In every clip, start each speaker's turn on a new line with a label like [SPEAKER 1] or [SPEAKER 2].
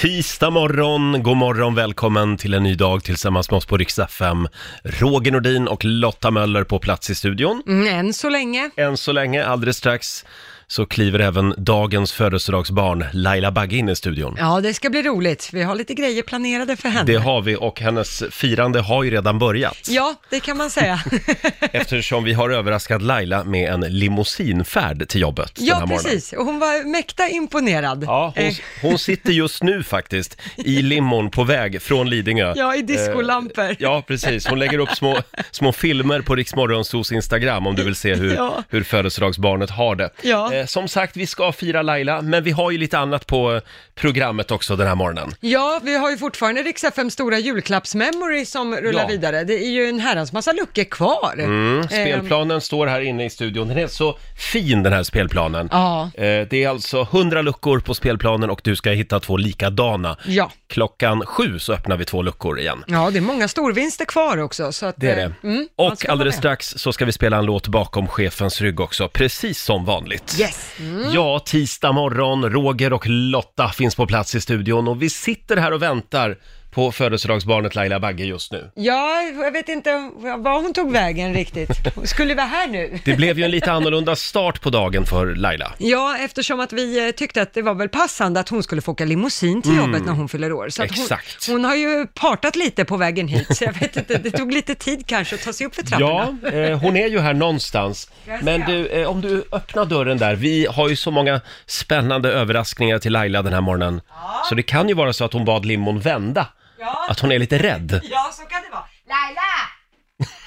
[SPEAKER 1] Tisdag morgon, god morgon, välkommen till en ny dag tillsammans med oss på Riksa 5. Roger Nordin och Lotta Möller på plats i studion.
[SPEAKER 2] Mm, än så länge.
[SPEAKER 1] Än så länge, alldeles strax, så kliver även dagens födelsedagsbarn Laila Bagge in i studion.
[SPEAKER 2] Ja, det ska bli roligt. Vi har lite grejer planerade för henne.
[SPEAKER 1] Det har vi och hennes firande har ju redan börjat
[SPEAKER 2] Ja, det kan man säga.
[SPEAKER 1] eftersom vi har överraskat Laila med en limousinfärd till jobbet den
[SPEAKER 2] ja,
[SPEAKER 1] här morgonen.
[SPEAKER 2] precis. Och hon var mäkta imponerad.
[SPEAKER 1] Ja, hon,
[SPEAKER 2] Eh,
[SPEAKER 1] hon sitter just nu faktiskt i limon på väg från Lidingö.
[SPEAKER 2] ja i discolampor.
[SPEAKER 1] Eh, Ja, precis. Hon lägger upp små, små filmer på Riksmorgonsos Instagram om du vill se hur,
[SPEAKER 2] Ja.
[SPEAKER 1] hur födelsedagsbarnet har det.
[SPEAKER 2] Ja.
[SPEAKER 1] Eh, som sagt, vi ska fira Laila, men vi har ju lite annat på eh, programmet också den här morgonen.
[SPEAKER 2] Ja, vi har ju fortfarande Rix FM stora julklappsmemory som rullar
[SPEAKER 1] Ja.
[SPEAKER 2] vidare. Det är ju en herrans massa luckor kvar. Eh,
[SPEAKER 1] Mm, spelplanen står här inne i studion. Den är så fin den här spelplanen.
[SPEAKER 2] Ja.
[SPEAKER 1] Eh, Det är alltså 100 luckor på spelplanen och du ska hitta två likadana.
[SPEAKER 2] Ja.
[SPEAKER 1] Klockan sju så öppnar vi två luckor igen.
[SPEAKER 2] ja, det är många storvinster kvar också. Så att,
[SPEAKER 1] Det är
[SPEAKER 2] eh,
[SPEAKER 1] det.
[SPEAKER 2] Mm, man
[SPEAKER 1] och
[SPEAKER 2] ska vara
[SPEAKER 1] alldeles
[SPEAKER 2] med.
[SPEAKER 1] strax så ska vi spela en låt bakom chefens rygg också, precis som vanligt.
[SPEAKER 2] Yes. Mm.
[SPEAKER 1] Ja, tisdag morgon, Roger och Lotta finns på plats i studion och vi sitter här och väntar på födelsedagsbarnet Laila Bagge just nu.
[SPEAKER 2] Ja, jag vet inte var hon tog vägen riktigt. Hon skulle vara här nu.
[SPEAKER 1] Det blev ju en lite annorlunda start på dagen för Laila.
[SPEAKER 2] Ja, eftersom att vi eh, tyckte att det var väl passande att hon skulle få åka limousin till jobbet när hon fyller år. Så att
[SPEAKER 1] Mm. Exakt.
[SPEAKER 2] Hon, hon har ju partat lite på vägen hit, så jag vet inte, det tog lite tid kanske att ta sig upp för trapporna.
[SPEAKER 1] Ja, eh, hon är ju här någonstans.
[SPEAKER 2] Jag ser.
[SPEAKER 1] Men du, eh, om du öppnar dörren där. Vi har ju så många spännande överraskningar till Laila den här morgonen. Så det kan ju vara så att hon bad limon vända.
[SPEAKER 2] Ja.
[SPEAKER 1] Att hon är lite rädd.
[SPEAKER 2] Ja, så kan det vara. Laila!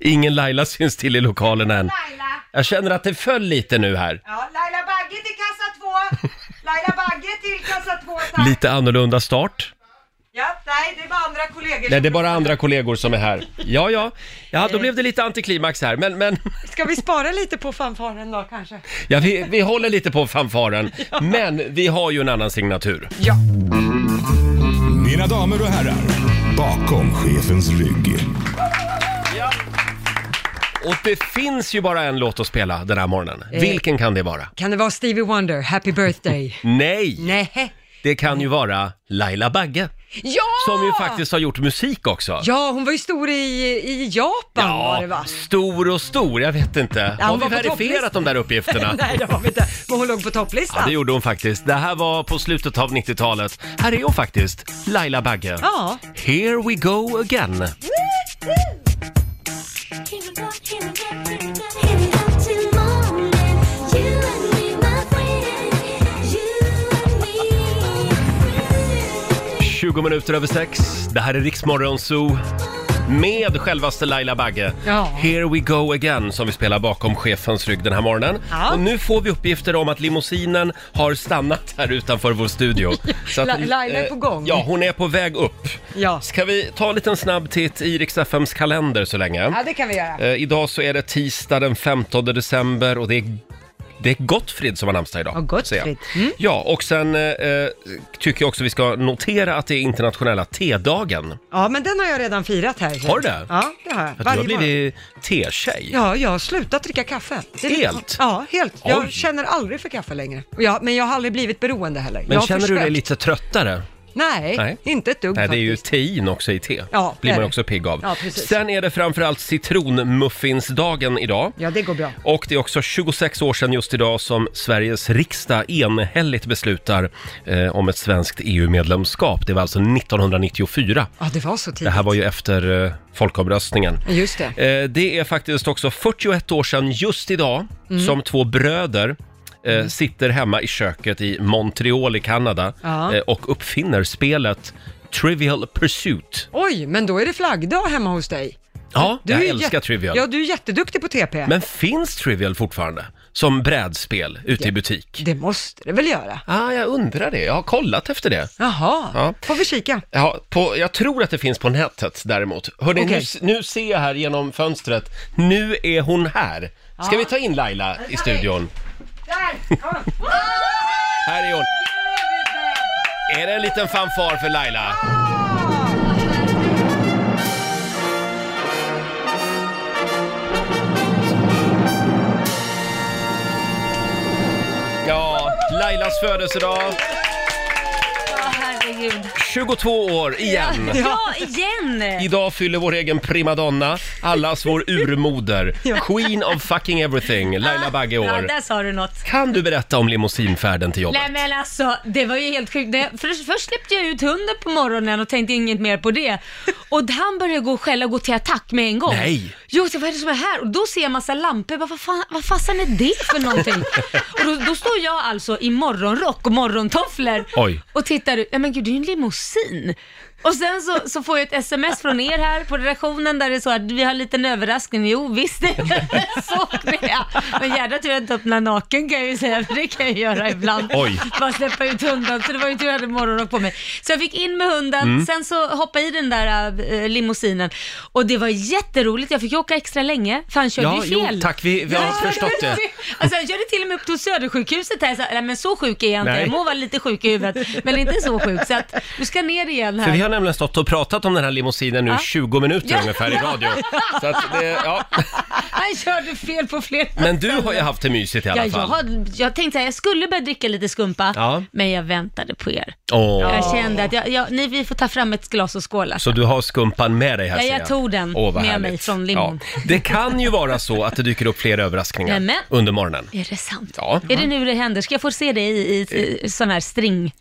[SPEAKER 1] Ingen Laila syns till i lokalen än.
[SPEAKER 2] Laila!
[SPEAKER 1] Jag känner att det föll lite nu här.
[SPEAKER 2] Ja, Laila Bagge till kassa två! Laila Bagge till kassa två,
[SPEAKER 1] Lite annorlunda start.
[SPEAKER 2] Ja, nej, det var andra kollegor.
[SPEAKER 1] Nej, det är bara andra kollegor som är här. Ja, ja. Ja, då blev det lite antiklimax här. Men, men
[SPEAKER 2] Ska vi spara lite på fanfaren då kanske?
[SPEAKER 1] ja, vi, vi håller lite på fanfaren. Men vi har ju en annan signatur.
[SPEAKER 2] Ja.
[SPEAKER 3] Mina damer och herrar, bakom chefens rygg.
[SPEAKER 1] Och det finns ju bara en låt att spela den här morgonen.
[SPEAKER 2] Eh.
[SPEAKER 1] Vilken kan det vara?
[SPEAKER 2] Kan det vara Stevie Wonder, Happy Birthday?
[SPEAKER 1] Nej,
[SPEAKER 2] Nej.
[SPEAKER 1] det kan ju vara Laila Bagge.
[SPEAKER 2] Ja!
[SPEAKER 1] Som ju faktiskt har gjort musik också.
[SPEAKER 2] Ja, hon var ju stor i, i Japan var det va?
[SPEAKER 1] stor och stor, jag vet inte.
[SPEAKER 2] hon
[SPEAKER 1] har vi
[SPEAKER 2] var på
[SPEAKER 1] verifierat
[SPEAKER 2] topplistan.
[SPEAKER 1] de där uppgifterna?
[SPEAKER 2] Nej, det har vi inte. Men hon låg på
[SPEAKER 1] Ja,
[SPEAKER 2] topplistan.
[SPEAKER 1] det gjorde hon faktiskt. Det här var på slutet av 90-talet. Här är hon faktiskt, Laila Bagge.
[SPEAKER 2] Ja.
[SPEAKER 1] Here we go again.
[SPEAKER 4] Here we go, here we go, here we go, here we go till morning. You and me, my friend. You and me.
[SPEAKER 1] 20 minuter över sex. Det här är Riksmorgon Zoo. Med självaste Laila Bagge.
[SPEAKER 2] Ja.
[SPEAKER 1] Here we go again som vi spelar bakom chefens rygg den här morgonen.
[SPEAKER 2] Ja.
[SPEAKER 1] Och nu får vi uppgifter om att limousinen har stannat här utanför vår studio. Så
[SPEAKER 2] La- Laila är
[SPEAKER 1] eh,
[SPEAKER 2] på gång.
[SPEAKER 1] Ja, hon är på väg upp.
[SPEAKER 2] Ja.
[SPEAKER 1] Ska vi ta en liten snabb titt i Rix FMs kalender så länge?
[SPEAKER 2] Ja, det kan vi göra.
[SPEAKER 1] Eh, idag så är det tisdag den 15 december och det är det är Gottfrid som har namnsdag idag.
[SPEAKER 2] Ja, Gottfrid. Mm.
[SPEAKER 1] ser jag. Ja, och sen eh, eh, tycker jag också vi ska notera att det är internationella tedagen.
[SPEAKER 2] Ja, men den har jag redan firat här.
[SPEAKER 1] Har du det?
[SPEAKER 2] Ja, det har jag.
[SPEAKER 1] Att du har
[SPEAKER 2] morgon.
[SPEAKER 1] blivit tetjej.
[SPEAKER 2] Ja, jag har slutat dricka kaffe. Det är lite-
[SPEAKER 1] Helt?
[SPEAKER 2] Ja, helt. Jag
[SPEAKER 1] Oj.
[SPEAKER 2] känner aldrig för kaffe längre. Och Jag, men jag har aldrig blivit beroende heller.
[SPEAKER 1] Men
[SPEAKER 2] jag har
[SPEAKER 1] känner du dig
[SPEAKER 2] försökt.
[SPEAKER 1] lite tröttare?
[SPEAKER 2] Nej,
[SPEAKER 1] Nej.
[SPEAKER 2] inte ett dugg
[SPEAKER 1] Nej, det är ju
[SPEAKER 2] faktiskt.
[SPEAKER 1] tein också i te.
[SPEAKER 2] Ja,
[SPEAKER 1] blir
[SPEAKER 2] det är
[SPEAKER 1] man
[SPEAKER 2] det.
[SPEAKER 1] också pigg av.
[SPEAKER 2] Ja, precis.
[SPEAKER 1] Sen är det framförallt citronmuffinsdagen idag.
[SPEAKER 2] Ja, det går bra.
[SPEAKER 1] Och det är också 26 år sedan just idag som Sveriges riksdag enhälligt beslutar eh, om ett svenskt EU-medlemskap. Det var alltså 1994.
[SPEAKER 2] Ja, det var så tidigt.
[SPEAKER 1] Det här var ju efter eh, folkomröstningen.
[SPEAKER 2] Just det.
[SPEAKER 1] Eh, det är faktiskt också 41 år sedan just idag
[SPEAKER 2] Mm.
[SPEAKER 1] som två bröder eh, sitter hemma i köket i Montreal i Kanada
[SPEAKER 2] Ja.
[SPEAKER 1] eh, och uppfinner spelet Trivial Pursuit.
[SPEAKER 2] Oj, men då är det flaggdag hemma hos dig.
[SPEAKER 1] Ja,
[SPEAKER 2] Du
[SPEAKER 1] jag
[SPEAKER 2] är ju
[SPEAKER 1] älskar
[SPEAKER 2] jätte-
[SPEAKER 1] Trivial.
[SPEAKER 2] Ja, du är jätteduktig på TP.
[SPEAKER 1] Men finns Trivial fortfarande som brädspel ute i butik?
[SPEAKER 2] Det måste det väl göra?
[SPEAKER 1] Ah, jag undrar det. Jag har kollat efter det.
[SPEAKER 2] Jaha,
[SPEAKER 1] Ja.
[SPEAKER 2] får vi kika.
[SPEAKER 1] Ja, på, jag tror att det finns på nätet däremot. Hörrni,
[SPEAKER 2] Okej.
[SPEAKER 1] nu, nu ser jag här genom fönstret. Nu är hon här. Ska vi ta in Laila i studion?
[SPEAKER 2] Där, kom.
[SPEAKER 1] Här är hon. Är det en liten fanfar för Laila? Ja, Lailas födelsedag.
[SPEAKER 5] herregud.
[SPEAKER 1] 22 år igen!
[SPEAKER 5] Ja, igen!
[SPEAKER 1] Idag fyller vår egen primadonna, allas vår urmoder, Queen of fucking everything, Laila Bagge
[SPEAKER 5] Ja,
[SPEAKER 1] år.
[SPEAKER 5] där sa du något.
[SPEAKER 1] Kan du berätta om limousinfärden till jobbet?
[SPEAKER 5] Nej men alltså, det var ju helt sjukt. Det- Först, först släppte jag ut hunden på morgonen och tänkte inget mer på det. Och han började gå själv och gå till attack med en gång.
[SPEAKER 1] Nej.
[SPEAKER 5] Jo, så vad är det som är här? Och då ser jag massa lampor. Jag bara, Vad, fan, vad fasen är det för någonting? och då, då står jag alltså i morgonrock och morgontofflor
[SPEAKER 1] Oj.
[SPEAKER 5] och tittar ut. Ja men gud, det är ju en limousin. Och sen så, så får jag ett sms från er här på redaktionen där det står att vi har en liten överraskning. Jo visst, såg ni det? Men jädrar tur jag inte öppnade naken kan jag ju säga, för det kan jag göra ibland.
[SPEAKER 1] Oj.
[SPEAKER 5] Bara släppa ut hunden, så det var ju tur jag hade morgonrock på mig. Så jag fick in med hunden,
[SPEAKER 1] Mm.
[SPEAKER 5] sen så hoppade jag i den där äh, limousinen. Och det var jätteroligt, jag fick ju åka extra länge, för han körde
[SPEAKER 1] Ja,
[SPEAKER 5] ju
[SPEAKER 1] jo,
[SPEAKER 5] fel.
[SPEAKER 1] tack, vi, vi har förstått det.
[SPEAKER 5] Alltså jag körde till och med upp till Södersjukhuset här, så, nej men så sjuk är jag inte.
[SPEAKER 1] Nej.
[SPEAKER 5] Jag må vara lite sjuk i huvudet, men inte så sjuk. Så att du ska ner igen
[SPEAKER 1] För vi
[SPEAKER 5] här.
[SPEAKER 1] har nämligen stått och pratat om den här limousinen nu i
[SPEAKER 5] Ja.
[SPEAKER 1] 20 minuter
[SPEAKER 5] Ja.
[SPEAKER 1] ungefär i radio. Så att det, ja.
[SPEAKER 5] Han körde fel på flera
[SPEAKER 1] Men du har ju haft det mysigt i
[SPEAKER 5] Ja,
[SPEAKER 1] alla
[SPEAKER 5] jag,
[SPEAKER 1] fall.
[SPEAKER 5] har- jag tänkte att jag skulle börja dricka lite skumpa,
[SPEAKER 1] Ja.
[SPEAKER 5] men jag väntade på er.
[SPEAKER 1] Åh.
[SPEAKER 5] Jag kände att jag, jag, ni, vi får ta fram ett glas och skåla.
[SPEAKER 1] Så du har skumpan med dig här
[SPEAKER 5] Ja,
[SPEAKER 1] ser
[SPEAKER 5] jag tog den
[SPEAKER 1] Åh, vad
[SPEAKER 5] med
[SPEAKER 1] härligt.
[SPEAKER 5] mig från limon.
[SPEAKER 1] Det kan ju vara så att det dyker upp fler överraskningar
[SPEAKER 5] Nämen.
[SPEAKER 1] under morgonen.
[SPEAKER 5] Är det sant?
[SPEAKER 1] Ja.
[SPEAKER 5] Är det nu det händer? Ska jag få se dig i, i, i sån här string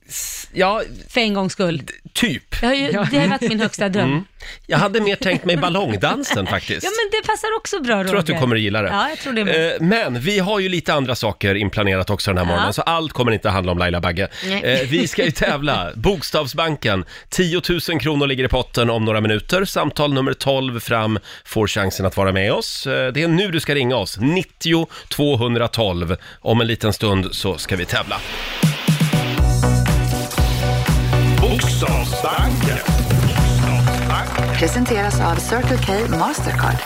[SPEAKER 1] Ja,
[SPEAKER 5] för en gångs skull?
[SPEAKER 1] typ.
[SPEAKER 5] Det har ju, det har ju varit min högsta dröm.
[SPEAKER 1] Mm. Jag hade mer tänkt mig ballongdansen faktiskt.
[SPEAKER 5] Ja, men det passar också bra Roger.
[SPEAKER 1] Jag tror att du kommer att gilla det.
[SPEAKER 5] Ja, jag tror det med.
[SPEAKER 1] Eh, Men vi har ju lite andra saker inplanerat också den här morgonen,
[SPEAKER 5] Ja.
[SPEAKER 1] så allt kommer inte handla om Laila Bagge.
[SPEAKER 5] Nej.
[SPEAKER 1] Eh, Vi ska ju tävla, Bokstavsbanken. 10 000 kronor ligger i potten om några minuter. Samtal nummer 12 fram får chansen att vara med oss. Eh, Det är nu du ska ringa oss, 90 212. Om en liten stund så ska vi tävla.
[SPEAKER 3] Bokstavsbanken.
[SPEAKER 6] Presenteras av Circle K Mastercard.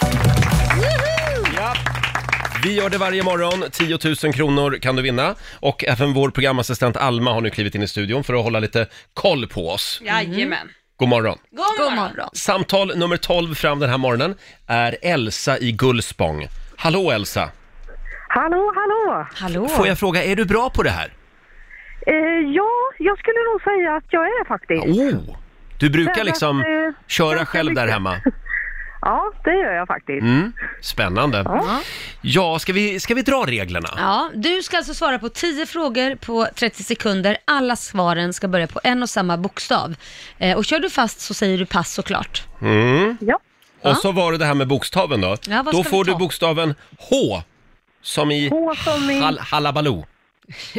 [SPEAKER 1] Vi gör det varje morgon. 10 000 kronor kan du vinna. Och även vår programassistent Alma har nu klivit in i studion för att hålla lite koll på oss.
[SPEAKER 7] Jajamän.
[SPEAKER 1] God morgon!
[SPEAKER 5] God morgon.
[SPEAKER 1] Samtal nummer 12 fram den här morgonen är Elsa i Gullspång. Hallå Elsa!
[SPEAKER 8] Hallå, hallå!
[SPEAKER 5] Hallå.
[SPEAKER 1] Får jag fråga, är du bra på det här?
[SPEAKER 8] Eh, ja, jag skulle nog säga att jag är faktiskt.
[SPEAKER 1] Oh! Du brukar
[SPEAKER 8] Nej,
[SPEAKER 1] liksom
[SPEAKER 8] men, eh,
[SPEAKER 1] köra
[SPEAKER 8] ganska
[SPEAKER 1] själv där
[SPEAKER 8] mycket.
[SPEAKER 1] hemma?
[SPEAKER 8] Ja, det gör jag faktiskt.
[SPEAKER 1] Mm, spännande. Ja, ska vi, ska vi dra reglerna?
[SPEAKER 5] Ja, du ska alltså svara på 10 frågor på 30 sekunder. Alla svaren ska börja på en och samma bokstav. Eh, och kör du fast så säger du pass såklart.
[SPEAKER 8] Ja.
[SPEAKER 1] Och så var det det här med bokstaven då.
[SPEAKER 5] Ja, vad
[SPEAKER 1] då
[SPEAKER 5] ska vi
[SPEAKER 1] får du
[SPEAKER 5] ta?
[SPEAKER 1] bokstaven H, som i
[SPEAKER 8] H som i
[SPEAKER 1] hal- Hallabaloo.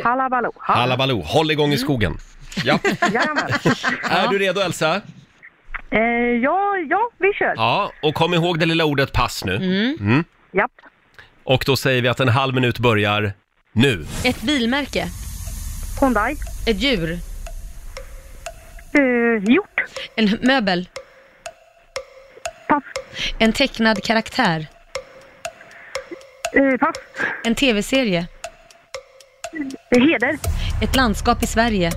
[SPEAKER 8] Hallabaloo. Ha-
[SPEAKER 1] Hallabaloo, håll igång
[SPEAKER 5] Mm.
[SPEAKER 1] i skogen. Ja.
[SPEAKER 8] Jajamän.
[SPEAKER 1] Är du redo Elsa?
[SPEAKER 8] Eh, ja, ja, vi kör.
[SPEAKER 1] Ja, och kom ihåg det lilla ordet pass nu.
[SPEAKER 5] Mm.
[SPEAKER 8] Japp.
[SPEAKER 1] Och då säger vi att en halv minut börjar nu.
[SPEAKER 5] Ett bilmärke,
[SPEAKER 8] Hyundai.
[SPEAKER 5] ett djur,
[SPEAKER 8] Eh, hjort.
[SPEAKER 5] en möbel,
[SPEAKER 8] Pass.
[SPEAKER 5] en tecknad karaktär,
[SPEAKER 8] Eh, pass.
[SPEAKER 5] en tv-serie,
[SPEAKER 8] Eh, Heder.
[SPEAKER 5] ett landskap i Sverige,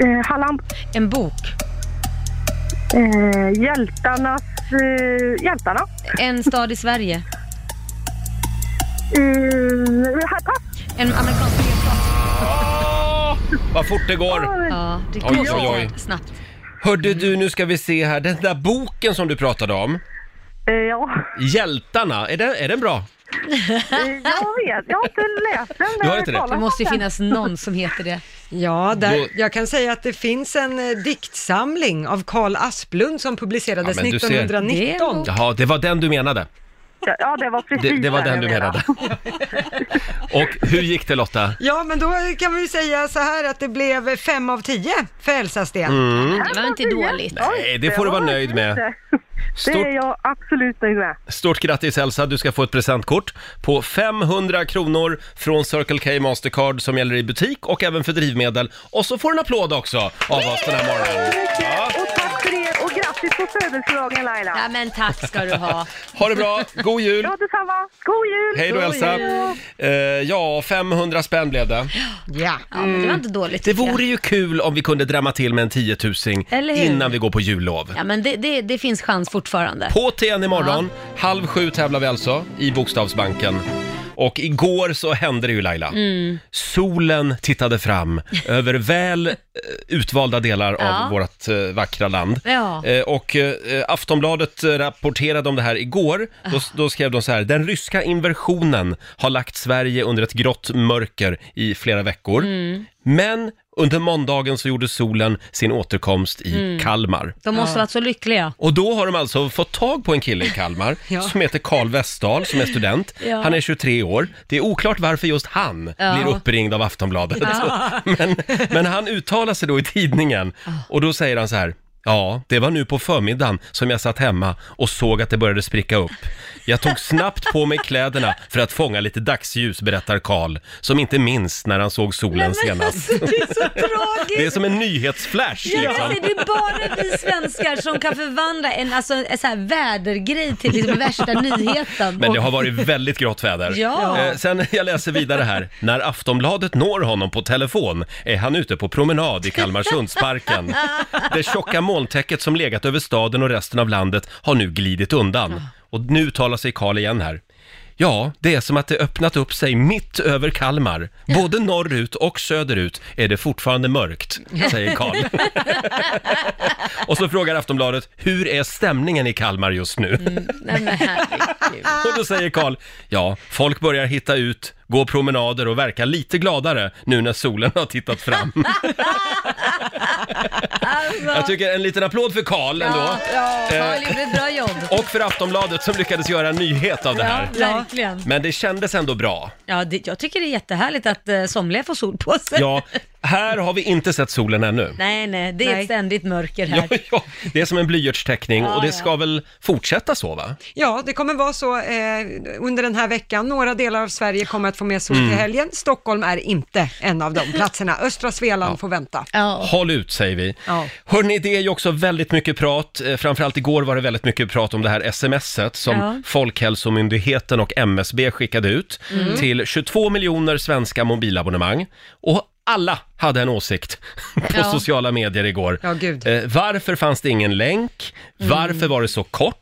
[SPEAKER 8] Eh, Halland.
[SPEAKER 5] en bok,
[SPEAKER 8] Eh, hjältarnas... Eh, hjältarna.
[SPEAKER 5] en stad i Sverige,
[SPEAKER 8] Eh, här, pass.
[SPEAKER 5] en amerikansk delstat.
[SPEAKER 1] Vad fort det går!
[SPEAKER 5] Ja, det
[SPEAKER 1] Oj,
[SPEAKER 5] går
[SPEAKER 1] oj,
[SPEAKER 5] så
[SPEAKER 1] oj.
[SPEAKER 5] snabbt.
[SPEAKER 1] Hörde du, nu ska vi se här, den där boken som du pratade om,
[SPEAKER 8] Eh, ja,
[SPEAKER 1] Hjältarna, är den, är den bra?
[SPEAKER 8] eh, jag vet. Jag har inte läst den. eh, men
[SPEAKER 1] Du har inte det?
[SPEAKER 8] jag talar
[SPEAKER 5] Det
[SPEAKER 8] om
[SPEAKER 5] måste ju
[SPEAKER 8] den.
[SPEAKER 5] finnas någon som heter det.
[SPEAKER 2] Ja,
[SPEAKER 1] Då-
[SPEAKER 2] där, jag kan säga att det finns en eh, diktsamling av Carl Asplund som publicerades
[SPEAKER 1] Ja, men du ser.
[SPEAKER 2] 1919.
[SPEAKER 5] Det
[SPEAKER 1] Jaha, det var den du menade.
[SPEAKER 8] Ja, det var precis
[SPEAKER 1] Det, det var
[SPEAKER 8] den
[SPEAKER 1] den
[SPEAKER 8] jag
[SPEAKER 1] du menade. Och hur gick det Lotta?
[SPEAKER 2] Ja, men då kan vi säga så här att det blev fem av tio för Elsas del.
[SPEAKER 1] Mm.
[SPEAKER 5] Det var inte dåligt.
[SPEAKER 1] Nej, det får du vara nöjd med.
[SPEAKER 8] Det är
[SPEAKER 1] Stort,
[SPEAKER 8] jag absolut nöjd med.
[SPEAKER 1] stort grattis Elsa, du ska få ett presentkort på 500 kronor från Circle K Mastercard som gäller i butik och även för drivmedel. Och så får du en applåd också av oss den här morgonen. Ja.
[SPEAKER 8] Och tack för er och grattis på födelsedagen
[SPEAKER 5] Ja,
[SPEAKER 8] Laila!
[SPEAKER 5] men tack ska du ha.
[SPEAKER 1] Ha det bra, god jul!
[SPEAKER 8] Ja, detsamma! God jul!
[SPEAKER 1] Hej då Elsa! Eh, ja, 500 spänn blev det.
[SPEAKER 2] Ja.
[SPEAKER 5] Ja, men Mm. det var inte dåligt.
[SPEAKER 1] Det
[SPEAKER 5] tycker jag.
[SPEAKER 1] vore ju kul om vi kunde drämma till med en tiotusing
[SPEAKER 5] Eller hur?
[SPEAKER 1] innan vi går på jullov.
[SPEAKER 5] Ja, men det, det, det finns chans fortfarande.
[SPEAKER 1] På till en imorgon. Halv sju tävlar vi alltså i Bokstavsbanken. Och igår så hände det ju Laila.
[SPEAKER 5] Mm.
[SPEAKER 1] Solen tittade fram över väl eh, utvalda delar
[SPEAKER 5] Ja.
[SPEAKER 1] av vårt eh, vackra land.
[SPEAKER 5] Ja.
[SPEAKER 1] Eh, Och eh, Aftonbladet eh, rapporterade om det här igår. Då, då skrev de så här. Den ryska inversionen har lagt Sverige under ett grått mörker i flera veckor.
[SPEAKER 5] Mm.
[SPEAKER 1] Men under måndagen så gjorde solen sin återkomst i
[SPEAKER 5] Mm.
[SPEAKER 1] Kalmar.
[SPEAKER 5] De måste varit så lyckliga.
[SPEAKER 1] Och då har de alltså fått tag på en kille i Kalmar
[SPEAKER 2] Ja.
[SPEAKER 1] som heter Karl Westdahl som är student.
[SPEAKER 5] Ja.
[SPEAKER 1] Han är 23 år. Det är oklart varför just han
[SPEAKER 5] Ja.
[SPEAKER 1] blir uppringd av Aftonbladet. Men, men han uttalar sig då i tidningen och då säger han så här. Ja, det var nu på förmiddagen som jag satt hemma och såg att det började spricka upp. Jag tog snabbt på mig kläderna för att fånga lite dagsljus, berättar Karl, som inte minns när han såg solen senast.
[SPEAKER 5] alltså, det är så tragiskt.
[SPEAKER 1] Det är som en nyhetsflash
[SPEAKER 5] Ja,
[SPEAKER 1] liksom.
[SPEAKER 5] alltså, det är bara vi svenskar som kan förvandla en, alltså, en så här vädergrej till liksom, värsta nyheten.
[SPEAKER 1] Men det har varit väldigt grått väder.
[SPEAKER 5] Ja.
[SPEAKER 1] Eh, sen jag läser vidare här. När Aftonbladet når honom på telefon är han ute på promenad i Kalmarsundsparken. Det tjocka molntäcket som legat över staden och resten av landet har nu glidit undan. Och nu talar sig Karl igen här. Ja, det är som att det öppnat upp sig mitt över Kalmar. Både norrut och söderut är det fortfarande mörkt, säger Karl. och så frågar Aftonbladet, hur är stämningen i Kalmar just nu?
[SPEAKER 5] Nej, men herregud.
[SPEAKER 1] Och då säger Karl, ja, folk börjar hitta ut, gå promenader och verkar lite gladare nu när solen har tittat fram.
[SPEAKER 5] Alltså,
[SPEAKER 1] Jag tycker en liten applåd för Karl ändå.
[SPEAKER 5] Carl gjorde ett bra jobb.
[SPEAKER 1] Och för Aftonbladet som lyckades göra en nyhet av det här.
[SPEAKER 5] Verkligen.
[SPEAKER 1] Men det kändes ändå bra.
[SPEAKER 5] Ja, det, jag tycker det är jättehärligt att eh, somliga får sol på sig.
[SPEAKER 1] Ja, här har vi inte sett solen ännu.
[SPEAKER 5] Nej, nej, det är
[SPEAKER 2] Nej.
[SPEAKER 5] ett ständigt mörker
[SPEAKER 1] Ja,
[SPEAKER 5] här.
[SPEAKER 1] ja, det är som en blyertsteckning och det
[SPEAKER 5] ja.
[SPEAKER 1] ska väl fortsätta så va?
[SPEAKER 2] Ja, det kommer vara så eh, under den här veckan. Några delar av Sverige kommer att få mer sol
[SPEAKER 1] Mm.
[SPEAKER 2] till helgen. Stockholm är inte en av de platserna. Östra Svealand får vänta.
[SPEAKER 5] Ja.
[SPEAKER 1] Håll ut säger vi.
[SPEAKER 2] Ja.
[SPEAKER 1] Hörni, det är ju också väldigt mycket prat. Eh, Framförallt igår var det väldigt mycket prat om det här smset som
[SPEAKER 5] Ja.
[SPEAKER 1] Folkhälsomyndigheten och MSB skickade ut till 22 miljoner svenska mobilabonnemang. Och alla hade en åsikt på
[SPEAKER 5] Ja.
[SPEAKER 1] sociala medier igår.
[SPEAKER 2] Ja, gud.
[SPEAKER 1] Eh, varför fanns det ingen länk? Varför var det så kort?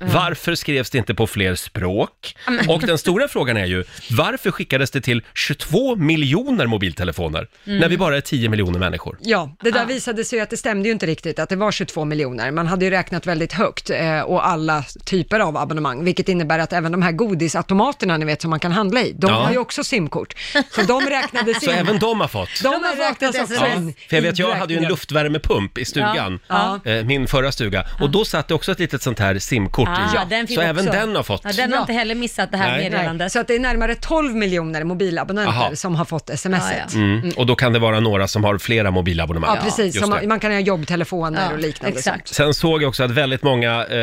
[SPEAKER 1] Varför skrevs det inte på fler språk? Och den stora frågan är ju, varför skickades det till 22 miljoner mobiltelefoner när vi bara är 10 miljoner människor?
[SPEAKER 2] Ja, det
[SPEAKER 5] Ah.
[SPEAKER 2] där visade sig ju att det stämde ju inte riktigt, att det var 22 miljoner. Man hade ju räknat väldigt högt eh, och alla typer av abonnemang, vilket innebär att även de här godisautomaterna ni vet som man kan handla i, de
[SPEAKER 1] Ja.
[SPEAKER 2] har ju också simkort. Så de räknades
[SPEAKER 1] Så
[SPEAKER 2] in.
[SPEAKER 1] även de har fått.
[SPEAKER 2] De,
[SPEAKER 5] De har
[SPEAKER 2] har
[SPEAKER 5] fått
[SPEAKER 2] räknats
[SPEAKER 5] ett
[SPEAKER 2] också
[SPEAKER 5] SMS.
[SPEAKER 1] Ja,
[SPEAKER 2] in.
[SPEAKER 1] för jag vet,
[SPEAKER 2] i
[SPEAKER 1] jag hade ju en
[SPEAKER 2] beräkningen.
[SPEAKER 1] luftvärmepump i stugan,
[SPEAKER 5] Ja.
[SPEAKER 1] Eh, min förra stuga, och då satt det också ett litet sånt här simkort i.
[SPEAKER 5] Ah, den fick
[SPEAKER 1] Så
[SPEAKER 5] också.
[SPEAKER 1] även den har fått.
[SPEAKER 5] Ja, den har inte heller missat det här
[SPEAKER 1] Nej.
[SPEAKER 5] meddelandet.
[SPEAKER 2] Så att det är närmare 12 miljoner mobilabonnenter
[SPEAKER 1] Aha.
[SPEAKER 2] som har fått sms.
[SPEAKER 5] Ja,
[SPEAKER 2] Ja,
[SPEAKER 5] ja.
[SPEAKER 1] Mm. Och då kan det vara några som har flera mobilabonnemang.
[SPEAKER 2] precis.
[SPEAKER 1] Just
[SPEAKER 2] Som
[SPEAKER 1] det.
[SPEAKER 2] man, man kan ha jobbtelefoner
[SPEAKER 5] Ja,
[SPEAKER 2] och liknande. sånt.
[SPEAKER 5] exakt.
[SPEAKER 1] Sen såg jag också att väldigt många, eh,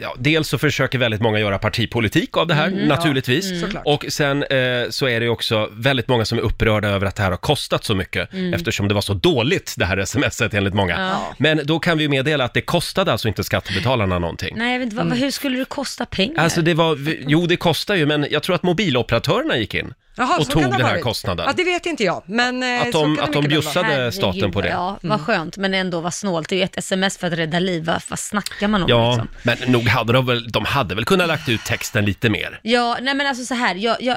[SPEAKER 1] ja, dels så försöker väldigt många göra partipolitik av det
[SPEAKER 5] Mm,
[SPEAKER 1] här, naturligtvis.
[SPEAKER 2] Såklart.
[SPEAKER 1] Och sen eh, så är det ju också väldigt många som är upprörda över att det här har kostat så mycket,
[SPEAKER 5] Mm.
[SPEAKER 1] eftersom det var så dåligt det här smset enligt många. Men då kan vi ju meddela att det kostade alltså inte skattebetalarna någonting.
[SPEAKER 5] Nej, jag vet inte, vad, hur skulle det kosta pengar?
[SPEAKER 1] Alltså det var, jo det kostar ju, men jag tror att mobiloperatörerna gick in
[SPEAKER 2] Jaha,
[SPEAKER 1] och
[SPEAKER 2] så
[SPEAKER 1] tog
[SPEAKER 2] kan det
[SPEAKER 1] den
[SPEAKER 2] ha
[SPEAKER 1] här
[SPEAKER 2] varit.
[SPEAKER 1] kostnaden.
[SPEAKER 2] Ja, det vet inte jag, men eh,
[SPEAKER 1] Att
[SPEAKER 2] så kan
[SPEAKER 1] de,
[SPEAKER 2] det
[SPEAKER 1] att de
[SPEAKER 2] mycket väl vara.
[SPEAKER 1] bjussade
[SPEAKER 5] Herregud,
[SPEAKER 1] staten på det. Ja,
[SPEAKER 5] Ja, vad skönt, men ändå vad snålt. Det är ju ett sms för att rädda liv. Vad, vad snackar man om liksom?
[SPEAKER 1] men nog hade de väl, de hade väl kunnat lagt ut texten lite mer.
[SPEAKER 5] Ja, nej men alltså så här, jag, jag,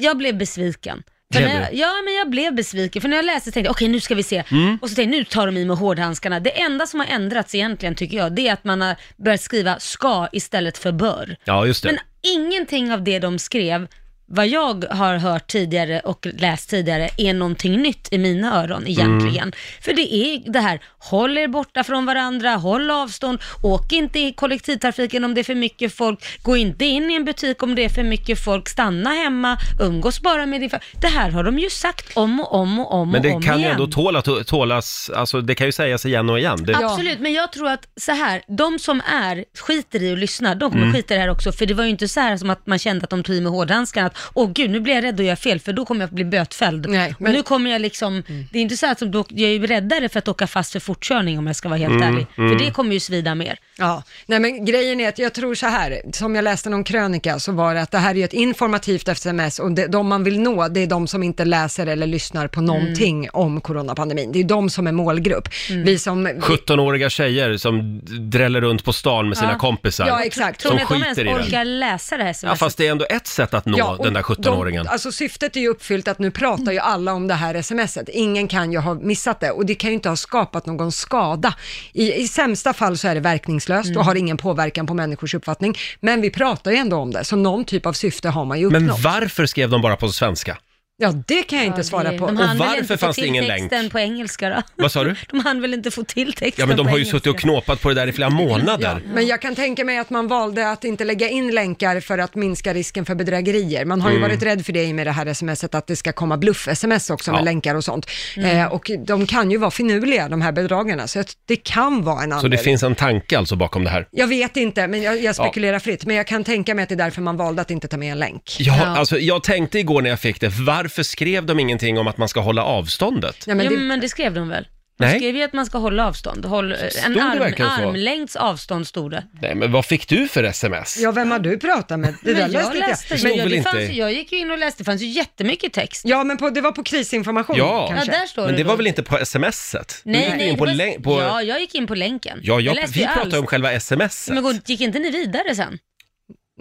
[SPEAKER 5] jag blev besviken. För
[SPEAKER 1] Blev
[SPEAKER 5] när jag,
[SPEAKER 1] du? Mm.
[SPEAKER 5] ja, men jag blev besviken. För när jag läste tänkte jag, okej nu ska vi se. Och så tänkte jag, nu tar de i med hårdhandskarna. Det enda som har ändrats egentligen tycker jag, det är att man har börjat skriva ska istället för bör.
[SPEAKER 1] Ja, just det.
[SPEAKER 5] Men ingenting av det de skrev, vad jag har hört tidigare och läst tidigare, är någonting nytt i mina öron egentligen.
[SPEAKER 1] Mm.
[SPEAKER 5] För det är det här, håll er borta från varandra, håll avstånd, åk inte i kollektivtrafiken om det är för mycket folk, gå inte in i en butik om det är för mycket folk, stanna hemma, umgås bara med din familj. Det här har de ju sagt om och om och om
[SPEAKER 1] Men
[SPEAKER 5] och
[SPEAKER 1] det
[SPEAKER 5] om
[SPEAKER 1] kan ju
[SPEAKER 5] igen.
[SPEAKER 1] ändå tåla, tålas, alltså det kan ju sägas igen och igen. Det,
[SPEAKER 5] Absolut, men jag tror att så här, de som är, skiter i och lyssnar, de
[SPEAKER 1] Mm.
[SPEAKER 5] kommer skita i det här också. För det var ju inte så här som att man kände att de tog i med hårdhandskarna, att åh gud, nu blir jag rädd och gör fel, för då kommer jag att bli bötfälld.
[SPEAKER 2] Nej,
[SPEAKER 5] och
[SPEAKER 2] men- Mm.
[SPEAKER 5] nu kommer jag liksom, det är inte så här att de, jag är ju räddare för att åka fast för fortkörning om jag ska vara helt
[SPEAKER 1] Mm,
[SPEAKER 5] ärlig. För det kommer ju svida mer.
[SPEAKER 2] Ja, nej men grejen är att jag tror så här, som jag läste någon krönika så var det att det här är ju ett informativt sms och det, de man vill nå det är de som inte läser eller lyssnar på någonting om coronapandemin. Det är de som är målgrupp. Vi som...
[SPEAKER 1] 17-åriga tjejer som dräller runt på stan med sina kompisar.
[SPEAKER 2] Ja, exakt.
[SPEAKER 5] Tror
[SPEAKER 1] Som
[SPEAKER 5] ni att de ens
[SPEAKER 1] skiter i den.
[SPEAKER 5] orkar läsa det här
[SPEAKER 1] Ja,
[SPEAKER 5] sms?
[SPEAKER 1] fast det är ändå ett sätt att nå
[SPEAKER 2] Ja, och
[SPEAKER 1] den den där 17-åringen.
[SPEAKER 2] De, alltså syftet är ju uppfyllt att nu pratar ju alla om det här smset. Ingen kan ju ha missat det och det kan ju inte ha skapat någon skada. I, i sämsta fall så är det verkningslöst och har ingen påverkan på människors uppfattning. Men vi pratar ju ändå om det, så någon typ av syfte har man ju uppnått.
[SPEAKER 1] Men varför skrev de bara på svenska?
[SPEAKER 2] ja, det kan jag inte
[SPEAKER 5] Ja,
[SPEAKER 2] svara
[SPEAKER 5] det-
[SPEAKER 2] på.
[SPEAKER 5] De hann väl
[SPEAKER 1] varför
[SPEAKER 5] inte få
[SPEAKER 1] fanns det
[SPEAKER 5] till
[SPEAKER 1] ingen
[SPEAKER 5] texten
[SPEAKER 1] länk?
[SPEAKER 5] på engelska då?
[SPEAKER 1] Vad sa du?
[SPEAKER 5] De hann väl inte få till texten
[SPEAKER 1] Ja, men de
[SPEAKER 5] på
[SPEAKER 1] har ju
[SPEAKER 5] engelska.
[SPEAKER 1] suttit och knåpat på det där i flera månader.
[SPEAKER 2] Men jag kan tänka mig att man valde att inte lägga in länkar för att minska risken för bedrägerier. Man
[SPEAKER 1] Mm.
[SPEAKER 2] har ju varit rädd för det i och med det här smset, att det ska komma bluff-sms också med
[SPEAKER 1] Ja.
[SPEAKER 2] länkar och sånt.
[SPEAKER 5] Mm.
[SPEAKER 2] Eh, och de kan ju vara finurliga, de här bedragarna, så att det kan vara en
[SPEAKER 1] Så det
[SPEAKER 2] anledning.
[SPEAKER 1] finns en tanke alltså bakom det här?
[SPEAKER 2] Jag vet inte, men jag, jag spekulerar fritt. Men jag kan tänka mig att det är därför man valde att inte ta med en länk.
[SPEAKER 1] Ja, Alltså, jag tänkte igår när jag fick det, varför skrev de ingenting om att man ska hålla avståndet?
[SPEAKER 2] Nej, men
[SPEAKER 5] Jo,
[SPEAKER 2] det,
[SPEAKER 5] men det skrev de väl? De
[SPEAKER 1] Nej.
[SPEAKER 5] skrev ju att man ska hålla avstånd. Håll, eh, en
[SPEAKER 1] det
[SPEAKER 5] arm,
[SPEAKER 1] verkligen så?
[SPEAKER 5] armlängds avstånd stod det.
[SPEAKER 1] Nej, men vad fick du för sms?
[SPEAKER 2] ja, vem har du pratat med? Det där
[SPEAKER 5] men jag
[SPEAKER 2] läste inte
[SPEAKER 5] läste
[SPEAKER 2] jag.
[SPEAKER 5] ju,
[SPEAKER 1] Men-
[SPEAKER 5] ja, det
[SPEAKER 1] Väl
[SPEAKER 5] fanns,
[SPEAKER 1] inte.
[SPEAKER 5] ju- jag gick ju in och läste, det fanns ju jättemycket text.
[SPEAKER 2] Ja, men på, det var på krisinformation
[SPEAKER 1] Ja.
[SPEAKER 5] Ja,
[SPEAKER 2] kanske.
[SPEAKER 5] där står
[SPEAKER 1] Men det
[SPEAKER 5] då.
[SPEAKER 1] var väl inte på smset? Du gick ju in
[SPEAKER 5] det
[SPEAKER 1] på
[SPEAKER 5] var-
[SPEAKER 1] län- på...
[SPEAKER 5] Ja, jag gick in på länken.
[SPEAKER 1] Ja,
[SPEAKER 5] jag
[SPEAKER 1] jag,
[SPEAKER 5] läste
[SPEAKER 1] vi
[SPEAKER 5] ju
[SPEAKER 1] pratar om
[SPEAKER 5] alls.
[SPEAKER 1] själva smset.
[SPEAKER 5] Men god, gick inte ni vidare sen?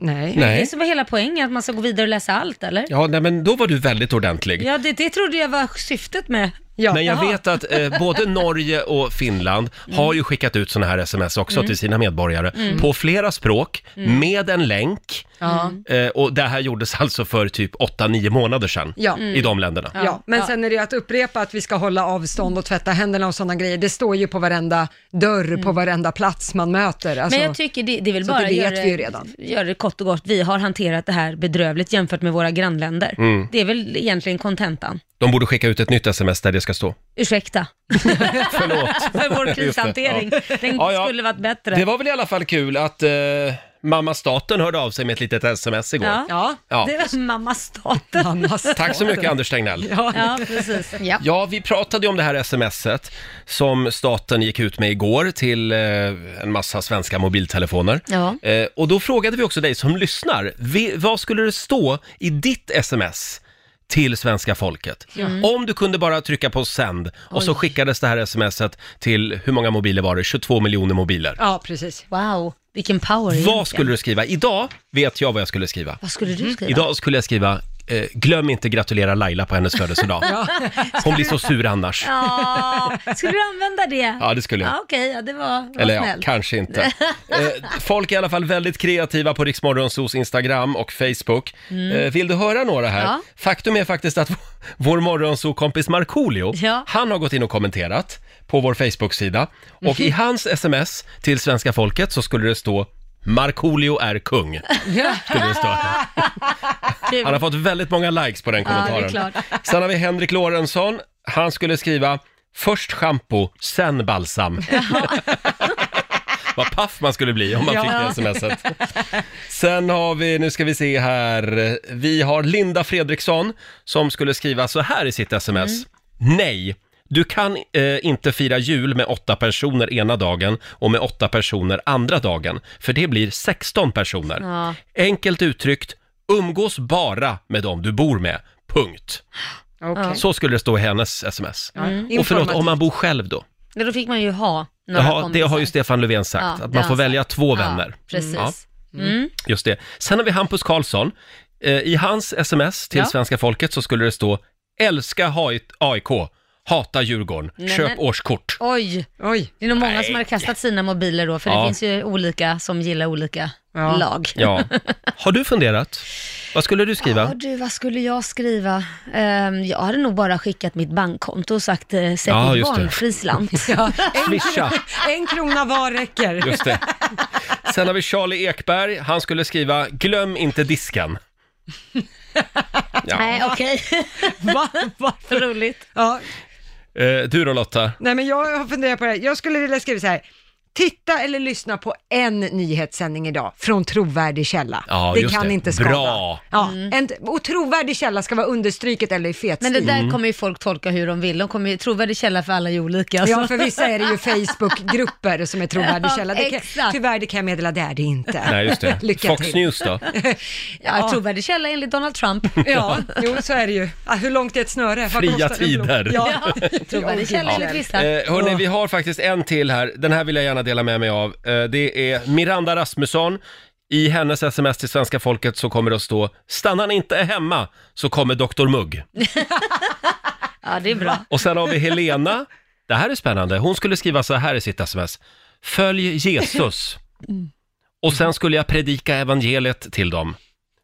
[SPEAKER 2] Nej.
[SPEAKER 5] Det är
[SPEAKER 1] Nej.
[SPEAKER 5] så var hela poängen, att man ska gå vidare och läsa allt, eller?
[SPEAKER 1] Ja, nej, men då var du väldigt ordentlig.
[SPEAKER 5] Ja, det, det trodde jag var syftet med.
[SPEAKER 2] Ja.
[SPEAKER 1] Men jag
[SPEAKER 5] Jaha. Mm.
[SPEAKER 1] vet att eh, både Norge och Finland har ju skickat ut sådana här sms också till sina medborgare på flera språk
[SPEAKER 5] Mm.
[SPEAKER 1] med en länk.
[SPEAKER 2] Ja.
[SPEAKER 1] Eh, och det här gjordes alltså för typ 8-9 månader sedan
[SPEAKER 2] Ja.
[SPEAKER 5] Mm.
[SPEAKER 1] i de länderna.
[SPEAKER 2] Ja, men sen är det ju att upprepa att vi ska hålla avstånd och tvätta händerna och sådana grejer. Det står ju på varenda dörr,
[SPEAKER 1] Mm.
[SPEAKER 2] på varenda plats man möter. Alltså,
[SPEAKER 5] Men jag tycker det, det vill
[SPEAKER 2] så
[SPEAKER 5] bara
[SPEAKER 2] det vet
[SPEAKER 5] göra,
[SPEAKER 2] vi ju redan.
[SPEAKER 5] göra det kort och gott. Vi har hanterat det här bedrövligt jämfört med våra grannländer.
[SPEAKER 1] Mm.
[SPEAKER 5] Det är väl egentligen kontentan.
[SPEAKER 1] De borde skicka ut ett nytt sms där det ska stå.
[SPEAKER 5] Ursäkta
[SPEAKER 1] Förlåt.
[SPEAKER 5] för vår
[SPEAKER 1] Just det,
[SPEAKER 5] krishantering.
[SPEAKER 1] ja.
[SPEAKER 5] Den
[SPEAKER 1] Ja, ja.
[SPEAKER 5] skulle varit bättre.
[SPEAKER 1] Det var väl i alla fall kul att eh, mamma staten hörde av sig med ett litet sms igår.
[SPEAKER 5] Ja.
[SPEAKER 2] Ja,
[SPEAKER 1] Ja.
[SPEAKER 5] Det var mamma staten.
[SPEAKER 2] annars...
[SPEAKER 1] Tack så mycket Anders Tegnell.
[SPEAKER 5] Ja, precis. Ja.
[SPEAKER 1] Ja, vi pratade ju om det här smset som staten gick ut med igår till eh, en massa svenska mobiltelefoner.
[SPEAKER 5] Ja.
[SPEAKER 1] Eh, och då frågade vi också dig som lyssnar, vi, vad skulle det stå i ditt sms till svenska folket?
[SPEAKER 5] Mm.
[SPEAKER 1] Om du kunde bara trycka på sänd och så skickades det här smset till, hur många mobiler var det? 22 miljoner mobiler.
[SPEAKER 2] Ja, precis.
[SPEAKER 5] Wow, vilken power. egentligen.
[SPEAKER 1] Vad skulle du skriva? Idag vet jag vad jag skulle skriva.
[SPEAKER 5] Vad skulle du skriva?
[SPEAKER 1] Mm. Idag skulle jag skriva eh, Glöm inte gratulera Laila på hennes födelsedag. Hon blir så sur annars.
[SPEAKER 5] Ja, skulle du använda det?
[SPEAKER 1] Ja, det skulle jag.
[SPEAKER 5] Ja, Okej, ja, det var, var
[SPEAKER 1] Eller ja,
[SPEAKER 5] snällt.
[SPEAKER 1] kanske inte. Eh, folk är i alla fall väldigt kreativa på Riksmorgonsos Instagram och Facebook. Eh, vill du höra några här?
[SPEAKER 5] Mm. Ja.
[SPEAKER 1] Faktum är faktiskt att vår morgonsokompis Markoolio,
[SPEAKER 5] Ja.
[SPEAKER 1] han har gått in och kommenterat på vår Facebook-sida. Och
[SPEAKER 5] Mhm.
[SPEAKER 1] i hans sms till svenska folket så skulle det stå Markoolio är kung, skulle det stå.
[SPEAKER 5] Kul.
[SPEAKER 1] Han har fått väldigt många likes på den
[SPEAKER 5] det är
[SPEAKER 1] kommentaren.
[SPEAKER 5] klart.
[SPEAKER 1] Sen har vi Henrik Lorentzon. Han skulle skriva Först shampoo, sen balsam. Vad paff man skulle bli om man fick det smset. Sen har vi, nu ska vi se här, vi har Linda Fredriksson som skulle skriva så här i sitt sms. Nej, du kan eh, inte fira jul med åtta personer ena dagen och med åtta personer andra dagen, för det blir 16 personer.
[SPEAKER 5] Ja.
[SPEAKER 1] Enkelt uttryckt, umgås bara med dem du bor med. Punkt.
[SPEAKER 2] Okej.
[SPEAKER 1] Så skulle det stå i hennes sms. Och förlåt,
[SPEAKER 2] Informativt.
[SPEAKER 1] om man bor själv då?
[SPEAKER 5] Men Då fick man ju ha några
[SPEAKER 1] Jaha, det
[SPEAKER 5] kompisar.
[SPEAKER 1] har ju Stefan Löfven sagt,
[SPEAKER 5] Ja,
[SPEAKER 1] att
[SPEAKER 5] det
[SPEAKER 1] man
[SPEAKER 5] har
[SPEAKER 1] får
[SPEAKER 5] han
[SPEAKER 1] välja två vänner. Mm,
[SPEAKER 5] Ja, precis.
[SPEAKER 1] Ja. Just det. Sen har vi Hampus Karlsson. Eh, I hans sms till
[SPEAKER 5] Ja.
[SPEAKER 1] svenska folket så skulle det stå “Älska Hai- AIK, hata Djurgården,
[SPEAKER 5] Nej,
[SPEAKER 1] köp
[SPEAKER 5] men-
[SPEAKER 1] årskort”.
[SPEAKER 5] Oj,
[SPEAKER 2] Oj.
[SPEAKER 5] det är nog många som har kastat sina mobiler då, för
[SPEAKER 1] Ja.
[SPEAKER 5] det finns ju olika som gillar olika
[SPEAKER 2] Ja.
[SPEAKER 5] lag.
[SPEAKER 1] Ja. Har du funderat? Vad skulle du
[SPEAKER 5] Ja
[SPEAKER 1] skriva?
[SPEAKER 5] du, vad skulle jag skriva? Ehm, jag hade nog bara skickat mitt bankkonto och sagt eh, sätt
[SPEAKER 1] Ja,
[SPEAKER 5] in
[SPEAKER 1] just det.
[SPEAKER 5] barnfri slant.
[SPEAKER 1] Swisha,
[SPEAKER 2] En krona var räcker.
[SPEAKER 1] just det. Sen har vi Charlie Ekberg, han skulle skriva “Glöm inte disken”.
[SPEAKER 5] Nej, okej.
[SPEAKER 2] Va? Va?
[SPEAKER 5] Roligt.
[SPEAKER 2] Ja.
[SPEAKER 1] Eh, du då Lotta?
[SPEAKER 2] Nej, men jag har funderat på det. här. Jag skulle vilja skriva så här. Titta eller lyssna på en nyhetssändning idag från trovärdig källa.
[SPEAKER 1] Ja,
[SPEAKER 2] det
[SPEAKER 1] just
[SPEAKER 2] kan
[SPEAKER 1] det.
[SPEAKER 2] inte skada.
[SPEAKER 1] Bra. Mm.
[SPEAKER 2] Ja, en, och trovärdig källa ska vara understryket eller i fet
[SPEAKER 5] Men det
[SPEAKER 2] stil.
[SPEAKER 1] Mm.
[SPEAKER 5] där kommer ju folk tolka hur de vill. De kommer ju, trovärdig källa för alla är ju olika.
[SPEAKER 2] Ja,
[SPEAKER 5] Alltså.
[SPEAKER 2] för vissa är det ju Facebookgrupper som är trovärdig
[SPEAKER 5] Ja,
[SPEAKER 2] källa. Det kan,
[SPEAKER 5] exakt.
[SPEAKER 2] tyvärr, det kan jag meddela, det är det inte.
[SPEAKER 1] Nej, just det.
[SPEAKER 2] Lycka
[SPEAKER 1] Fox
[SPEAKER 2] till.
[SPEAKER 1] News då?
[SPEAKER 5] Ja, trovärdig källa enligt Donald Trump.
[SPEAKER 2] Ja, jo så är det ju. Ah, hur långt är ett snöre? Vad
[SPEAKER 1] Fria
[SPEAKER 2] kostar en blom?
[SPEAKER 1] tider.
[SPEAKER 2] Ja.
[SPEAKER 5] Trovärdig källa enligt vissa.
[SPEAKER 1] Eh, hörni, vi har faktiskt en till här. Den här vill jag gärna dela med mig av. Eh, det är Miranda Rasmusson. I hennes sms till svenska folket så kommer det att stå “Stannar ni inte hemma så kommer Dr Mugg”.
[SPEAKER 5] Ja, det är bra.
[SPEAKER 1] Och sen har vi Helena. Det här är spännande. Hon skulle skriva så här i sitt sms. Följ Jesus. Och sen skulle jag predika evangeliet till dem.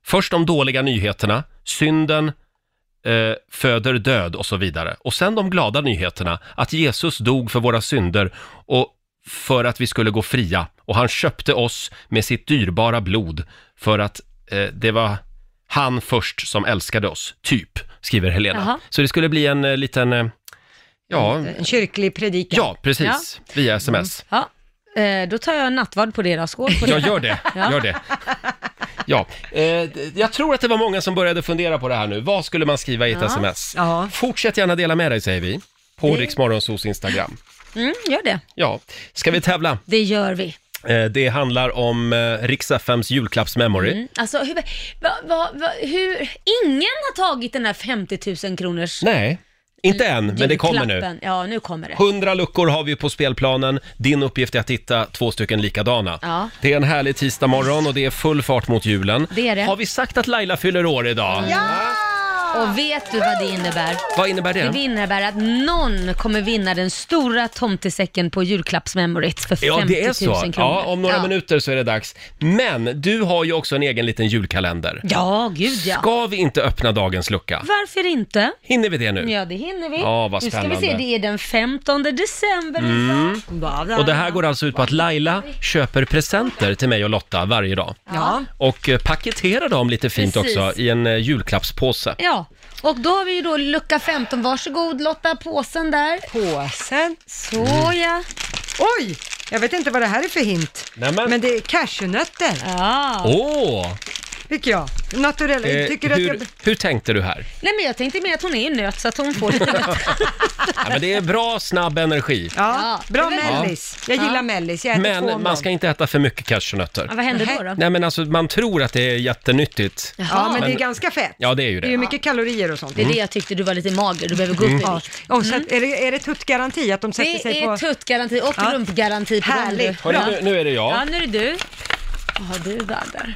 [SPEAKER 1] Först de dåliga nyheterna, synden eh, föder död och så vidare. Och sen de glada nyheterna, att Jesus dog för våra synder och för att vi skulle gå fria. Och han köpte oss med sitt dyrbara blod för att eh, det var han först som älskade oss, typ, skriver Helena.
[SPEAKER 5] Jaha.
[SPEAKER 1] Så det skulle bli en eh, liten, eh, ja,
[SPEAKER 2] En kyrklig predikan.
[SPEAKER 1] ja precis, via sms.
[SPEAKER 5] Ja, eh, då tar jag nattvard på det då. Skål på
[SPEAKER 1] Ja,
[SPEAKER 5] det.
[SPEAKER 1] gör det,
[SPEAKER 5] Mm. Ja.
[SPEAKER 1] gör det. Ja, eh, d- jag tror att det var många som började fundera på det här nu. Vad skulle man skriva i ett sms?
[SPEAKER 2] Ja.
[SPEAKER 1] Fortsätt gärna dela med dig, säger vi. På Riksmorgonsos Instagram.
[SPEAKER 5] Mm, gör det.
[SPEAKER 1] Ja, ska vi tävla?
[SPEAKER 5] Det gör vi.
[SPEAKER 1] Eh, det handlar om eh, Rix FMs julklappsmemory.
[SPEAKER 5] Mm. Alltså, hur, va, va, va, hur... Ingen har tagit den här 50 000 kronors
[SPEAKER 1] Nej, inte än, men det kommer nu.
[SPEAKER 5] julklappen. Ja, nu kommer det.
[SPEAKER 1] 100 luckor har vi på spelplanen. Din uppgift är att hitta två stycken likadana.
[SPEAKER 5] Ja.
[SPEAKER 1] Det är en härlig tisdag morgon och det är full fart mot julen.
[SPEAKER 5] Det är det.
[SPEAKER 1] Har vi sagt att Laila fyller år idag?
[SPEAKER 5] Och vet du vad det innebär?
[SPEAKER 1] Vad innebär det?
[SPEAKER 5] Det innebär att någon kommer vinna den stora tomtesäcken på julklappsmemoryt för 50 000
[SPEAKER 1] Ja,
[SPEAKER 5] kronor.
[SPEAKER 1] det är så. Ja, om några
[SPEAKER 5] Ja.
[SPEAKER 1] minuter så är det dags. Men du har ju också en egen liten julkalender.
[SPEAKER 5] Ja, gud ja.
[SPEAKER 1] Ska vi inte öppna dagens lucka?
[SPEAKER 5] Varför inte?
[SPEAKER 1] Hinner vi det nu?
[SPEAKER 5] Ja, det hinner vi.
[SPEAKER 1] Ja, vad
[SPEAKER 5] Nu ska vi se,
[SPEAKER 1] spännande. Mm.
[SPEAKER 5] det är den 15 december idag.
[SPEAKER 1] Och det här går alltså ut på att Laila köper presenter till mig och Lotta varje dag.
[SPEAKER 2] Ja.
[SPEAKER 1] Och eh, paketerar dem lite fint
[SPEAKER 5] Precis.
[SPEAKER 1] också i en eh, julklappspåse.
[SPEAKER 5] Ja, och då har vi ju då lucka 15. Varsågod Lotta, påsen där.
[SPEAKER 2] Påsen.
[SPEAKER 5] Så
[SPEAKER 1] Mm.
[SPEAKER 5] ja.
[SPEAKER 2] Oj! Jag vet inte vad det här är för hint.
[SPEAKER 1] Nämen.
[SPEAKER 2] Men det är cashewnötter,
[SPEAKER 5] ja.
[SPEAKER 1] Åh!
[SPEAKER 2] tycker jag. Naturella.
[SPEAKER 1] Eh,
[SPEAKER 2] tycker du att
[SPEAKER 1] hur,
[SPEAKER 2] jag...
[SPEAKER 1] hur tänkte du här?
[SPEAKER 5] Nej men jag tänkte mer att hon är ju nöt så att hon får lite nöt.
[SPEAKER 1] Ja, men det är bra, snabb energi.
[SPEAKER 2] Ja,
[SPEAKER 5] Ja,
[SPEAKER 2] bra
[SPEAKER 5] det är väl-
[SPEAKER 2] mellis. Jag gillar mellis. Jag äter två om
[SPEAKER 1] Men man
[SPEAKER 2] dagen.
[SPEAKER 1] ska inte äta för mycket cashewnötter.
[SPEAKER 5] Ja, vad händer då? då?
[SPEAKER 1] Nej men alltså, man tror att det är jättenyttigt.
[SPEAKER 2] Ja, men det är
[SPEAKER 1] Men-
[SPEAKER 2] ganska fett.
[SPEAKER 1] Ja, det är ju
[SPEAKER 2] Det är ju
[SPEAKER 1] det. Mm.
[SPEAKER 2] mycket kalorier och sånt.
[SPEAKER 5] Det är det jag tyckte du var lite mager, du behöver gå upp i
[SPEAKER 2] Ja.
[SPEAKER 5] vikt.
[SPEAKER 2] Och så att, är det, är det tuttgaranti att de sätter
[SPEAKER 5] Det
[SPEAKER 2] sig
[SPEAKER 5] är
[SPEAKER 2] på...
[SPEAKER 5] tuttgaranti och
[SPEAKER 2] Ja.
[SPEAKER 5] rumpgaranti på
[SPEAKER 2] Härligt.
[SPEAKER 5] dem.
[SPEAKER 1] Hörru,
[SPEAKER 5] du.
[SPEAKER 1] nu, nu är det jag.
[SPEAKER 5] Ja, nu är det du. Vad har du där? där?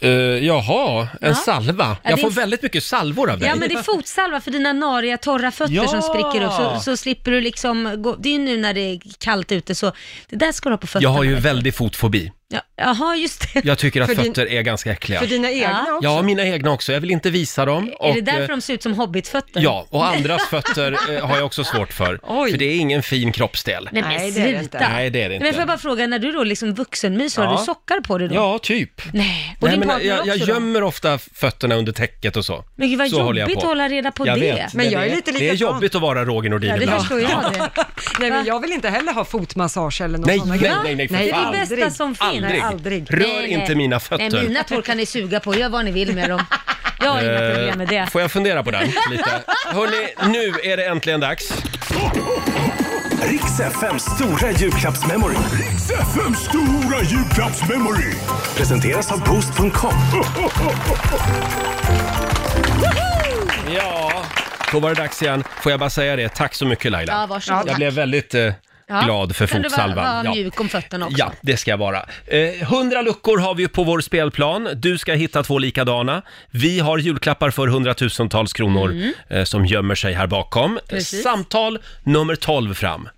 [SPEAKER 1] Eh, jaha, en salva.
[SPEAKER 5] Ja,
[SPEAKER 1] jag
[SPEAKER 5] det är
[SPEAKER 1] får
[SPEAKER 5] en-
[SPEAKER 1] väldigt mycket salvor av dig.
[SPEAKER 5] Ja, men det är fotsalva för dina nariga, torra fötter
[SPEAKER 1] Ja.
[SPEAKER 5] som spricker upp. Så, så slipper du liksom gå. Det är ju nu när det är kallt ute, så det där ska du ha på fötterna.
[SPEAKER 1] Jag har ju väldigt fotfobi.
[SPEAKER 5] Ja, Jaha, just det.
[SPEAKER 1] Jag tycker att
[SPEAKER 2] För din-
[SPEAKER 1] fötter är ganska äckliga.
[SPEAKER 2] För dina egna
[SPEAKER 5] Ja.
[SPEAKER 2] också?
[SPEAKER 1] Ja, mina egna också. Jag vill inte visa dem.
[SPEAKER 5] är det
[SPEAKER 1] eh,
[SPEAKER 5] därför de ser ut som hobbitfötter?
[SPEAKER 1] Ja, och andras fötter eh, har jag också svårt för.
[SPEAKER 2] Oj.
[SPEAKER 1] För det är ingen fin kroppsdel.
[SPEAKER 5] Nej, men
[SPEAKER 2] Nej, det
[SPEAKER 5] sluta.
[SPEAKER 2] är det inte.
[SPEAKER 1] Nej, det är det
[SPEAKER 5] Men får jag
[SPEAKER 1] inte.
[SPEAKER 5] bara fråga, när du då liksom vuxenmys, har
[SPEAKER 1] Ja.
[SPEAKER 5] du sockar på dig då?
[SPEAKER 1] Ja, typ.
[SPEAKER 5] Nej, och
[SPEAKER 1] Nej,
[SPEAKER 5] din
[SPEAKER 1] men
[SPEAKER 5] partner
[SPEAKER 1] jag,
[SPEAKER 5] också
[SPEAKER 1] jag
[SPEAKER 5] då?
[SPEAKER 1] gömmer ofta fötterna under täcket och så.
[SPEAKER 5] Men gud vad
[SPEAKER 1] så håller jag
[SPEAKER 5] jobbigt
[SPEAKER 1] på.
[SPEAKER 5] att hålla reda på
[SPEAKER 1] jag
[SPEAKER 5] det.
[SPEAKER 1] Vet,
[SPEAKER 2] Men
[SPEAKER 1] det
[SPEAKER 2] jag är
[SPEAKER 1] är-
[SPEAKER 2] lite
[SPEAKER 1] Det är
[SPEAKER 2] likadan.
[SPEAKER 1] jobbigt att vara Roger Nordin
[SPEAKER 5] Ja, det
[SPEAKER 1] ibland.
[SPEAKER 5] förstår jag det.
[SPEAKER 2] Nej, men jag vill inte heller ha fotmassage eller något
[SPEAKER 1] Nej,
[SPEAKER 2] sånt.
[SPEAKER 1] nej, nej, nej, för
[SPEAKER 5] Det är
[SPEAKER 1] fan.
[SPEAKER 5] det bästa som finns.
[SPEAKER 1] Aldrig.
[SPEAKER 2] aldrig.
[SPEAKER 1] Rör
[SPEAKER 5] Nej, nej.
[SPEAKER 1] inte mina fötter.
[SPEAKER 5] Nej, mina tår kan ni suga på. Gör vad ni vill med dem. Jag har inga problem med
[SPEAKER 1] Eh,
[SPEAKER 5] det.
[SPEAKER 1] Får jag fundera på den lite? Hörni, nu är det äntligen dags.
[SPEAKER 3] Riks FMs stora julklappsmemory. Riks FMs stora julklappsmemory. Presenteras av Boost.com.
[SPEAKER 1] Ja, då var det dags igen. Får jag bara säga det, tack så mycket Laila.
[SPEAKER 5] Ja, varsågod.
[SPEAKER 1] jag blev väldigt eh,
[SPEAKER 5] Ja.
[SPEAKER 1] glad för
[SPEAKER 5] Kan du vara-
[SPEAKER 1] fotsalvan.
[SPEAKER 5] vara mjuk om fötterna också?
[SPEAKER 1] Ja, det ska jag vara. Eh, 100 luckor har vi på vår spelplan. Du ska hitta två likadana. Vi har julklappar för hundratusentals kronor eh, som gömmer sig här bakom.
[SPEAKER 5] Mm. Precis. Mm.
[SPEAKER 1] Samtal nummer 12 fram.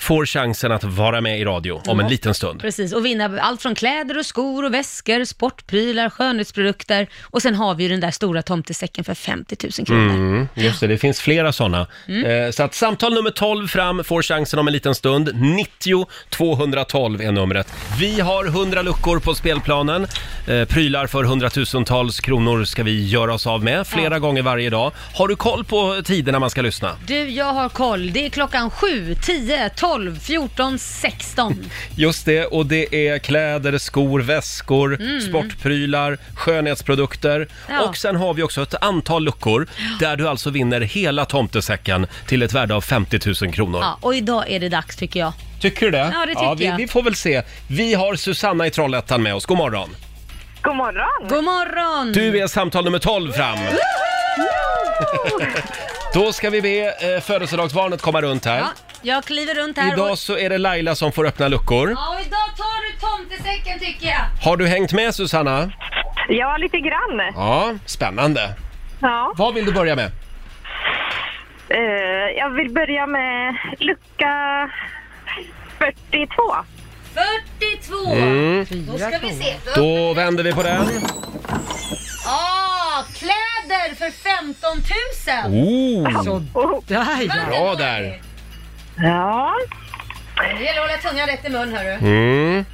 [SPEAKER 1] Får chansen att vara med i radio om en liten stund.
[SPEAKER 5] Precis, och vinna allt från kläder och skor och väskor, sportprylar, skönhetsprodukter och sen har vi ju den där stora tomtesäcken för 50 000 kronor.
[SPEAKER 1] Mm, just det, det finns flera sådana. Eh, så att samtal nummer 12 fram får chansen om en liten stund. 90 212 är numret. Vi har 100 luckor på spelplanen. Eh, prylar för hundratusentals kronor ska vi göra oss av med flera gånger varje dag. Har du koll på tiderna man ska lyssna?
[SPEAKER 5] Du, jag har koll. Det är klockan 7, 10, 12, 14, 16.
[SPEAKER 1] Just det, och det är kläder, skor, väskor, sportprylar, skönhetsprodukter.
[SPEAKER 5] Ja.
[SPEAKER 1] Och sen har vi också ett antal luckor där du alltså vinner hela tomtesäcken till ett värde av 50 000 kronor.
[SPEAKER 5] Ja, och idag är det dags tycker jag.
[SPEAKER 1] Tycker du det?
[SPEAKER 5] Ja, det tycker
[SPEAKER 1] vi,
[SPEAKER 5] jag.
[SPEAKER 1] vi får väl se. Vi har Susanna i Trollhättan med oss. God morgon.
[SPEAKER 8] God morgon!
[SPEAKER 5] God morgon!
[SPEAKER 1] Du är samtal nummer 12 fram. Då ska vi be eh, födelsedagsbarnet komma runt här.
[SPEAKER 5] Ja, jag kliver runt här och...
[SPEAKER 1] Idag så är det Laila som får öppna luckor.
[SPEAKER 5] Ja, och idag tar du tomtesäcken tycker jag.
[SPEAKER 1] Har du hängt med Susanna?
[SPEAKER 8] Ja, lite grann.
[SPEAKER 1] Ja, spännande.
[SPEAKER 8] Ja.
[SPEAKER 1] Vad vill du börja med?
[SPEAKER 8] Eh, jag vill börja med lucka 42.
[SPEAKER 5] 42.
[SPEAKER 1] Mm.
[SPEAKER 5] Då ska vi se. Då...
[SPEAKER 1] Då vänder vi på den.
[SPEAKER 5] Ah, kläder för 15 000.
[SPEAKER 1] Oh,
[SPEAKER 2] Så
[SPEAKER 8] Oh.
[SPEAKER 2] där ja.
[SPEAKER 1] bra där.
[SPEAKER 8] Ja.
[SPEAKER 5] Det gäller att hålla tungan rätt i mun hörru.
[SPEAKER 1] Mm.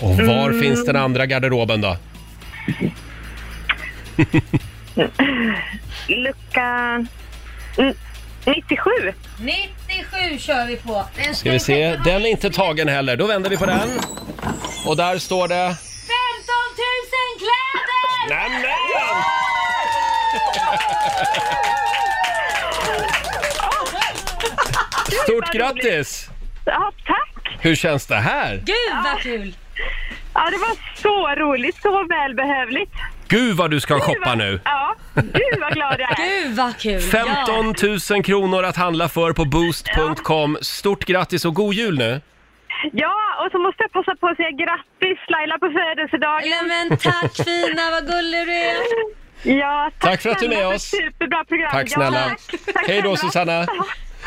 [SPEAKER 1] Och var finns den andra garderoben då?
[SPEAKER 8] Lucka mm, 97.
[SPEAKER 5] 97 kör vi på. Den
[SPEAKER 1] Ska vi se, den är inte tagen heller. Då vänder vi på den. Och där står det...
[SPEAKER 5] 15 000 kläder!
[SPEAKER 1] Nämen! Stort grattis!
[SPEAKER 8] Ja, tack!
[SPEAKER 1] Hur känns det här?
[SPEAKER 5] Gud vad kul!
[SPEAKER 8] Ja, det var så roligt, så välbehövligt.
[SPEAKER 1] Gud vad du ska shoppa
[SPEAKER 8] vad-
[SPEAKER 1] nu!
[SPEAKER 8] Ja, gud vad glad jag är.
[SPEAKER 5] Gud vad kul!
[SPEAKER 1] 15 000 kronor att handla för på boost.com. Stort grattis och god jul nu!
[SPEAKER 8] Ja, och så måste jag passa på att säga grattis Laila på
[SPEAKER 5] Ja.
[SPEAKER 8] födelsedagen.
[SPEAKER 5] Men tack fina, vad gullig du är!
[SPEAKER 8] Ja,
[SPEAKER 1] Tack för att du är med
[SPEAKER 8] snälla för
[SPEAKER 1] oss.
[SPEAKER 8] ett Superbra program.
[SPEAKER 1] Tack
[SPEAKER 8] Ja,
[SPEAKER 1] snälla!
[SPEAKER 8] Tack
[SPEAKER 1] Hej då
[SPEAKER 8] snälla.
[SPEAKER 1] Susanna!
[SPEAKER 8] Hej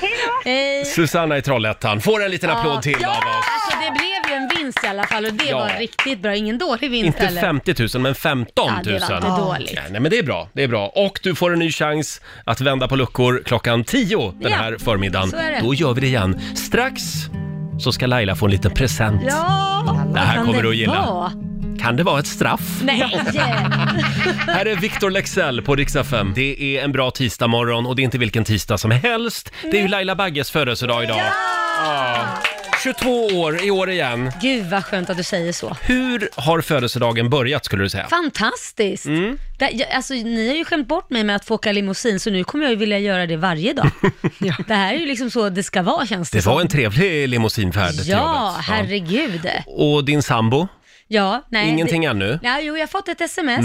[SPEAKER 8] då.
[SPEAKER 5] Hej!
[SPEAKER 1] Susanna i Trollhättan får en liten applåd till
[SPEAKER 5] ja!
[SPEAKER 1] av oss.
[SPEAKER 5] Alltså det blev ju en vinst i alla fall och det
[SPEAKER 1] Ja.
[SPEAKER 5] var riktigt bra. Ingen dålig vinst
[SPEAKER 1] Inte
[SPEAKER 5] heller.
[SPEAKER 1] 50 000 men 15
[SPEAKER 5] Ja,
[SPEAKER 1] 000.
[SPEAKER 5] det var inte dåligt.
[SPEAKER 1] Ja, nej men det är bra, det är bra. Och du får en ny chans att vända på luckor klockan 10 den
[SPEAKER 5] Ja,
[SPEAKER 1] här förmiddagen.
[SPEAKER 5] så är det.
[SPEAKER 1] Då gör vi det igen. Strax så ska Laila få en liten present.
[SPEAKER 5] Ja!
[SPEAKER 1] Det här
[SPEAKER 5] Kan
[SPEAKER 1] kommer du att gilla.
[SPEAKER 5] vara?
[SPEAKER 1] Kan det vara ett straff?
[SPEAKER 5] Nej!
[SPEAKER 1] Här är Victor Lexell på Dix FM. Det är en bra tisdagmorgon och det är inte vilken tisdag som helst. Det är ju Laila Bagges födelsedag idag. Ja. 22 år i år igen.
[SPEAKER 5] Gud vad skönt att du säger så.
[SPEAKER 1] Hur har födelsedagen börjat skulle du säga?
[SPEAKER 5] Fantastiskt!
[SPEAKER 1] Mm.
[SPEAKER 5] Det, jag, alltså, ni har ju skämt bort mig med att få åka limousin, så nu kommer jag ju vilja göra det varje dag. Det här är ju liksom så det ska vara känns det,
[SPEAKER 1] Det var
[SPEAKER 5] som.
[SPEAKER 1] en trevlig limousinfärd till
[SPEAKER 5] Ja,
[SPEAKER 1] jobbet.
[SPEAKER 5] herregud.
[SPEAKER 1] Och din sambo?
[SPEAKER 5] Ja, nej,
[SPEAKER 1] Ingenting Mm.
[SPEAKER 5] det,
[SPEAKER 1] ännu?
[SPEAKER 5] Nej, jo, jag har fått ett sms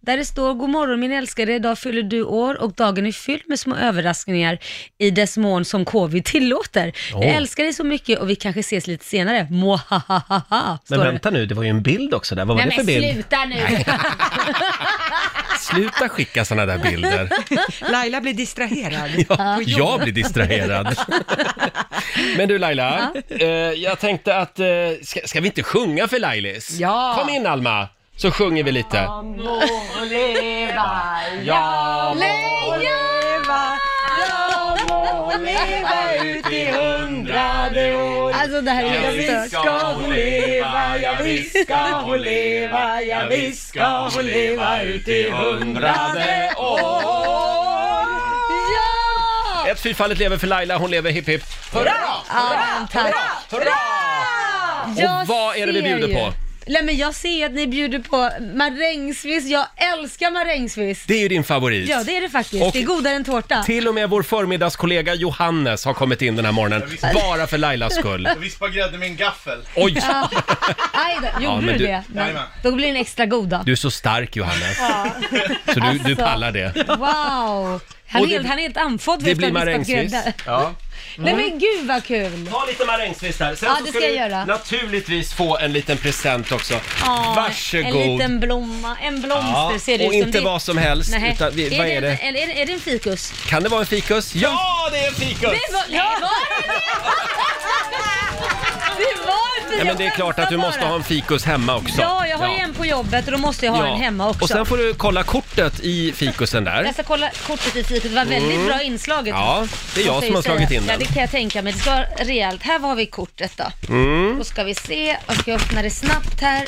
[SPEAKER 5] där det står God morgon min älskade, idag fyller du år och dagen är fylld med små överraskningar i dess mån som covid tillåter.
[SPEAKER 1] Åh.
[SPEAKER 5] Jag älskar dig så mycket och vi kanske ses lite senare. Mwahahaha, står
[SPEAKER 1] Men
[SPEAKER 5] det.
[SPEAKER 1] vänta nu, det var ju en bild också där. Vad var det
[SPEAKER 5] Nej
[SPEAKER 1] för
[SPEAKER 5] men
[SPEAKER 1] bild?
[SPEAKER 5] sluta nu!
[SPEAKER 1] Sluta skicka såna där bilder.
[SPEAKER 2] Laila blir distraherad.
[SPEAKER 1] Ja, jag blir distraherad. Men du Laila, eh, jag tänkte att, eh, ska, ska vi inte sjunga för Lailis?
[SPEAKER 2] Ja.
[SPEAKER 1] Kom in Alma, så sjunger vi lite. Ja,
[SPEAKER 5] Lejon!
[SPEAKER 2] ut i hundrade år.
[SPEAKER 5] Alltså det här är ju stört.
[SPEAKER 2] ska hon leva, ja visst ska hon leva, ja visst ska hon leva ut i hundrade år.
[SPEAKER 5] Ja!
[SPEAKER 1] Ett fyrfaldigt lever för Laila, hon lever hipp hipp. Hurra!
[SPEAKER 5] Ja, tack.
[SPEAKER 1] Hurra!
[SPEAKER 5] Jag
[SPEAKER 1] Och vad är det vi
[SPEAKER 5] ser
[SPEAKER 1] bjuder
[SPEAKER 5] ju-
[SPEAKER 1] på?
[SPEAKER 5] Nej men jag ser ju att ni bjuder på marängsviss, jag älskar marängsviss.
[SPEAKER 1] Det är ju din favorit.
[SPEAKER 5] Ja det är det faktiskt,
[SPEAKER 1] Och-
[SPEAKER 5] det är godare än tårta.
[SPEAKER 1] Till och med vår förmiddagskollega Johannes har kommit in den här morgonen, bara för Lailas skull.
[SPEAKER 7] Jag vispar grädde med en gaffel.
[SPEAKER 1] Oj!
[SPEAKER 5] Aj då, gjorde
[SPEAKER 1] Ja, men
[SPEAKER 5] du,
[SPEAKER 1] du-
[SPEAKER 5] det? Nej.
[SPEAKER 7] Jajamän.
[SPEAKER 5] Då blir den extra god då.
[SPEAKER 1] Du är så stark Johannes. Så du, du
[SPEAKER 5] Alltså.
[SPEAKER 1] pallar det.
[SPEAKER 5] Wow! Han
[SPEAKER 1] Och
[SPEAKER 5] är,
[SPEAKER 1] det-
[SPEAKER 5] helt, han är helt andfådd för
[SPEAKER 1] Det
[SPEAKER 5] att
[SPEAKER 1] blir
[SPEAKER 5] han vispat
[SPEAKER 1] marängsviss. Mm.
[SPEAKER 5] grädde.
[SPEAKER 1] Ja.
[SPEAKER 5] Nej men gud vad kul!
[SPEAKER 1] Ta lite marängsviss där. Sen
[SPEAKER 5] Ja,
[SPEAKER 1] så
[SPEAKER 5] det
[SPEAKER 1] ska,
[SPEAKER 5] ska
[SPEAKER 1] du
[SPEAKER 5] jag göra.
[SPEAKER 1] naturligtvis få en liten present också.
[SPEAKER 5] Ja,
[SPEAKER 1] Varsågod.
[SPEAKER 5] En liten blomma, en blomster
[SPEAKER 1] Ja,
[SPEAKER 5] ser det ut
[SPEAKER 1] och
[SPEAKER 5] som.
[SPEAKER 1] inte
[SPEAKER 5] Det-
[SPEAKER 1] vad som helst.
[SPEAKER 5] Nej.
[SPEAKER 1] Utan, vi- vad är
[SPEAKER 5] det?
[SPEAKER 1] det?
[SPEAKER 5] en- Är, är, är det en fikus?
[SPEAKER 1] Kan det vara en fikus? Ja, det är en fikus!
[SPEAKER 5] Det var, nej, var det det? Det var inte
[SPEAKER 1] Nej, men det är
[SPEAKER 5] jag
[SPEAKER 1] klart att du
[SPEAKER 5] skämtar
[SPEAKER 1] måste
[SPEAKER 5] bara.
[SPEAKER 1] ha en fikus hemma också.
[SPEAKER 5] Ja, jag har ju en på jobbet och då måste jag ha
[SPEAKER 1] Ja.
[SPEAKER 5] en hemma också.
[SPEAKER 1] Och sen får du kolla kortet i fikusen där.
[SPEAKER 5] Jag ska kolla kortet i fiket, det var väldigt bra inslaget.
[SPEAKER 1] Mm. Ja, det är jag
[SPEAKER 5] Måste
[SPEAKER 1] som har
[SPEAKER 5] säga.
[SPEAKER 1] slagit in
[SPEAKER 5] Ja,
[SPEAKER 1] den.
[SPEAKER 5] det kan jag tänka mig. Det ska vara rejält. Här har vi kortet då.
[SPEAKER 1] Mm.
[SPEAKER 5] Då ska vi se. Jag ska öppna det snabbt här.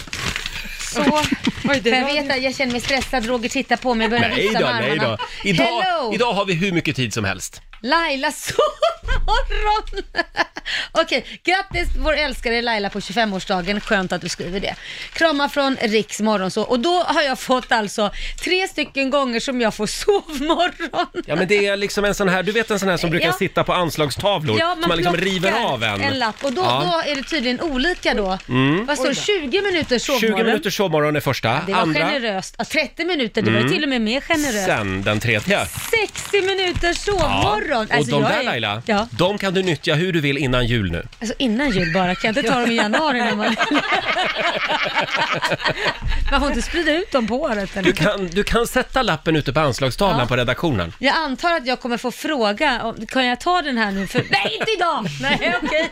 [SPEAKER 5] Så. För jag vet att jag känner mig stressad. Roger tittar på mig och börjar
[SPEAKER 1] Nej
[SPEAKER 5] vifta
[SPEAKER 1] då,
[SPEAKER 5] med
[SPEAKER 1] nej
[SPEAKER 5] armarna.
[SPEAKER 1] då. Idag,
[SPEAKER 5] Hello!
[SPEAKER 1] idag har vi hur mycket tid som helst.
[SPEAKER 5] Laila sovmorgon! Okej, grattis vår älskade Laila på 25-årsdagen. Skönt att du skriver det. Kramar från Riks morgonsov. Och då har jag fått alltså tre stycken gånger som jag får sovmorgon.
[SPEAKER 1] Ja men det är liksom en sån här, du vet en sån här som brukar
[SPEAKER 5] Ja.
[SPEAKER 1] sitta på anslagstavlor, som man liksom
[SPEAKER 5] plockar
[SPEAKER 1] river av en.
[SPEAKER 5] lapp och då,
[SPEAKER 1] Ja. Mm.
[SPEAKER 5] då är det tydligen olika då. Vad står det? 20 minuter sovmorgon?
[SPEAKER 1] 20 minuters sovmorgon är första,
[SPEAKER 5] Det var
[SPEAKER 1] andra, Mm.
[SPEAKER 5] generöst. Ja, 30 minuter, det var ju till och med mer generöst.
[SPEAKER 1] sen den tredje.
[SPEAKER 5] 60 minuter
[SPEAKER 1] Ja.
[SPEAKER 5] sovmorgon! Alltså,
[SPEAKER 1] Och de
[SPEAKER 5] jag
[SPEAKER 1] där
[SPEAKER 5] är-
[SPEAKER 1] Laila,
[SPEAKER 5] Ja.
[SPEAKER 1] de kan du nyttja hur du vill innan jul jul nu?
[SPEAKER 5] Alltså innan jul bara, kan jag inte ta dem i januari när man... man får inte sprida ut dem på året.
[SPEAKER 1] Du
[SPEAKER 5] Eller?
[SPEAKER 1] kan, du kan sätta lappen ute på anslagstavlan
[SPEAKER 5] Ja.
[SPEAKER 1] på redaktionen.
[SPEAKER 5] Jag antar att jag kommer få fråga, om, kan jag ta den här nu? För, nej, inte idag! Nej, okej.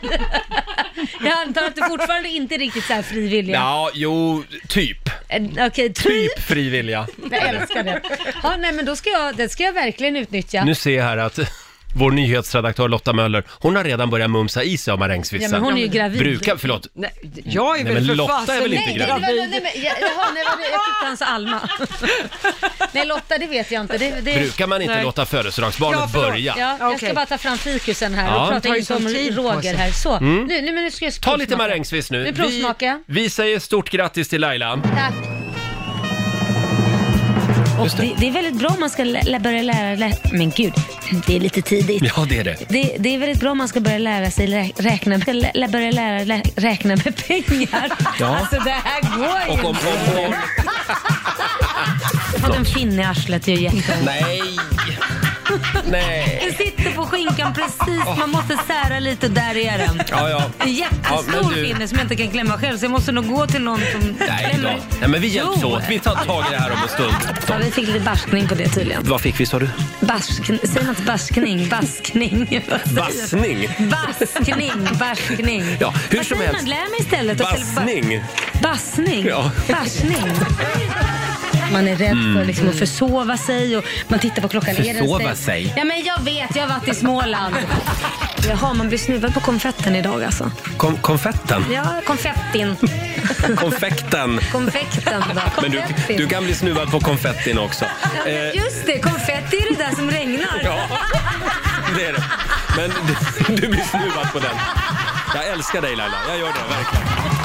[SPEAKER 5] jag antar att du fortfarande inte är riktigt så här frivilliga.
[SPEAKER 1] Ja, jo, typ.
[SPEAKER 5] Eh, Okej, typ.
[SPEAKER 1] Typ frivilliga.
[SPEAKER 5] Jag älskar det. Ja, nej, men då ska jag, det ska jag verkligen utnyttja.
[SPEAKER 1] Nu ser jag här att vår nyhetsredaktör Lotta Möller, hon har redan börjat mumsa i sig av
[SPEAKER 5] ja,
[SPEAKER 1] marängsvissen.
[SPEAKER 5] men hon är ju gravid.
[SPEAKER 1] Brukar, förlåt,
[SPEAKER 2] Nej, jag är
[SPEAKER 1] Nej,
[SPEAKER 2] väl
[SPEAKER 1] men
[SPEAKER 2] för
[SPEAKER 1] Lotta är
[SPEAKER 2] fasen
[SPEAKER 1] väl inte
[SPEAKER 5] Nej, nej, det var,
[SPEAKER 1] gravid.
[SPEAKER 5] nej, nej, men, jag- jaha, nej, var det- jag tyckte han sa Alma. nej, Lotta, det vet jag inte. Det, det,
[SPEAKER 1] brukar man inte
[SPEAKER 2] Nej.
[SPEAKER 1] låta
[SPEAKER 2] Ja,
[SPEAKER 1] födelsedagsbarnet
[SPEAKER 2] förlåt.
[SPEAKER 1] börja?
[SPEAKER 5] Ja, jag ska
[SPEAKER 2] Okej.
[SPEAKER 5] bara ta fram fikusen här
[SPEAKER 1] Ja. Mm.
[SPEAKER 5] och
[SPEAKER 2] tar
[SPEAKER 5] prata
[SPEAKER 2] ju
[SPEAKER 5] inte
[SPEAKER 2] sån
[SPEAKER 5] om
[SPEAKER 2] tid på
[SPEAKER 5] Roger
[SPEAKER 2] sig.
[SPEAKER 5] här. Så, nu, nu, men nu ska jag
[SPEAKER 1] Ta lite
[SPEAKER 5] provsmaka.
[SPEAKER 1] marängsviss nu.
[SPEAKER 5] Nu
[SPEAKER 1] Vi,
[SPEAKER 5] provsmakar
[SPEAKER 1] vi säger stort grattis till Laila.
[SPEAKER 5] Tack. Och
[SPEAKER 1] Just det.
[SPEAKER 5] det. Det, är väldigt bra om man ska lä- lä- börja lära... Lä men gud, det är lite tidigt.
[SPEAKER 1] Ja, det är det.
[SPEAKER 5] Det, det är väldigt bra om man ska börja lära sig lä räkna, med- lä lä börja lära lä räkna med pengar.
[SPEAKER 1] Ja.
[SPEAKER 5] Alltså det här går
[SPEAKER 1] Och
[SPEAKER 5] ju
[SPEAKER 1] om,
[SPEAKER 5] inte.
[SPEAKER 1] om, om...
[SPEAKER 5] Jag har fått en finne i arslet, det är ju jättebra.
[SPEAKER 1] Nej! Nej!
[SPEAKER 5] Den sitter på skinkan precis, man måste sära lite och där är den.
[SPEAKER 1] Ja, ja.
[SPEAKER 5] En
[SPEAKER 1] Ja,
[SPEAKER 5] jättestor
[SPEAKER 1] men du-
[SPEAKER 5] finne som jag inte kan klämma själv så jag måste nog gå till någon som
[SPEAKER 1] Nej,
[SPEAKER 5] klämmer.
[SPEAKER 1] då. Nej, men vi hjälps
[SPEAKER 5] Jo.
[SPEAKER 1] åt. Vi tar tag i det här om en stund.
[SPEAKER 5] Ja, vi fick lite baskning på det tydligen.
[SPEAKER 1] Vad fick vi, sa du?
[SPEAKER 5] Baskn... Säg något baskning, baskning.
[SPEAKER 1] Bassning.
[SPEAKER 5] Baskning, baskning.
[SPEAKER 1] Ja, hur
[SPEAKER 5] Vad
[SPEAKER 1] som
[SPEAKER 5] säger
[SPEAKER 1] helst.
[SPEAKER 5] man? Lär mig istället. och-
[SPEAKER 1] Bassning.
[SPEAKER 5] Bassning.
[SPEAKER 1] Ja.
[SPEAKER 5] Bassning. Man är rädd för liksom, att försova sig och man tittar på klockan. Är den
[SPEAKER 1] Försova
[SPEAKER 5] stängd?
[SPEAKER 1] sig?
[SPEAKER 5] Ja, men jag vet, jag har varit i Småland. Jaha, man blir snuvad på konfetten idag alltså.
[SPEAKER 1] Kom, konfetten.
[SPEAKER 5] Ja, konfettin.
[SPEAKER 1] Konfekten.
[SPEAKER 5] Konfekten då.
[SPEAKER 1] Men du,
[SPEAKER 5] Konfettin.
[SPEAKER 1] du kan bli snuvad på konfettin också.
[SPEAKER 5] Ja,
[SPEAKER 1] Eh,
[SPEAKER 5] men Just det, konfetti är det där som regnar.
[SPEAKER 1] Ja, det är det. Men du, du blir snuvad på den. Jag älskar dig Laila, jag gör det verkligen.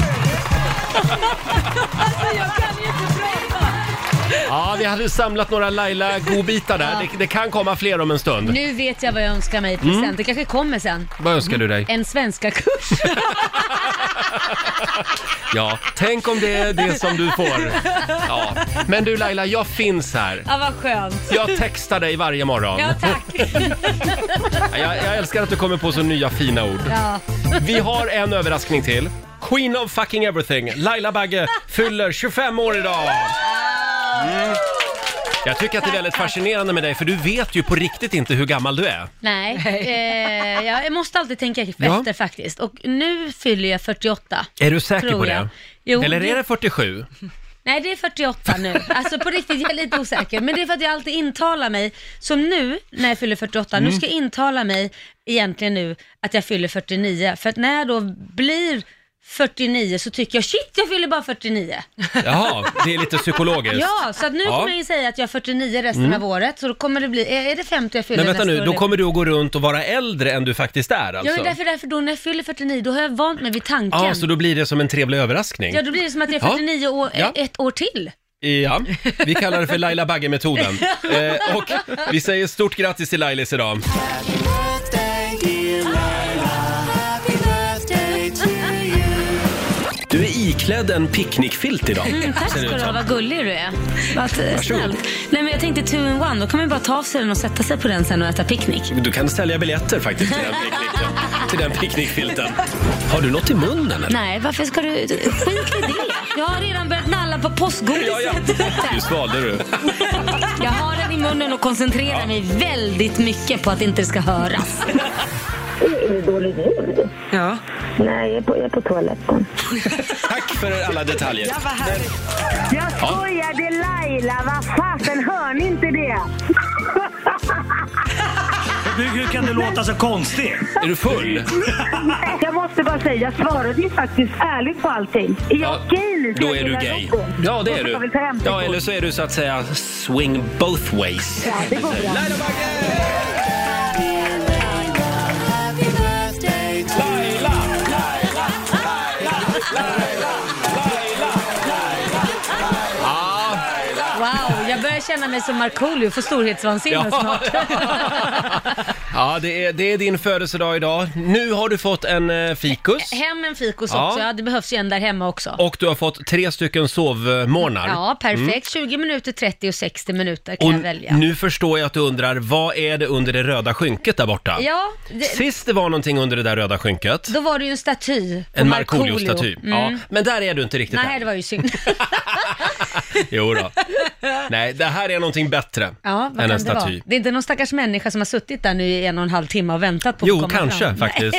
[SPEAKER 1] Ja, vi hade samlat några Laila-godbitar där. Det, det kan komma fler om en stund.
[SPEAKER 5] Nu vet jag vad jag önskar mig i present.
[SPEAKER 1] Mm.
[SPEAKER 5] Det kanske kommer sen.
[SPEAKER 1] Vad önskar du dig?
[SPEAKER 5] En svenska kurs.
[SPEAKER 1] Ja, tänk om det är det som du får. Ja. Men du Laila, jag finns här.
[SPEAKER 5] Ja, vad skönt.
[SPEAKER 1] Jag textar dig varje morgon.
[SPEAKER 5] Ja, tack.
[SPEAKER 1] Jag, jag älskar att du kommer på så nya fina ord.
[SPEAKER 5] Ja.
[SPEAKER 1] Vi har en överraskning till. Queen of fucking everything, Laila Bagge, fyller 25 år idag! Mm. Jag tycker att det är väldigt fascinerande med dig, för du vet ju på riktigt inte hur gammal du är.
[SPEAKER 5] Nej, eh, jag jag måste alltid tänka efter
[SPEAKER 1] Ja.
[SPEAKER 5] faktiskt. Och nu fyller jag 48.
[SPEAKER 1] Är du säker
[SPEAKER 5] Tror
[SPEAKER 1] på
[SPEAKER 5] jag.
[SPEAKER 1] det?
[SPEAKER 5] Jo,
[SPEAKER 1] Eller är
[SPEAKER 5] det-
[SPEAKER 1] det 47?
[SPEAKER 5] Nej, det är 48 nu. Alltså på riktigt, jag är lite osäker. Men det är för att jag alltid intalar mig, som nu när jag fyller 48,
[SPEAKER 1] Mm.
[SPEAKER 5] nu ska jag intala mig egentligen nu att jag fyller 49. För att när jag då blir 49 så tycker jag shit, jag fyller bara 49.
[SPEAKER 1] Jaha, det är lite psykologiskt.
[SPEAKER 5] Ja, så att nu
[SPEAKER 1] Ja. Mm.
[SPEAKER 5] kommer jag ju säga att jag är 49 resten av året, så då kommer det bli, är är det 50 jag fyller
[SPEAKER 1] Men vänta
[SPEAKER 5] nästa
[SPEAKER 1] nu,
[SPEAKER 5] år?
[SPEAKER 1] då kommer du att gå runt och vara äldre än du faktiskt är
[SPEAKER 5] Ja,
[SPEAKER 1] alltså?
[SPEAKER 5] men därför, därför då när jag fyller 49, då har jag vant mig vid tanken.
[SPEAKER 1] Ja, så då blir det som en trevlig överraskning.
[SPEAKER 5] Ja, då blir det som att jag är
[SPEAKER 1] Ja.
[SPEAKER 5] 49 år,
[SPEAKER 1] Ja.
[SPEAKER 5] ett år till.
[SPEAKER 1] Ja, vi kallar det för Laila Bagge-metoden. Eh, och vi säger stort grattis till Lailis idag. Du är iklädd en picknickfilt idag.
[SPEAKER 5] Mm, tack ska
[SPEAKER 1] ser det
[SPEAKER 5] du
[SPEAKER 1] ut
[SPEAKER 5] ha,
[SPEAKER 1] som.
[SPEAKER 5] vad gullig du är. Vad eh, snällt. Nej men jag tänkte two in one, då kan man ju bara ta av sig den och sätta sig på den sen och äta picknick.
[SPEAKER 1] Du kan sälja biljetter faktiskt till den, picknicken, till den picknickfilten. Har du något i munnen eller?
[SPEAKER 5] Nej, varför ska du... Skit i det. Jag har redan börjat nalla på postgodiset.
[SPEAKER 1] Ja, ja. Du svalde du.
[SPEAKER 5] Jag har den i munnen och koncentrerar mig väldigt mycket på att det inte ska höras.
[SPEAKER 2] Ja.
[SPEAKER 7] Nej, jag är på, jag är på toaletten.
[SPEAKER 1] Tack för alla detaljer.
[SPEAKER 7] Jag skojar, det är Laila. Vad fasen, hör ni inte det?
[SPEAKER 9] Hur, hur kan du låta så konstig?
[SPEAKER 1] Är du full?
[SPEAKER 7] Jag måste bara säga, jag svarade ju faktiskt ärligt på allting. Är jag gay nu?
[SPEAKER 1] Då är du gay. Ja, det är du. Ja, eller så är du så att säga swing both ways.
[SPEAKER 7] Det går bra.
[SPEAKER 1] Laila Bagge! Laila! Laila! Laila! Laila! Laila!
[SPEAKER 5] Wow, jag börjar känna mig som Markoolio, får storhetsvansinne
[SPEAKER 1] Ja.
[SPEAKER 5] snart.
[SPEAKER 1] Ja, Ja, det är, det är din födelsedag idag. Nu har du fått en eh, fikus
[SPEAKER 5] Hem en fikos
[SPEAKER 1] Ja.
[SPEAKER 5] också, ja, det behövs ju en där hemma också.
[SPEAKER 1] och du har fått tre stycken sovmorgnar.
[SPEAKER 5] Ja, perfekt. 20 minuter, 30 och 60 minuter kan
[SPEAKER 1] Mm. Och
[SPEAKER 5] jag välja.
[SPEAKER 1] nu förstår jag att du undrar, vad är det under det röda skynket där borta?
[SPEAKER 5] Ja, det,
[SPEAKER 1] Sist det var någonting under det där röda skynket,
[SPEAKER 5] då var det ju en staty på
[SPEAKER 1] en
[SPEAKER 5] Markoolio.
[SPEAKER 1] Markoolio-staty.
[SPEAKER 5] Mm.
[SPEAKER 1] Ja, men där är du inte riktigt
[SPEAKER 5] Nej,
[SPEAKER 1] än.
[SPEAKER 5] det var ju synd.
[SPEAKER 1] Jo då. Nej, det här är någonting bättre
[SPEAKER 5] Ja, vad
[SPEAKER 1] än
[SPEAKER 5] kan
[SPEAKER 1] en
[SPEAKER 5] det
[SPEAKER 1] staty.
[SPEAKER 5] vara? Det är inte någon stackars människa som har suttit där nu i en och en halv timme och väntat på att
[SPEAKER 1] Jo,
[SPEAKER 5] komma
[SPEAKER 1] kanske
[SPEAKER 5] fram.
[SPEAKER 1] faktiskt.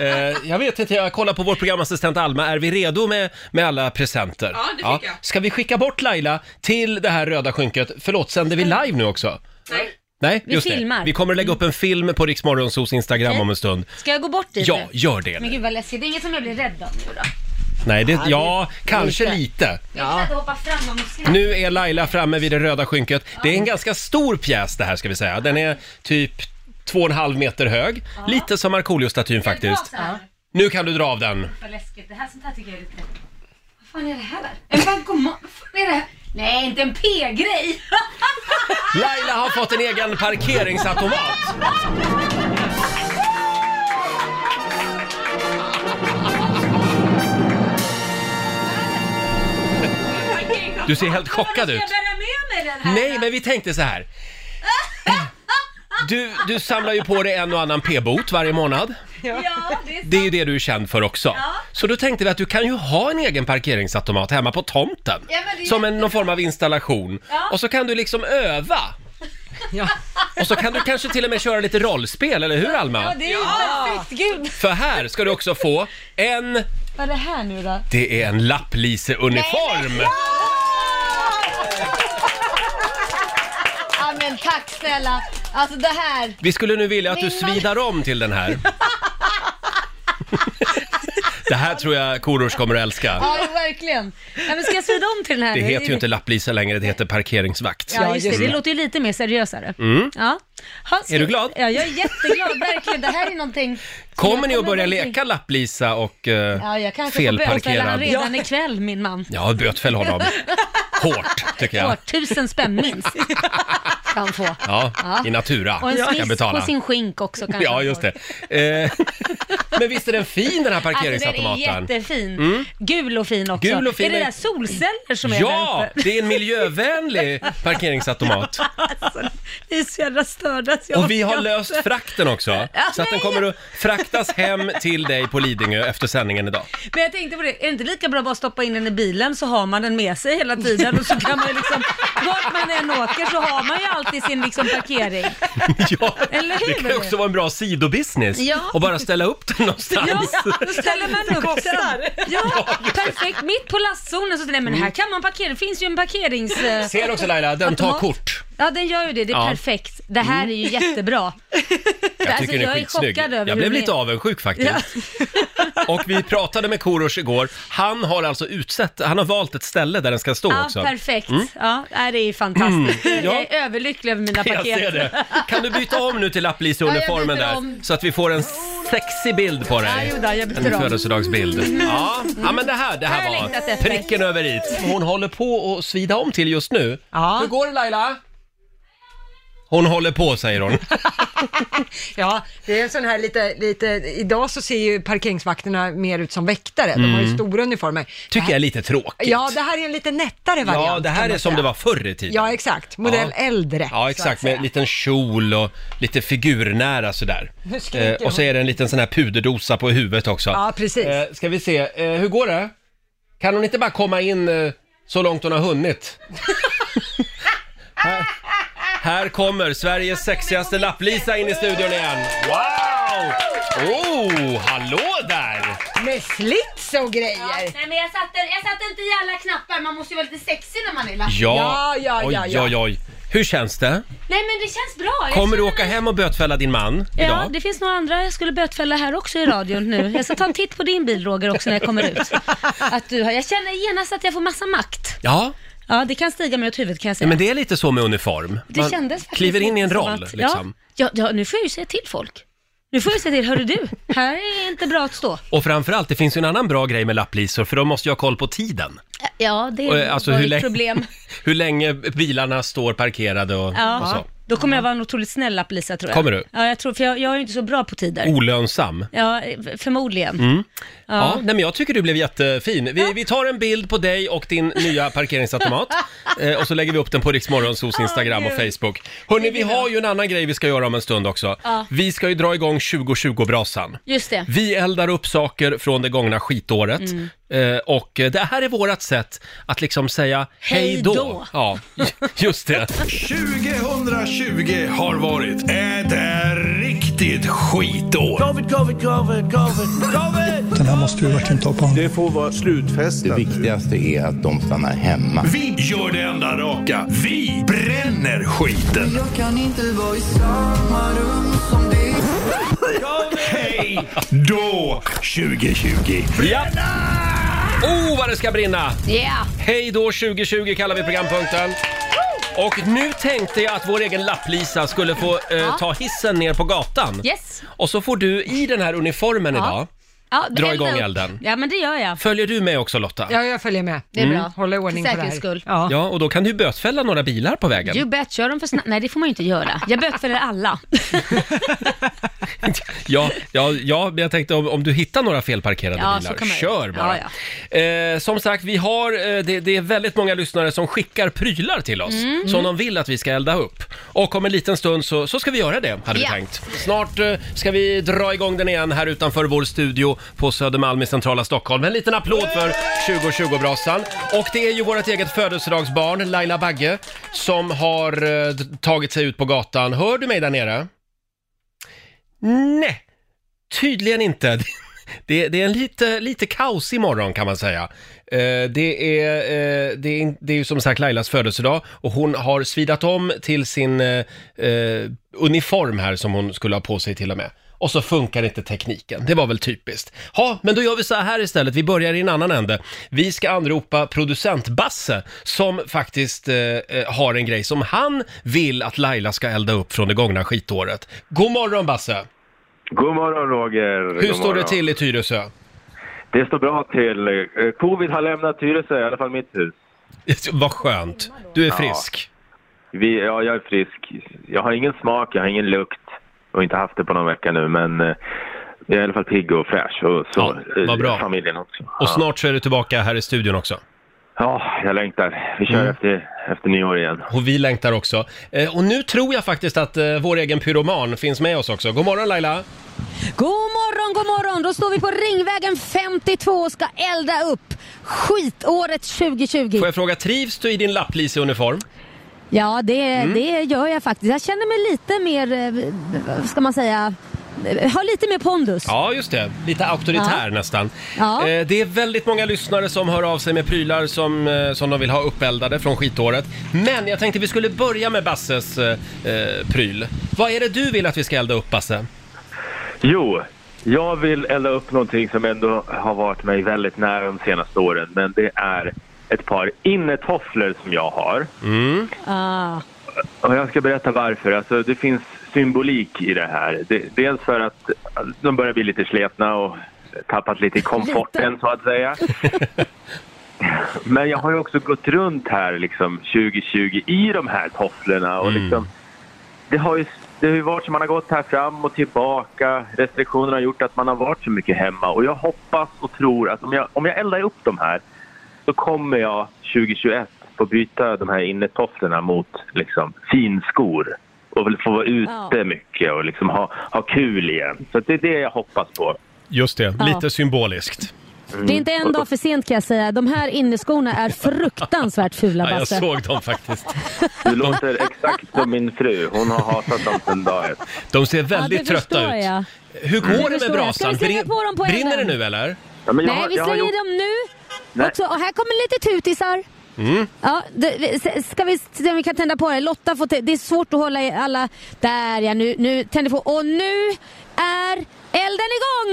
[SPEAKER 1] Eh, jag vet inte, jag kollar på vår programassistent Alma. Är vi redo med, med alla presenter? Ja, det fick jag. Ska vi skicka bort Laila till det här röda skynket? Förlåt, sänder vi live nu också? Nej. Nej,
[SPEAKER 5] Vi
[SPEAKER 1] just det.
[SPEAKER 5] filmar.
[SPEAKER 1] Vi kommer att lägga upp en film på Rix Morgonzos Instagram
[SPEAKER 5] Okej.
[SPEAKER 1] om en stund.
[SPEAKER 5] Ska jag gå bort dit
[SPEAKER 1] Ja,
[SPEAKER 5] nu?
[SPEAKER 1] gör det.
[SPEAKER 5] Men gud vad läskigt. Det är inget som jag blir rädd av nu då.
[SPEAKER 1] Nej, det, ja, kanske
[SPEAKER 2] lite.
[SPEAKER 1] lite.
[SPEAKER 5] Jag kan inte hoppa fram om musklerna.
[SPEAKER 1] Nu är Laila framme vid det röda skynket. Det är en ganska stor pjäs det här ska vi säga. Den är typ två och en halv meter hög. Lite som Markoolio-statyn faktiskt.
[SPEAKER 5] Ja.
[SPEAKER 1] Nu kan du dra av den.
[SPEAKER 5] Vad läskigt. Det här sånt här tycker jag är lite... Vad fan är det här? En bankomat? Vad fan är det här? Nej, inte en p-grej!
[SPEAKER 1] Laila har fått en egen parkeringsautomat. Du ser helt chockad ut.
[SPEAKER 5] Ska jag bära med mig den här?
[SPEAKER 1] Nej, men vi tänkte så här. Du, du samlar ju på dig en och annan p-bot varje månad.
[SPEAKER 5] Ja, det är
[SPEAKER 1] Det är ju det du är känd för också. Så då tänkte vi att du kan ju ha en egen parkeringsautomat hemma på tomten.
[SPEAKER 5] Ja, men det är
[SPEAKER 1] som en, någon form av installation. Och så kan du liksom öva.
[SPEAKER 2] Ja.
[SPEAKER 1] Och så kan du kanske till och med köra lite rollspel, eller hur Alma?
[SPEAKER 5] Ja, det är ju perfekt. Gud,
[SPEAKER 1] För här ska du också få en...
[SPEAKER 5] vad är det här nu då?
[SPEAKER 1] Det är en lappliseuniform!
[SPEAKER 5] Ja, men tack snälla. Alltså det här.
[SPEAKER 1] Vi skulle nu vilja att du svidar om till den här. Det här tror jag Korosh kommer att älska.
[SPEAKER 5] Ja, verkligen. Ja, men ska jag svida om till den här?
[SPEAKER 1] Det
[SPEAKER 5] nu?
[SPEAKER 1] heter ju inte lapplisa längre, det heter parkeringsvakt.
[SPEAKER 5] Ja, just det. Det låter ju lite mer seriösare. Ja. Ha, ska-
[SPEAKER 1] Mm. Är du glad?
[SPEAKER 5] Ja, jag är jätteglad. Verkligen. Det här är någonting...
[SPEAKER 1] Kommer ni att börja
[SPEAKER 5] någonting-
[SPEAKER 1] leka lapplisa och eh,
[SPEAKER 5] Ja, jag kanske får bötfälla han
[SPEAKER 1] felparkerad?
[SPEAKER 5] redan ikväll, min man.
[SPEAKER 1] Ja, bötfäll honom. Hårt, tycker
[SPEAKER 5] Ja.
[SPEAKER 1] jag.
[SPEAKER 5] Tusen spänn minst ska han få.
[SPEAKER 1] Ja,
[SPEAKER 5] Ja.
[SPEAKER 1] i natura.
[SPEAKER 5] Och en
[SPEAKER 1] kan
[SPEAKER 5] smisk
[SPEAKER 1] betala.
[SPEAKER 5] på sin skink också kanske.
[SPEAKER 1] Ja,
[SPEAKER 5] han
[SPEAKER 1] just
[SPEAKER 5] får.
[SPEAKER 1] det. Eh, men visst är den fin den här
[SPEAKER 5] Alltså den är
[SPEAKER 1] parkeringsautomaten? Mm.
[SPEAKER 5] jättefin. Gul och fin också.
[SPEAKER 1] Gul och fin
[SPEAKER 5] är det
[SPEAKER 1] med-
[SPEAKER 5] där solceller som är
[SPEAKER 1] Ja,
[SPEAKER 5] där uppe?
[SPEAKER 1] det är en miljövänlig parkeringsautomat.
[SPEAKER 5] Alltså, ni är så jävla störda så jag
[SPEAKER 1] Och vi har
[SPEAKER 5] orkar
[SPEAKER 1] löst
[SPEAKER 5] inte.
[SPEAKER 1] frakten också. Så att den kommer att fraktas hem till dig på Lidingö efter sändningen idag.
[SPEAKER 5] Men jag tänkte på det, är det inte lika bra att bara stoppa in den i bilen så har man den med sig hela tiden och så kan man ju liksom, vart man än åker så har man ju alltid sin liksom parkering.
[SPEAKER 1] Ja,
[SPEAKER 5] Eller hur?
[SPEAKER 1] det kan ju också vara en bra sidobusiness.
[SPEAKER 5] Ja.
[SPEAKER 1] Och bara ställa upp den
[SPEAKER 5] Ja,
[SPEAKER 1] någonstans.
[SPEAKER 5] då ställer man upp den. Ja, perfekt. Mitt på lastzonen så nej men
[SPEAKER 1] Mm.
[SPEAKER 5] här kan man parkera, det finns ju en parkerings... eh,
[SPEAKER 1] Ser du också Laila, den tar
[SPEAKER 5] Automat.
[SPEAKER 1] kort.
[SPEAKER 5] Ja, den gör ju det. Det är
[SPEAKER 1] Ja. Mm.
[SPEAKER 5] perfekt. Det här är ju jättebra. Alltså,
[SPEAKER 1] Jag tycker den är
[SPEAKER 5] jag är
[SPEAKER 1] skitsnygg.
[SPEAKER 5] chockad över
[SPEAKER 1] jag
[SPEAKER 5] hur
[SPEAKER 1] blev
[SPEAKER 5] den
[SPEAKER 1] lite
[SPEAKER 5] är.
[SPEAKER 1] avundsjuk faktiskt. Och vi pratade med Korosh igår. Han har alltså utsett, han har valt ett ställe där den ska stå
[SPEAKER 5] Ja,
[SPEAKER 1] också. Mm.
[SPEAKER 5] perfekt. Ja, nej, det är fantastiskt.
[SPEAKER 1] Ja.
[SPEAKER 5] Jag är överlycklig över mina
[SPEAKER 1] Jag
[SPEAKER 5] paket.
[SPEAKER 1] ser det. Kan du byta om nu till
[SPEAKER 5] Ja,
[SPEAKER 1] lappliseuniformen
[SPEAKER 5] jag byter
[SPEAKER 1] där?
[SPEAKER 5] om.
[SPEAKER 1] Så att vi får en sexig bild på
[SPEAKER 5] Ja,
[SPEAKER 1] dig.
[SPEAKER 5] jo då, jag
[SPEAKER 1] En
[SPEAKER 5] byter om.
[SPEAKER 1] födelsedagsbild. Ja. ja, men det här, det
[SPEAKER 5] Här
[SPEAKER 1] här
[SPEAKER 5] har jag längtat
[SPEAKER 1] var
[SPEAKER 5] efter.
[SPEAKER 1] pricken över i. Hon håller på att svida om till just nu.
[SPEAKER 2] Ja.
[SPEAKER 1] Hur går det Laila? Hon håller på säger hon.
[SPEAKER 2] Ja, det är en sån här lite, lite, idag så ser ju parkeringsvakterna mer ut som väktare, de
[SPEAKER 1] Mm.
[SPEAKER 2] har ju stora uniformer.
[SPEAKER 1] Tycker jag är lite tråkigt.
[SPEAKER 2] Ja, det här är en lite nättare variant.
[SPEAKER 1] Ja, det
[SPEAKER 2] kan
[SPEAKER 1] här
[SPEAKER 2] man
[SPEAKER 1] är som
[SPEAKER 2] säga.
[SPEAKER 1] det var förr i tiden.
[SPEAKER 2] Ja, exakt. Modell
[SPEAKER 1] Ja.
[SPEAKER 2] äldre. så
[SPEAKER 1] Ja,
[SPEAKER 2] att
[SPEAKER 1] exakt. Med
[SPEAKER 2] säga.
[SPEAKER 1] en liten kjol och lite figurnära sådär. Eh,
[SPEAKER 2] Nu skriker
[SPEAKER 1] och så är det en liten sån här puderdosa på huvudet också.
[SPEAKER 2] Ja, precis.
[SPEAKER 1] Eh, ska vi se, eh, hur går det? Kan hon inte bara komma in eh, så långt hon har hunnit? här, här kommer Sveriges sexigaste lapplisa in i studion igen. Wow! Oh, hallå där!
[SPEAKER 2] Med slits och grejer.
[SPEAKER 8] Nej men jag satte, jag satte inte i alla knappar, man måste ju vara lite sexig när man är lapp.
[SPEAKER 1] Ja,
[SPEAKER 2] Ja, ja, ja,
[SPEAKER 1] oj,
[SPEAKER 2] ja.
[SPEAKER 1] oj, oj. Hur känns det?
[SPEAKER 8] Nej men det känns bra. Jag
[SPEAKER 1] Kommer du
[SPEAKER 8] känner-
[SPEAKER 1] åka hem och bötfälla din man idag?
[SPEAKER 5] Ja, det finns några andra jag skulle bötfälla här också i radion nu. Jag ska ta en titt på din bil Roger också när jag kommer ut. Att du har, jag känner genast att jag får massa makt.
[SPEAKER 1] Ja,
[SPEAKER 5] Ja, det kan stiga mig åt huvudet kan jag säga.
[SPEAKER 1] Ja, men det är lite så med uniform.
[SPEAKER 5] det kändes faktiskt
[SPEAKER 1] kliver in i en
[SPEAKER 5] lite som
[SPEAKER 1] roll
[SPEAKER 5] att-
[SPEAKER 1] liksom.
[SPEAKER 5] Ja, ja, ja, nu får jag ju säga till folk. Nu får jag säga till, hörru du, här är inte bra att stå.
[SPEAKER 1] Och framförallt, det finns ju en annan bra grej med lapplisor för de måste ju ha koll på tiden.
[SPEAKER 5] Ja, det
[SPEAKER 1] Och,
[SPEAKER 5] är
[SPEAKER 1] eh, alltså,
[SPEAKER 5] var
[SPEAKER 1] hur
[SPEAKER 5] ett
[SPEAKER 1] länge-
[SPEAKER 5] problem.
[SPEAKER 1] Hur länge bilarna står parkerade och,
[SPEAKER 5] Ja.
[SPEAKER 1] och så.
[SPEAKER 5] Då kommer jag vara en otroligt snäll lapplisa tror jag.
[SPEAKER 1] Kommer du?
[SPEAKER 5] Ja, jag tror, för jag, jag är ju inte så bra på tider.
[SPEAKER 1] Olönsam.
[SPEAKER 5] Ja, f- förmodligen.
[SPEAKER 1] Mm. Ja. nej, men jag tycker du blev jättefin. Vi, vi tar en bild på dig och din nya parkeringsautomat eh, och så lägger vi upp den på Riksmorgonsos Instagram och
[SPEAKER 5] Åh, Gud.
[SPEAKER 1] Facebook. Hörni, vi har ju en annan grej vi ska göra om en stund också.
[SPEAKER 5] Ja.
[SPEAKER 1] Vi ska ju dra igång 2020-brasan.
[SPEAKER 5] Just det.
[SPEAKER 1] Vi eldar upp saker från det gångna skitåret.
[SPEAKER 5] Mm.
[SPEAKER 1] Eh, och eh, det här är vårt sätt att liksom säga hej
[SPEAKER 5] Hej
[SPEAKER 1] då.
[SPEAKER 5] då.
[SPEAKER 1] Ja, just det.
[SPEAKER 3] 2020 har varit ett eh, riktigt skitår.
[SPEAKER 9] Covid, covid, covid, covid, covid!
[SPEAKER 10] Den här måste vi verkligen ta på allvar.
[SPEAKER 3] Det får vara slutfesten.
[SPEAKER 10] viktigaste är att de stannar hemma.
[SPEAKER 3] Vi gör det enda raka. Vi bränner skiten.
[SPEAKER 6] Jag kan inte vara i samma rum som dig.
[SPEAKER 3] Hej då 2020.
[SPEAKER 1] Ja. Oh, vad det ska brinna!
[SPEAKER 5] Yeah.
[SPEAKER 1] Hej då 2020 kallar vi programpunkten. Och nu tänkte jag att vår egen lapplisa skulle få eh, ta hissen ner på gatan.
[SPEAKER 5] Yes.
[SPEAKER 1] Och så får du i den här uniformen
[SPEAKER 5] Ja.
[SPEAKER 1] idag.
[SPEAKER 5] Ja,
[SPEAKER 1] Dra
[SPEAKER 5] elda
[SPEAKER 1] igång
[SPEAKER 5] upp.
[SPEAKER 1] elden.
[SPEAKER 5] Ja, men det gör jag.
[SPEAKER 1] Följer du med också Lotta?
[SPEAKER 2] Ja, jag följer med. Mm.
[SPEAKER 5] Det är bra.
[SPEAKER 1] Mm.
[SPEAKER 2] Håller ordning
[SPEAKER 5] För
[SPEAKER 2] på det
[SPEAKER 5] säkerhets
[SPEAKER 2] här.
[SPEAKER 5] skull.
[SPEAKER 2] Ja.
[SPEAKER 1] Ja, och då kan du ju bötfälla några bilar på vägen.
[SPEAKER 5] You bet, kör de för snabbt? Nej, det får man ju inte göra. Jag bötfäller alla.
[SPEAKER 1] Ja, ja, ja, men jag tänkte om, om du hittar några felparkerade
[SPEAKER 5] Ja, så
[SPEAKER 1] bilar,
[SPEAKER 5] kan man göra.
[SPEAKER 1] kör bara.
[SPEAKER 5] Ja,
[SPEAKER 1] Eh, som sagt, vi har, eh, det, det är väldigt många lyssnare som skickar prylar till oss
[SPEAKER 5] Mm.
[SPEAKER 1] som de vill att vi ska elda upp. Och om en liten stund så, så ska vi göra det, hade
[SPEAKER 5] Ja.
[SPEAKER 1] vi tänkt. Snart eh, ska vi dra igång den igen här utanför vår studio på Södermalm i centrala Stockholm. En liten applåd för 2020-brasan. Och det är ju vårt eget födelsedagsbarn, Laila Bagge, som har eh, d- tagit sig ut på gatan. Hör du mig där nere? Nej, tydligen inte. Det, det är en lite, lite kaos imorgon kan man säga. Eh, det, är, eh, det, är, in- det är ju som sagt Lailas födelsedag och hon har svidat om till sin eh, eh, uniform här som hon skulle ha på sig till och med. Och så funkar inte tekniken. Det var väl typiskt. Ja, men då gör vi så här istället. Vi börjar i en annan ände. Vi ska anropa producent Basse som faktiskt eh, eh, har en grej som han vill att Laila ska elda upp från det gångna skitåret. God morgon Basse!
[SPEAKER 10] God morgon Roger!
[SPEAKER 1] Hur står det till i Tyresö?
[SPEAKER 10] Det står bra till. Eh, Covid har lämnat Tyresö, i alla fall mitt hus.
[SPEAKER 1] Vad skönt. Du är frisk.
[SPEAKER 10] Vi, ja, jag är frisk. Jag har ingen smak, jag har ingen lukt och inte haft det på någon vecka nu men eh, jag är i alla fall pigg och fräsch och så
[SPEAKER 1] Ja, vad bra.
[SPEAKER 10] eh, familjen också.
[SPEAKER 1] Och snart så är du tillbaka här i studion också. Mm.
[SPEAKER 10] Ja, jag längtar. Vi kör efter, efter nyår igen.
[SPEAKER 1] Och vi längtar också. Eh, och nu tror jag faktiskt att eh, vår egen pyroman finns med oss också. God morgon Laila!
[SPEAKER 5] God morgon, god morgon! Då står vi på Ringvägen 52 och ska elda upp skitåret 2020.
[SPEAKER 1] Får jag fråga, trivs du i din lappliseuniform?
[SPEAKER 5] Ja, det,
[SPEAKER 1] Mm.
[SPEAKER 5] det gör jag faktiskt. Jag känner mig lite mer, eh, vad ska man säga, eh, har lite mer pondus.
[SPEAKER 1] Ja, just det. Lite auktoritär
[SPEAKER 5] Ja.
[SPEAKER 1] nästan.
[SPEAKER 5] Ja.
[SPEAKER 1] Eh, det är väldigt många lyssnare som hör av sig med prylar som, eh, som de vill ha uppeldade från skitåret. Men jag tänkte vi skulle börja med Basses eh, eh, pryl. Vad är det du vill att vi ska elda upp, Basse?
[SPEAKER 10] Jo, jag vill elda upp någonting som ändå har varit mig väldigt nära de senaste åren. Men det är ett par innetofflor som jag har.
[SPEAKER 5] Ah.
[SPEAKER 10] Och jag ska berätta varför. Alltså, det finns symbolik i det här. Det, dels för att de börjar bli lite sletna och tappat lite i komforten så att säga. Men jag har ju också gått runt här liksom 2020 i de här tofflorna och
[SPEAKER 5] Mm.
[SPEAKER 10] liksom det har ju det har ju varit som man har gått här fram och tillbaka. Restriktionerna har gjort att man har varit så mycket hemma. Och jag hoppas och tror att om jag, om jag eldar upp de här så kommer jag 2021 få byta de här innetofflorna mot liksom, finskor. Och väl få vara ute
[SPEAKER 5] Ja.
[SPEAKER 10] mycket och liksom ha, ha kul igen. Så att det är det jag hoppas på.
[SPEAKER 1] Just det,
[SPEAKER 5] Ja.
[SPEAKER 1] lite symboliskt.
[SPEAKER 5] Det är inte en dag för sent kan jag säga. De här inneskorna är fruktansvärt fula,
[SPEAKER 1] Ja, jag
[SPEAKER 5] Basse.
[SPEAKER 1] såg dem faktiskt.
[SPEAKER 10] Du låter exakt som min fru. Hon har hatat dem sedan dag ett.
[SPEAKER 1] De ser väldigt
[SPEAKER 5] det förstår
[SPEAKER 1] trötta ut.
[SPEAKER 5] jag.
[SPEAKER 1] Hur går det med
[SPEAKER 5] förstår jag. Ska
[SPEAKER 1] brasan?
[SPEAKER 5] vi slänga på dem på
[SPEAKER 1] Brinner det
[SPEAKER 5] elden?
[SPEAKER 1] nu eller?
[SPEAKER 10] Ja, men jag
[SPEAKER 5] Nej,
[SPEAKER 10] har-
[SPEAKER 5] vi
[SPEAKER 10] jag har
[SPEAKER 5] slänger
[SPEAKER 10] gjort-
[SPEAKER 5] dem nu.
[SPEAKER 10] Nej. Mm.
[SPEAKER 5] Också, och här kommer lite tutisar. Ja, det, vi- s- ska vi se om vi kan tända på det? Lotta får tä- Det är svårt att hålla i alla... Där ja, nu, nu tänder vi på. Och nu är elden igång!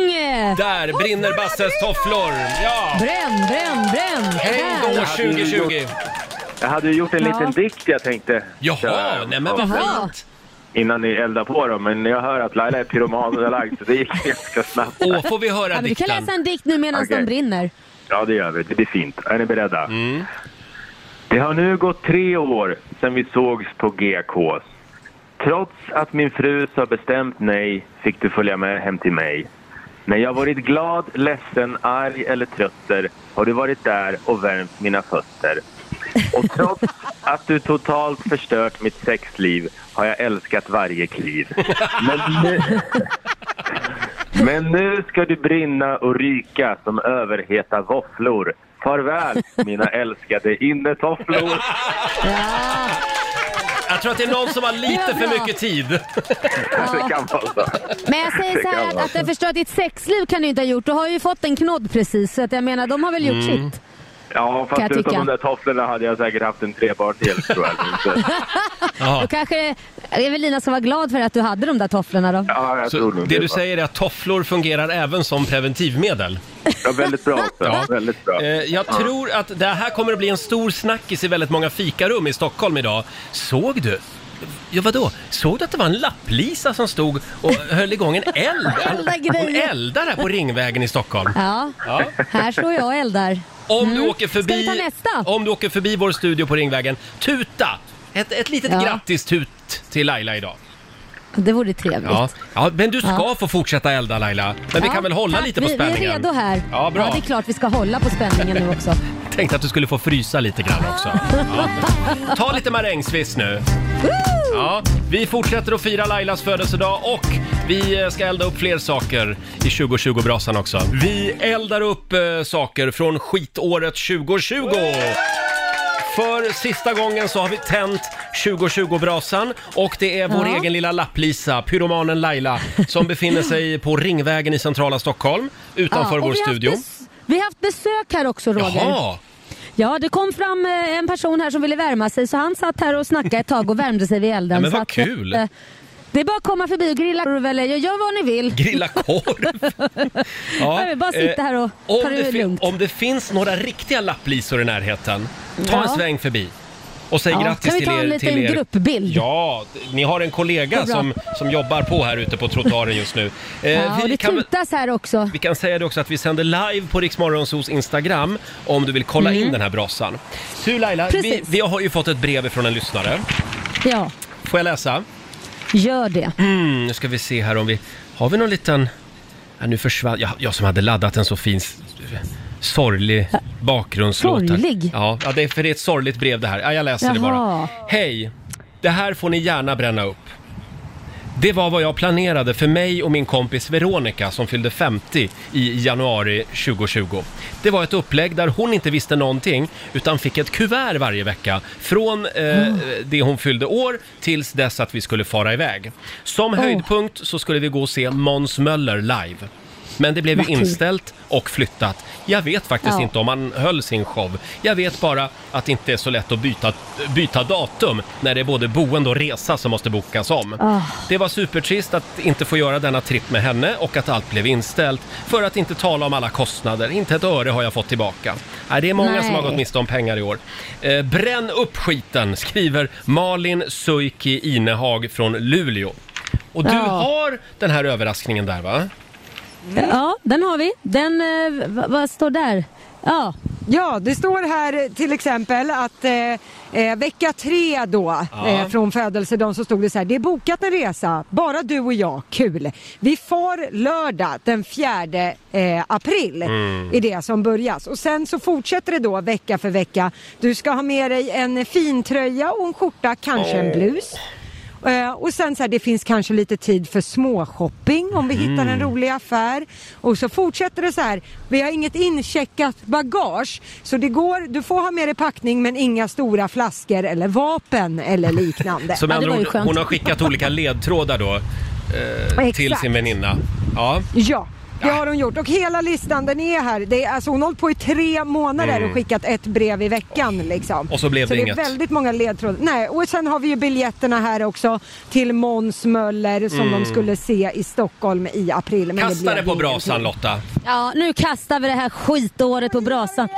[SPEAKER 1] Där brinner Basses tofflor! Ja!
[SPEAKER 5] Bränn, bränn, bränn!
[SPEAKER 1] Hej då
[SPEAKER 5] Där.
[SPEAKER 1] 2020!
[SPEAKER 10] Jag hade ju gjort en
[SPEAKER 5] Ja.
[SPEAKER 10] liten dikt jag tänkte
[SPEAKER 1] Jaha,
[SPEAKER 10] köra
[SPEAKER 1] nej men vad
[SPEAKER 5] Jaha.
[SPEAKER 1] fint!
[SPEAKER 10] innan ni eldar på dem. Men jag hör att Laila är pyroman och lagd så det gick ganska snabbt.
[SPEAKER 1] Åh, får vi
[SPEAKER 5] Ja,
[SPEAKER 1] höra
[SPEAKER 5] men du kan
[SPEAKER 1] dikten?
[SPEAKER 5] läsa en dikt nu medan
[SPEAKER 10] Okej.
[SPEAKER 5] den brinner.
[SPEAKER 10] Ja, det gör vi. Det blir fint. Är ni beredda? Det har nu gått tre år sedan vi sågs på GKs. Trots att min fru sa bestämt nej fick du följa med hem till mig. När jag varit glad, ledsen, arg eller trötter har du varit där och värmt mina fötter. Och trots att du totalt förstört mitt sexliv har jag älskat varje kliv. Men nu, men nu ska du brinna och ryka som överheta våfflor. Farväl mina älskade innetofflor.
[SPEAKER 1] Jag tror att det är någon som har lite
[SPEAKER 11] Det var
[SPEAKER 1] för
[SPEAKER 11] bra.
[SPEAKER 1] mycket tid.
[SPEAKER 10] Det kan vara så.
[SPEAKER 11] Men jag säger
[SPEAKER 10] Det
[SPEAKER 11] så
[SPEAKER 10] kan
[SPEAKER 11] här att,
[SPEAKER 10] vara
[SPEAKER 11] att
[SPEAKER 10] så.
[SPEAKER 11] den förstör ditt sexliv kan du inte ha gjort. Du har ju fått en knodd precis så att jag menar de har väl gjort
[SPEAKER 10] Mm.
[SPEAKER 11] sitt.
[SPEAKER 10] Ja,
[SPEAKER 11] Kan
[SPEAKER 10] fast
[SPEAKER 11] jag
[SPEAKER 10] utan
[SPEAKER 11] tycka.
[SPEAKER 10] de där tofflorna hade jag säkert haft en trebarn till tror jag. Inte.
[SPEAKER 11] Då kanske Evelina ska vara glad för att du hade de där tofflorna då.
[SPEAKER 10] Ja, jag
[SPEAKER 1] Så
[SPEAKER 10] tror nog
[SPEAKER 1] det
[SPEAKER 10] det,
[SPEAKER 1] du
[SPEAKER 10] va?
[SPEAKER 1] säger är att tofflor fungerar även som preventivmedel.
[SPEAKER 10] Ja, väldigt bra också. Väldigt bra.
[SPEAKER 1] Eh, Jag tror att det här kommer att bli en stor snackis i väldigt många fikarum i Stockholm idag. Såg du? Ja, vadå? Såg du att det var en lapplisa som stod och höll igång en eld?
[SPEAKER 11] Elda
[SPEAKER 1] Hon
[SPEAKER 11] grejer.
[SPEAKER 1] eldar här på Ringvägen i Stockholm.
[SPEAKER 11] Ja,
[SPEAKER 1] Ja.
[SPEAKER 11] här står jag och eldar. Mm.
[SPEAKER 1] Om, du åker
[SPEAKER 11] Ska vi ta
[SPEAKER 1] förbi,
[SPEAKER 11] nästa?
[SPEAKER 1] om du åker förbi vår studio på Ringvägen, tuta! Ett, ett litet
[SPEAKER 11] Ja.
[SPEAKER 1] grattis tut till Laila idag.
[SPEAKER 11] Det vore trevligt.
[SPEAKER 1] Ja. ja, men du ska
[SPEAKER 11] Ja.
[SPEAKER 1] få fortsätta elda Laila. Men vi
[SPEAKER 11] Ja,
[SPEAKER 1] kan väl hålla
[SPEAKER 11] tack.
[SPEAKER 1] lite på
[SPEAKER 11] vi,
[SPEAKER 1] spänningen?
[SPEAKER 11] Vi är redo här.
[SPEAKER 1] Ja, bra.
[SPEAKER 11] det är klart vi ska hålla på spänningen nu också.
[SPEAKER 1] Tänkte att du skulle få frysa lite grann också. Ja. Ta lite marängsviss nu. Ja, vi fortsätter att fira Lailas födelsedag och vi eh, ska elda upp fler saker i 2020-brasan också. Vi eldar upp eh, saker från skitåret 2020! För sista gången så har vi tänt 2020-brasan och det är vår
[SPEAKER 11] Ja.
[SPEAKER 1] egen lilla lapplisa, pyromanen Laila, som befinner sig på Ringvägen i centrala Stockholm utanför
[SPEAKER 11] Ja, och
[SPEAKER 1] vår
[SPEAKER 11] vi har haft
[SPEAKER 1] studio.
[SPEAKER 11] bes- Vi har haft besök här också Roger.
[SPEAKER 1] Jaha!
[SPEAKER 11] Ja, det kom fram eh, en person här som ville värma sig så han satt här och snackade ett tag och värmde sig vid elden.
[SPEAKER 1] Ja, men vad
[SPEAKER 11] så att,
[SPEAKER 1] kul.
[SPEAKER 11] eh, Det är bara att komma förbi och grilla korv eller gör vad ni vill.
[SPEAKER 1] Grilla korv! Ja,
[SPEAKER 11] Jag vill bara
[SPEAKER 1] eh,
[SPEAKER 11] sitta här och
[SPEAKER 1] om
[SPEAKER 11] ta det
[SPEAKER 1] fi-
[SPEAKER 11] lugnt.
[SPEAKER 1] Om det finns några riktiga lapplisor i närheten, ta
[SPEAKER 11] Ja.
[SPEAKER 1] en sväng förbi. Och säg
[SPEAKER 11] Ja,
[SPEAKER 1] grattis
[SPEAKER 11] kan vi
[SPEAKER 1] till
[SPEAKER 11] ta
[SPEAKER 1] er.
[SPEAKER 11] en liten
[SPEAKER 1] till er.
[SPEAKER 11] gruppbild?
[SPEAKER 1] Ja, d- ni har en kollega
[SPEAKER 11] Vad bra.
[SPEAKER 1] som, som jobbar på här ute på trottoaren just nu. Eh,
[SPEAKER 11] ja, och det
[SPEAKER 1] kan, väl-
[SPEAKER 11] tutas här också.
[SPEAKER 1] vi kan säga det också att vi sänder live på Riksmorgonsos Instagram om du vill kolla in den här brasan. Du Laila, vi,
[SPEAKER 11] Mm. Precis.
[SPEAKER 1] vi har ju fått ett brev från en lyssnare.
[SPEAKER 11] Ja,
[SPEAKER 1] Får jag läsa?
[SPEAKER 11] gör det.
[SPEAKER 1] Mm, nu ska vi se här om vi... Har vi någon liten... Ja, nu försvann... Jag, jag som hade laddat en så fin s- sorglig bakgrundslåt. här.
[SPEAKER 11] Sorglig?
[SPEAKER 1] Ja, ja, det är för det är ett sorgligt brev det här. Ja, jag läser det bara.
[SPEAKER 11] Jaha.
[SPEAKER 1] Hej! Det här får ni gärna bränna upp. Det var vad jag planerade för mig och min kompis Veronica som fyllde 50 i januari 2020. Det var ett upplägg där hon inte visste någonting utan fick ett kuvert varje vecka från eh, det hon fyllde år tills dess att vi skulle fara iväg. Som höjdpunkt så skulle vi gå och se Måns Möller live. Men det blev ju
[SPEAKER 11] Vad kul.
[SPEAKER 1] inställt och flyttat. Jag vet faktiskt
[SPEAKER 11] Ja.
[SPEAKER 1] inte om han höll sin show. Jag vet bara att det inte är så lätt att byta, byta datum när det är både boende och resa som måste bokas om.
[SPEAKER 11] Ah.
[SPEAKER 1] Det var supertrist att inte få göra denna tripp med henne och att allt blev inställt. För att inte tala om alla kostnader. Inte ett öre har jag fått tillbaka. Nej, det är många som
[SPEAKER 11] Nej.
[SPEAKER 1] har gått miste om pengar i år. Eh, bränn upp skiten, skriver Malin Suiki Inehag från Luleå. Och du
[SPEAKER 11] Ja.
[SPEAKER 1] har den här överraskningen där va? Mm.
[SPEAKER 11] Ja, den har vi. Den, eh, v- vad står där? Ja,
[SPEAKER 2] Ja, det står här eh, till exempel att eh, eh, vecka tre då
[SPEAKER 1] Ja.
[SPEAKER 2] eh, från födelsedagen så stod det så här. Det är bokat en resa, bara du och jag, kul. Vi far lördag den 4 eh, april är det som börjas och sen så fortsätter det då vecka för vecka. Du ska ha med dig en fin tröja och en skjorta, kanske en blus. Eh, Och sen så här, det finns kanske lite tid för småshopping om vi hittar en rolig affär. Och så fortsätter det så här, vi har inget incheckat bagage. Så det går, du får ha med dig packning men inga stora flaskor eller vapen eller liknande.
[SPEAKER 1] Så med
[SPEAKER 11] Ja, det
[SPEAKER 1] andra
[SPEAKER 11] var ju
[SPEAKER 1] ord,
[SPEAKER 11] skönt.
[SPEAKER 1] hon har skickat olika ledtrådar då eh,
[SPEAKER 2] Exakt.
[SPEAKER 1] till sin väninna. Ja.
[SPEAKER 2] Ja. Det har hon gjort och hela listan den är här. Det är, alltså hon har hållit på i tre månader och skickat ett brev i veckan liksom.
[SPEAKER 1] Mm. Och så blev
[SPEAKER 2] så
[SPEAKER 1] det
[SPEAKER 2] det
[SPEAKER 1] inget.
[SPEAKER 2] är väldigt många ledtrådar. Nej, och sen har vi ju biljetterna här också till Måns Möller som de skulle se i Stockholm i april. Men
[SPEAKER 1] Mm. Kasta det
[SPEAKER 2] blev
[SPEAKER 1] på
[SPEAKER 2] ingenting.
[SPEAKER 1] brasan Lotta.
[SPEAKER 11] ja nu kastar vi det här skitåret på brasan.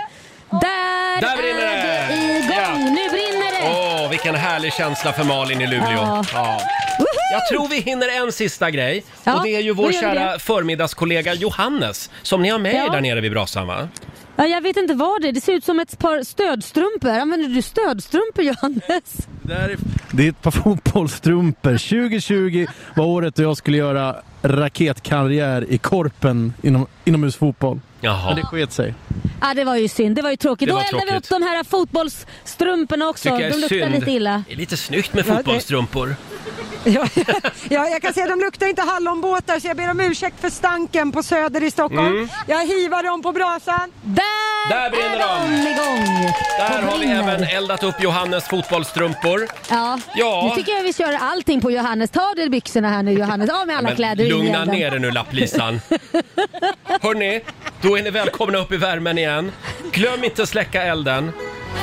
[SPEAKER 11] Där,
[SPEAKER 1] Där brinner
[SPEAKER 11] är
[SPEAKER 1] det!
[SPEAKER 11] det igång!
[SPEAKER 1] Ja.
[SPEAKER 11] Nu brinner det!
[SPEAKER 1] Åh, vilken härlig känsla för Malin i Luleå.
[SPEAKER 11] Ja.
[SPEAKER 1] Ja.
[SPEAKER 11] Woho!
[SPEAKER 1] Jag tror vi hinner en sista grej.
[SPEAKER 11] Ja,
[SPEAKER 1] och det är ju vår
[SPEAKER 11] då gör vi
[SPEAKER 1] kära
[SPEAKER 11] det.
[SPEAKER 1] förmiddagskollega Johannes som ni har med
[SPEAKER 11] Ja.
[SPEAKER 1] er där nere vid brasan va?
[SPEAKER 11] Ja, jag vet inte vad det är. Det ser ut som ett par stödstrumpor. Använder du stödstrumpor Johannes?
[SPEAKER 1] Där,
[SPEAKER 12] Det är ett par fotbollsstrumpor. 2020 var året då jag skulle göra raketkarriär i Korpen inom, inomhusfotboll.
[SPEAKER 1] Jaha.
[SPEAKER 12] Men det sket sig.
[SPEAKER 11] Ja, det var ju synd. Det var ju tråkigt.
[SPEAKER 12] Det
[SPEAKER 11] Då
[SPEAKER 12] var
[SPEAKER 11] eldar vi upp
[SPEAKER 12] tråkigt.
[SPEAKER 11] de här fotbollsstrumporna också.
[SPEAKER 1] Tycker jag
[SPEAKER 11] De
[SPEAKER 1] är
[SPEAKER 11] luktar
[SPEAKER 1] synd.
[SPEAKER 11] lite illa.
[SPEAKER 1] Det är lite snyggt med
[SPEAKER 2] Ja, det-
[SPEAKER 1] fotbollsstrumpor.
[SPEAKER 2] Ja, ja, jag kan säga de luktar inte hallonbåtar så jag ber om ursäkt för stanken på Söder i Stockholm.
[SPEAKER 1] Mm.
[SPEAKER 2] Jag hivar dem på brasan.
[SPEAKER 11] Där,
[SPEAKER 1] Där brinner
[SPEAKER 2] är
[SPEAKER 1] de!
[SPEAKER 11] igång!
[SPEAKER 1] Där har vi
[SPEAKER 11] brinner.
[SPEAKER 1] även eldat upp Johannes fotbollsstrumpor.
[SPEAKER 11] Ja.
[SPEAKER 1] Ja.
[SPEAKER 11] Nu tycker jag vi kör allting på Johannes. Ta av dig byxorna här nu Johannes. Av med alla
[SPEAKER 1] Men
[SPEAKER 11] kläder in i
[SPEAKER 1] lugna
[SPEAKER 11] elden.
[SPEAKER 1] ner er nu lapplisan. Hörni, då är ni välkomna upp i värmen igen. Glöm inte att släcka elden.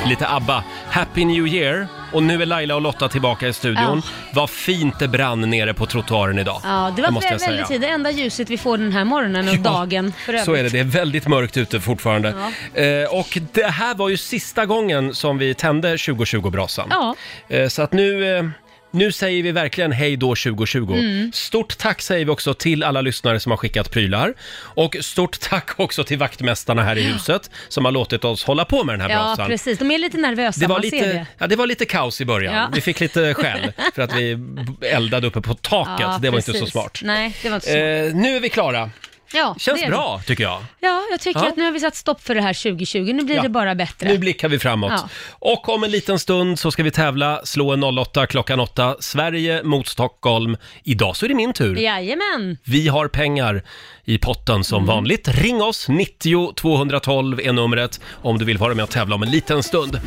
[SPEAKER 1] Lite ABBA. Happy New Year. Och nu är Laila och Lotta tillbaka i studion. Vad fint det brann nere på trottoaren idag.
[SPEAKER 5] Ja, det var
[SPEAKER 1] måste jag
[SPEAKER 5] väldigt
[SPEAKER 1] säga.
[SPEAKER 5] tidigt. Det enda ljuset vi får den här morgonen och dagen för övrigt.
[SPEAKER 1] Så är det, det är väldigt mörkt ute fortfarande.
[SPEAKER 5] Ja.
[SPEAKER 1] Eh, och det här var ju sista gången som vi tände 2020-brasan.
[SPEAKER 5] Ja.
[SPEAKER 1] Eh, så att nu, eh, nu säger vi verkligen hej då 2020.
[SPEAKER 5] Mm.
[SPEAKER 1] Stort tack säger vi också till alla lyssnare som har skickat prylar. Och stort tack också till vaktmästarna här i huset som har låtit oss hålla på med den här
[SPEAKER 5] Ja,
[SPEAKER 1] brasan.
[SPEAKER 5] precis. De är lite nervösa,
[SPEAKER 1] Det var,
[SPEAKER 5] man ser
[SPEAKER 1] lite,
[SPEAKER 5] det.
[SPEAKER 1] ja, det var lite kaos i början.
[SPEAKER 5] Ja.
[SPEAKER 1] Vi fick lite skäll för att vi b- eldade uppe på taket.
[SPEAKER 5] Ja,
[SPEAKER 1] det var inte så
[SPEAKER 5] precis.
[SPEAKER 1] smart.
[SPEAKER 5] Nej, det var inte så smart.
[SPEAKER 1] Eh, nu är vi klara.
[SPEAKER 5] ja,
[SPEAKER 1] Känns
[SPEAKER 5] det är
[SPEAKER 1] bra,
[SPEAKER 5] det.
[SPEAKER 1] tycker jag.
[SPEAKER 5] Ja, jag tycker
[SPEAKER 1] Ja.
[SPEAKER 5] att nu har vi satt stopp för det här 2020. Nu blir
[SPEAKER 1] Ja.
[SPEAKER 5] det bara bättre.
[SPEAKER 1] Nu blickar vi framåt.
[SPEAKER 5] Ja.
[SPEAKER 1] Och om en liten stund så ska vi tävla, slå en 08 klockan 8, Sverige mot Stockholm. Idag så är det min tur.
[SPEAKER 5] Jajamän!
[SPEAKER 1] Vi har pengar i potten
[SPEAKER 5] Mm.
[SPEAKER 1] som vanligt. Ring oss, 90 212 är numret om du vill vara med och tävla om en liten stund.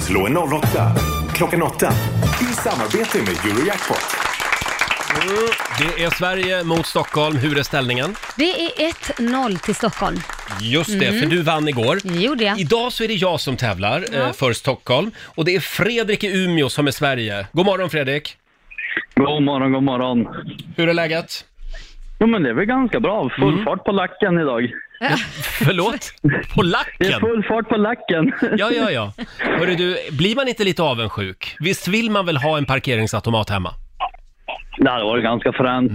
[SPEAKER 3] Slå en 08 klockan 8 i samarbete med Eurojackpot.
[SPEAKER 1] Det är Sverige mot Stockholm. Hur är ställningen?
[SPEAKER 5] Det är 1-0 till Stockholm.
[SPEAKER 1] Just det,
[SPEAKER 5] Mm.
[SPEAKER 1] för du vann igår.
[SPEAKER 5] Gjorde jag.
[SPEAKER 1] Idag så är det jag som tävlar
[SPEAKER 5] Ja.
[SPEAKER 1] eh, för Stockholm och det är Fredrik i Umeå som är Sverige. God morgon Fredrik!
[SPEAKER 13] God morgon, god morgon.
[SPEAKER 1] Hur är läget?
[SPEAKER 13] Jo, men det är väl ganska bra. Full
[SPEAKER 1] Mm.
[SPEAKER 13] fart på lacken idag.
[SPEAKER 1] Förlåt? På lacken?
[SPEAKER 13] Det är full fart på lacken.
[SPEAKER 1] Ja, ja, ja. Hörru du, blir man inte lite avundsjuk? Visst vill man väl ha en parkeringsautomat hemma?
[SPEAKER 13] Det hade varit ganska fränt.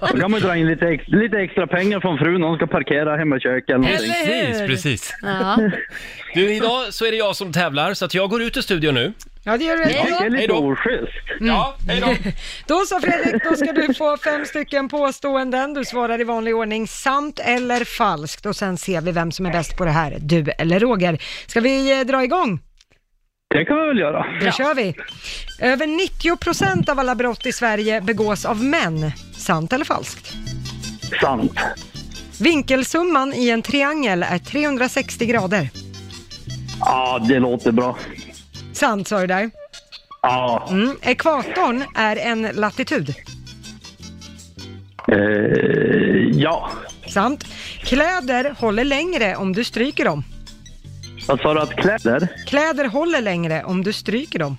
[SPEAKER 13] Då kan man ju dra in lite, ex- lite extra pengar från frun om hon ska parkera hemma i köket eller någonting.
[SPEAKER 1] Precis, precis.
[SPEAKER 5] Ja.
[SPEAKER 1] Du, idag så är det jag som tävlar, så att jag går ut ur studion nu.
[SPEAKER 2] Ja, det gör du.
[SPEAKER 1] Ja,
[SPEAKER 2] Hej då.
[SPEAKER 13] oschysst.
[SPEAKER 1] Ja, hej då.
[SPEAKER 2] Då så Fredrik, då ska du få fem stycken påståenden. Du svarar i vanlig ordning sant eller falskt och sen ser vi vem som är bäst på det här, du eller Roger. Ska vi eh, dra igång?
[SPEAKER 13] Det kan vi väl göra.
[SPEAKER 2] Då kör vi. Över 90 procent av alla brott i Sverige begås av män. Sant eller falskt?
[SPEAKER 13] Sant.
[SPEAKER 2] Vinkelsumman i en triangel är 360 grader.
[SPEAKER 13] Ja, det låter bra.
[SPEAKER 2] Sant sa du där.
[SPEAKER 13] Ja.
[SPEAKER 2] Mm. Ekvatorn är en latitud.
[SPEAKER 13] Eh, ja.
[SPEAKER 2] Sant. Kläder håller längre om du stryker dem.
[SPEAKER 13] Vad sa du att kläder?
[SPEAKER 2] Kläder håller längre om du stryker dem.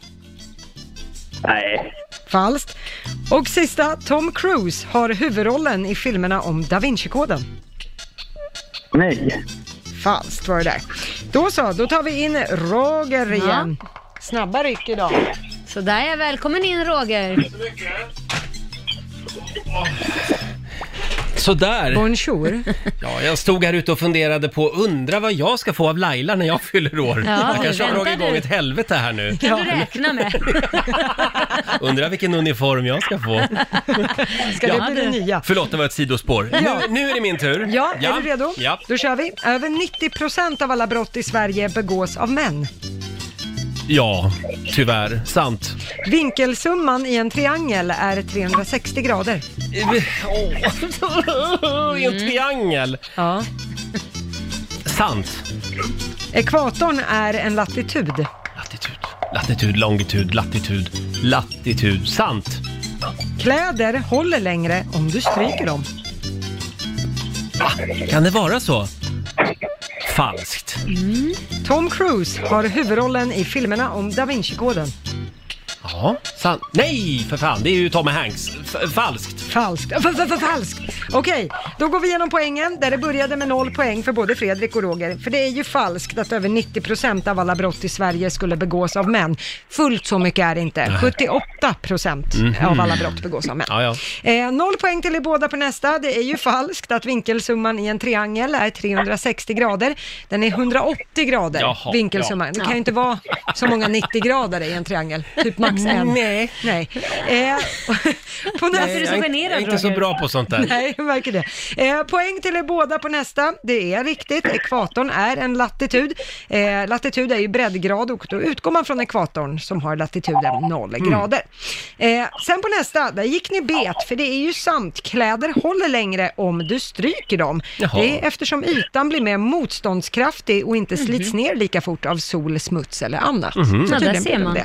[SPEAKER 13] Nej.
[SPEAKER 2] Falskt. Och sista, Tom Cruise har huvudrollen i filmerna om Da Vinci-koden.
[SPEAKER 13] Nej.
[SPEAKER 2] Falskt var det där. Då så, då tar vi in Roger igen. Snabba ryck idag.
[SPEAKER 5] Så där är välkommen in Roger.
[SPEAKER 1] Sådär.
[SPEAKER 2] Bonjour.
[SPEAKER 1] Ja, jag stod här ute och funderade på, undra vad jag ska få av Laila när jag fyller år.
[SPEAKER 5] Ja,
[SPEAKER 1] jag kanske har
[SPEAKER 5] vänta
[SPEAKER 1] dragit
[SPEAKER 5] du.
[SPEAKER 1] igång ett helvete här nu.
[SPEAKER 5] Kan du räkna med?
[SPEAKER 1] Undrar vilken uniform jag ska få.
[SPEAKER 2] Ska
[SPEAKER 1] Ja,
[SPEAKER 2] det bli det nya?
[SPEAKER 1] Förlåt, det var ett sidospår.
[SPEAKER 2] Ja.
[SPEAKER 1] Nu, nu är det min tur.
[SPEAKER 2] Ja, är du redo?
[SPEAKER 1] Ja.
[SPEAKER 2] Då kör vi. Över 90% av alla brott i Sverige begås av män.
[SPEAKER 1] ja, tyvärr. Sant.
[SPEAKER 2] Vinkelsumman i en triangel är 360 grader.
[SPEAKER 1] I en triangel.
[SPEAKER 2] Ja.
[SPEAKER 1] Sant.
[SPEAKER 2] Ekvatorn är en latitud.
[SPEAKER 1] Latitud, longitud, latitud, latitud. Sant.
[SPEAKER 2] Kläder håller längre om du stryker dem.
[SPEAKER 1] Kan det vara så? Falskt.
[SPEAKER 2] Tom Cruise har huvudrollen i filmerna om Da Vinci-koden.
[SPEAKER 1] Ja, sant. Nej, för fan. Det är ju Tom Hanks. F- falskt.
[SPEAKER 2] Falskt. F- f- f- falskt. Okej, då går vi igenom poängen där det började med noll poäng för både Fredrik och Roger. För det är ju falskt att över 90% av alla brott i Sverige skulle begås av män. Fullt så mycket är det inte.
[SPEAKER 1] Nej. Mhm.
[SPEAKER 2] 78% av alla brott begås av män.
[SPEAKER 1] Ja, ja.
[SPEAKER 2] Eh, noll poäng till er båda på nästa. Det är ju falskt att vinkelsumman i en triangel är 360 grader. Den är 180 grader,
[SPEAKER 1] Jaha,
[SPEAKER 2] vinkelsumman.
[SPEAKER 1] ja.
[SPEAKER 2] Det kan ju inte vara så många 90 grader i en triangel. Typ max en. Nej. Nej. Eh, på nästa...
[SPEAKER 1] jag är inte- jag är inte så bra på sånt där.
[SPEAKER 2] Nej, jag märker det. Eh, poäng till er båda på nästa. Det är riktigt. Ekvatorn är en latitud. Eh, latitud är ju breddgrad och då utgår man från ekvatorn som har latituden 0
[SPEAKER 14] Mm.
[SPEAKER 2] grader. Eh, sen på nästa, där gick ni bet, för det är ju sant. Kläder håller längre om du stryker dem.
[SPEAKER 14] Jaha.
[SPEAKER 2] Det är eftersom ytan blir mer motståndskraftig och inte slits ner lika fort av sol, smuts eller annat.
[SPEAKER 14] Mhm. Ja, där
[SPEAKER 2] tydligen
[SPEAKER 14] ser
[SPEAKER 2] blir de
[SPEAKER 14] man.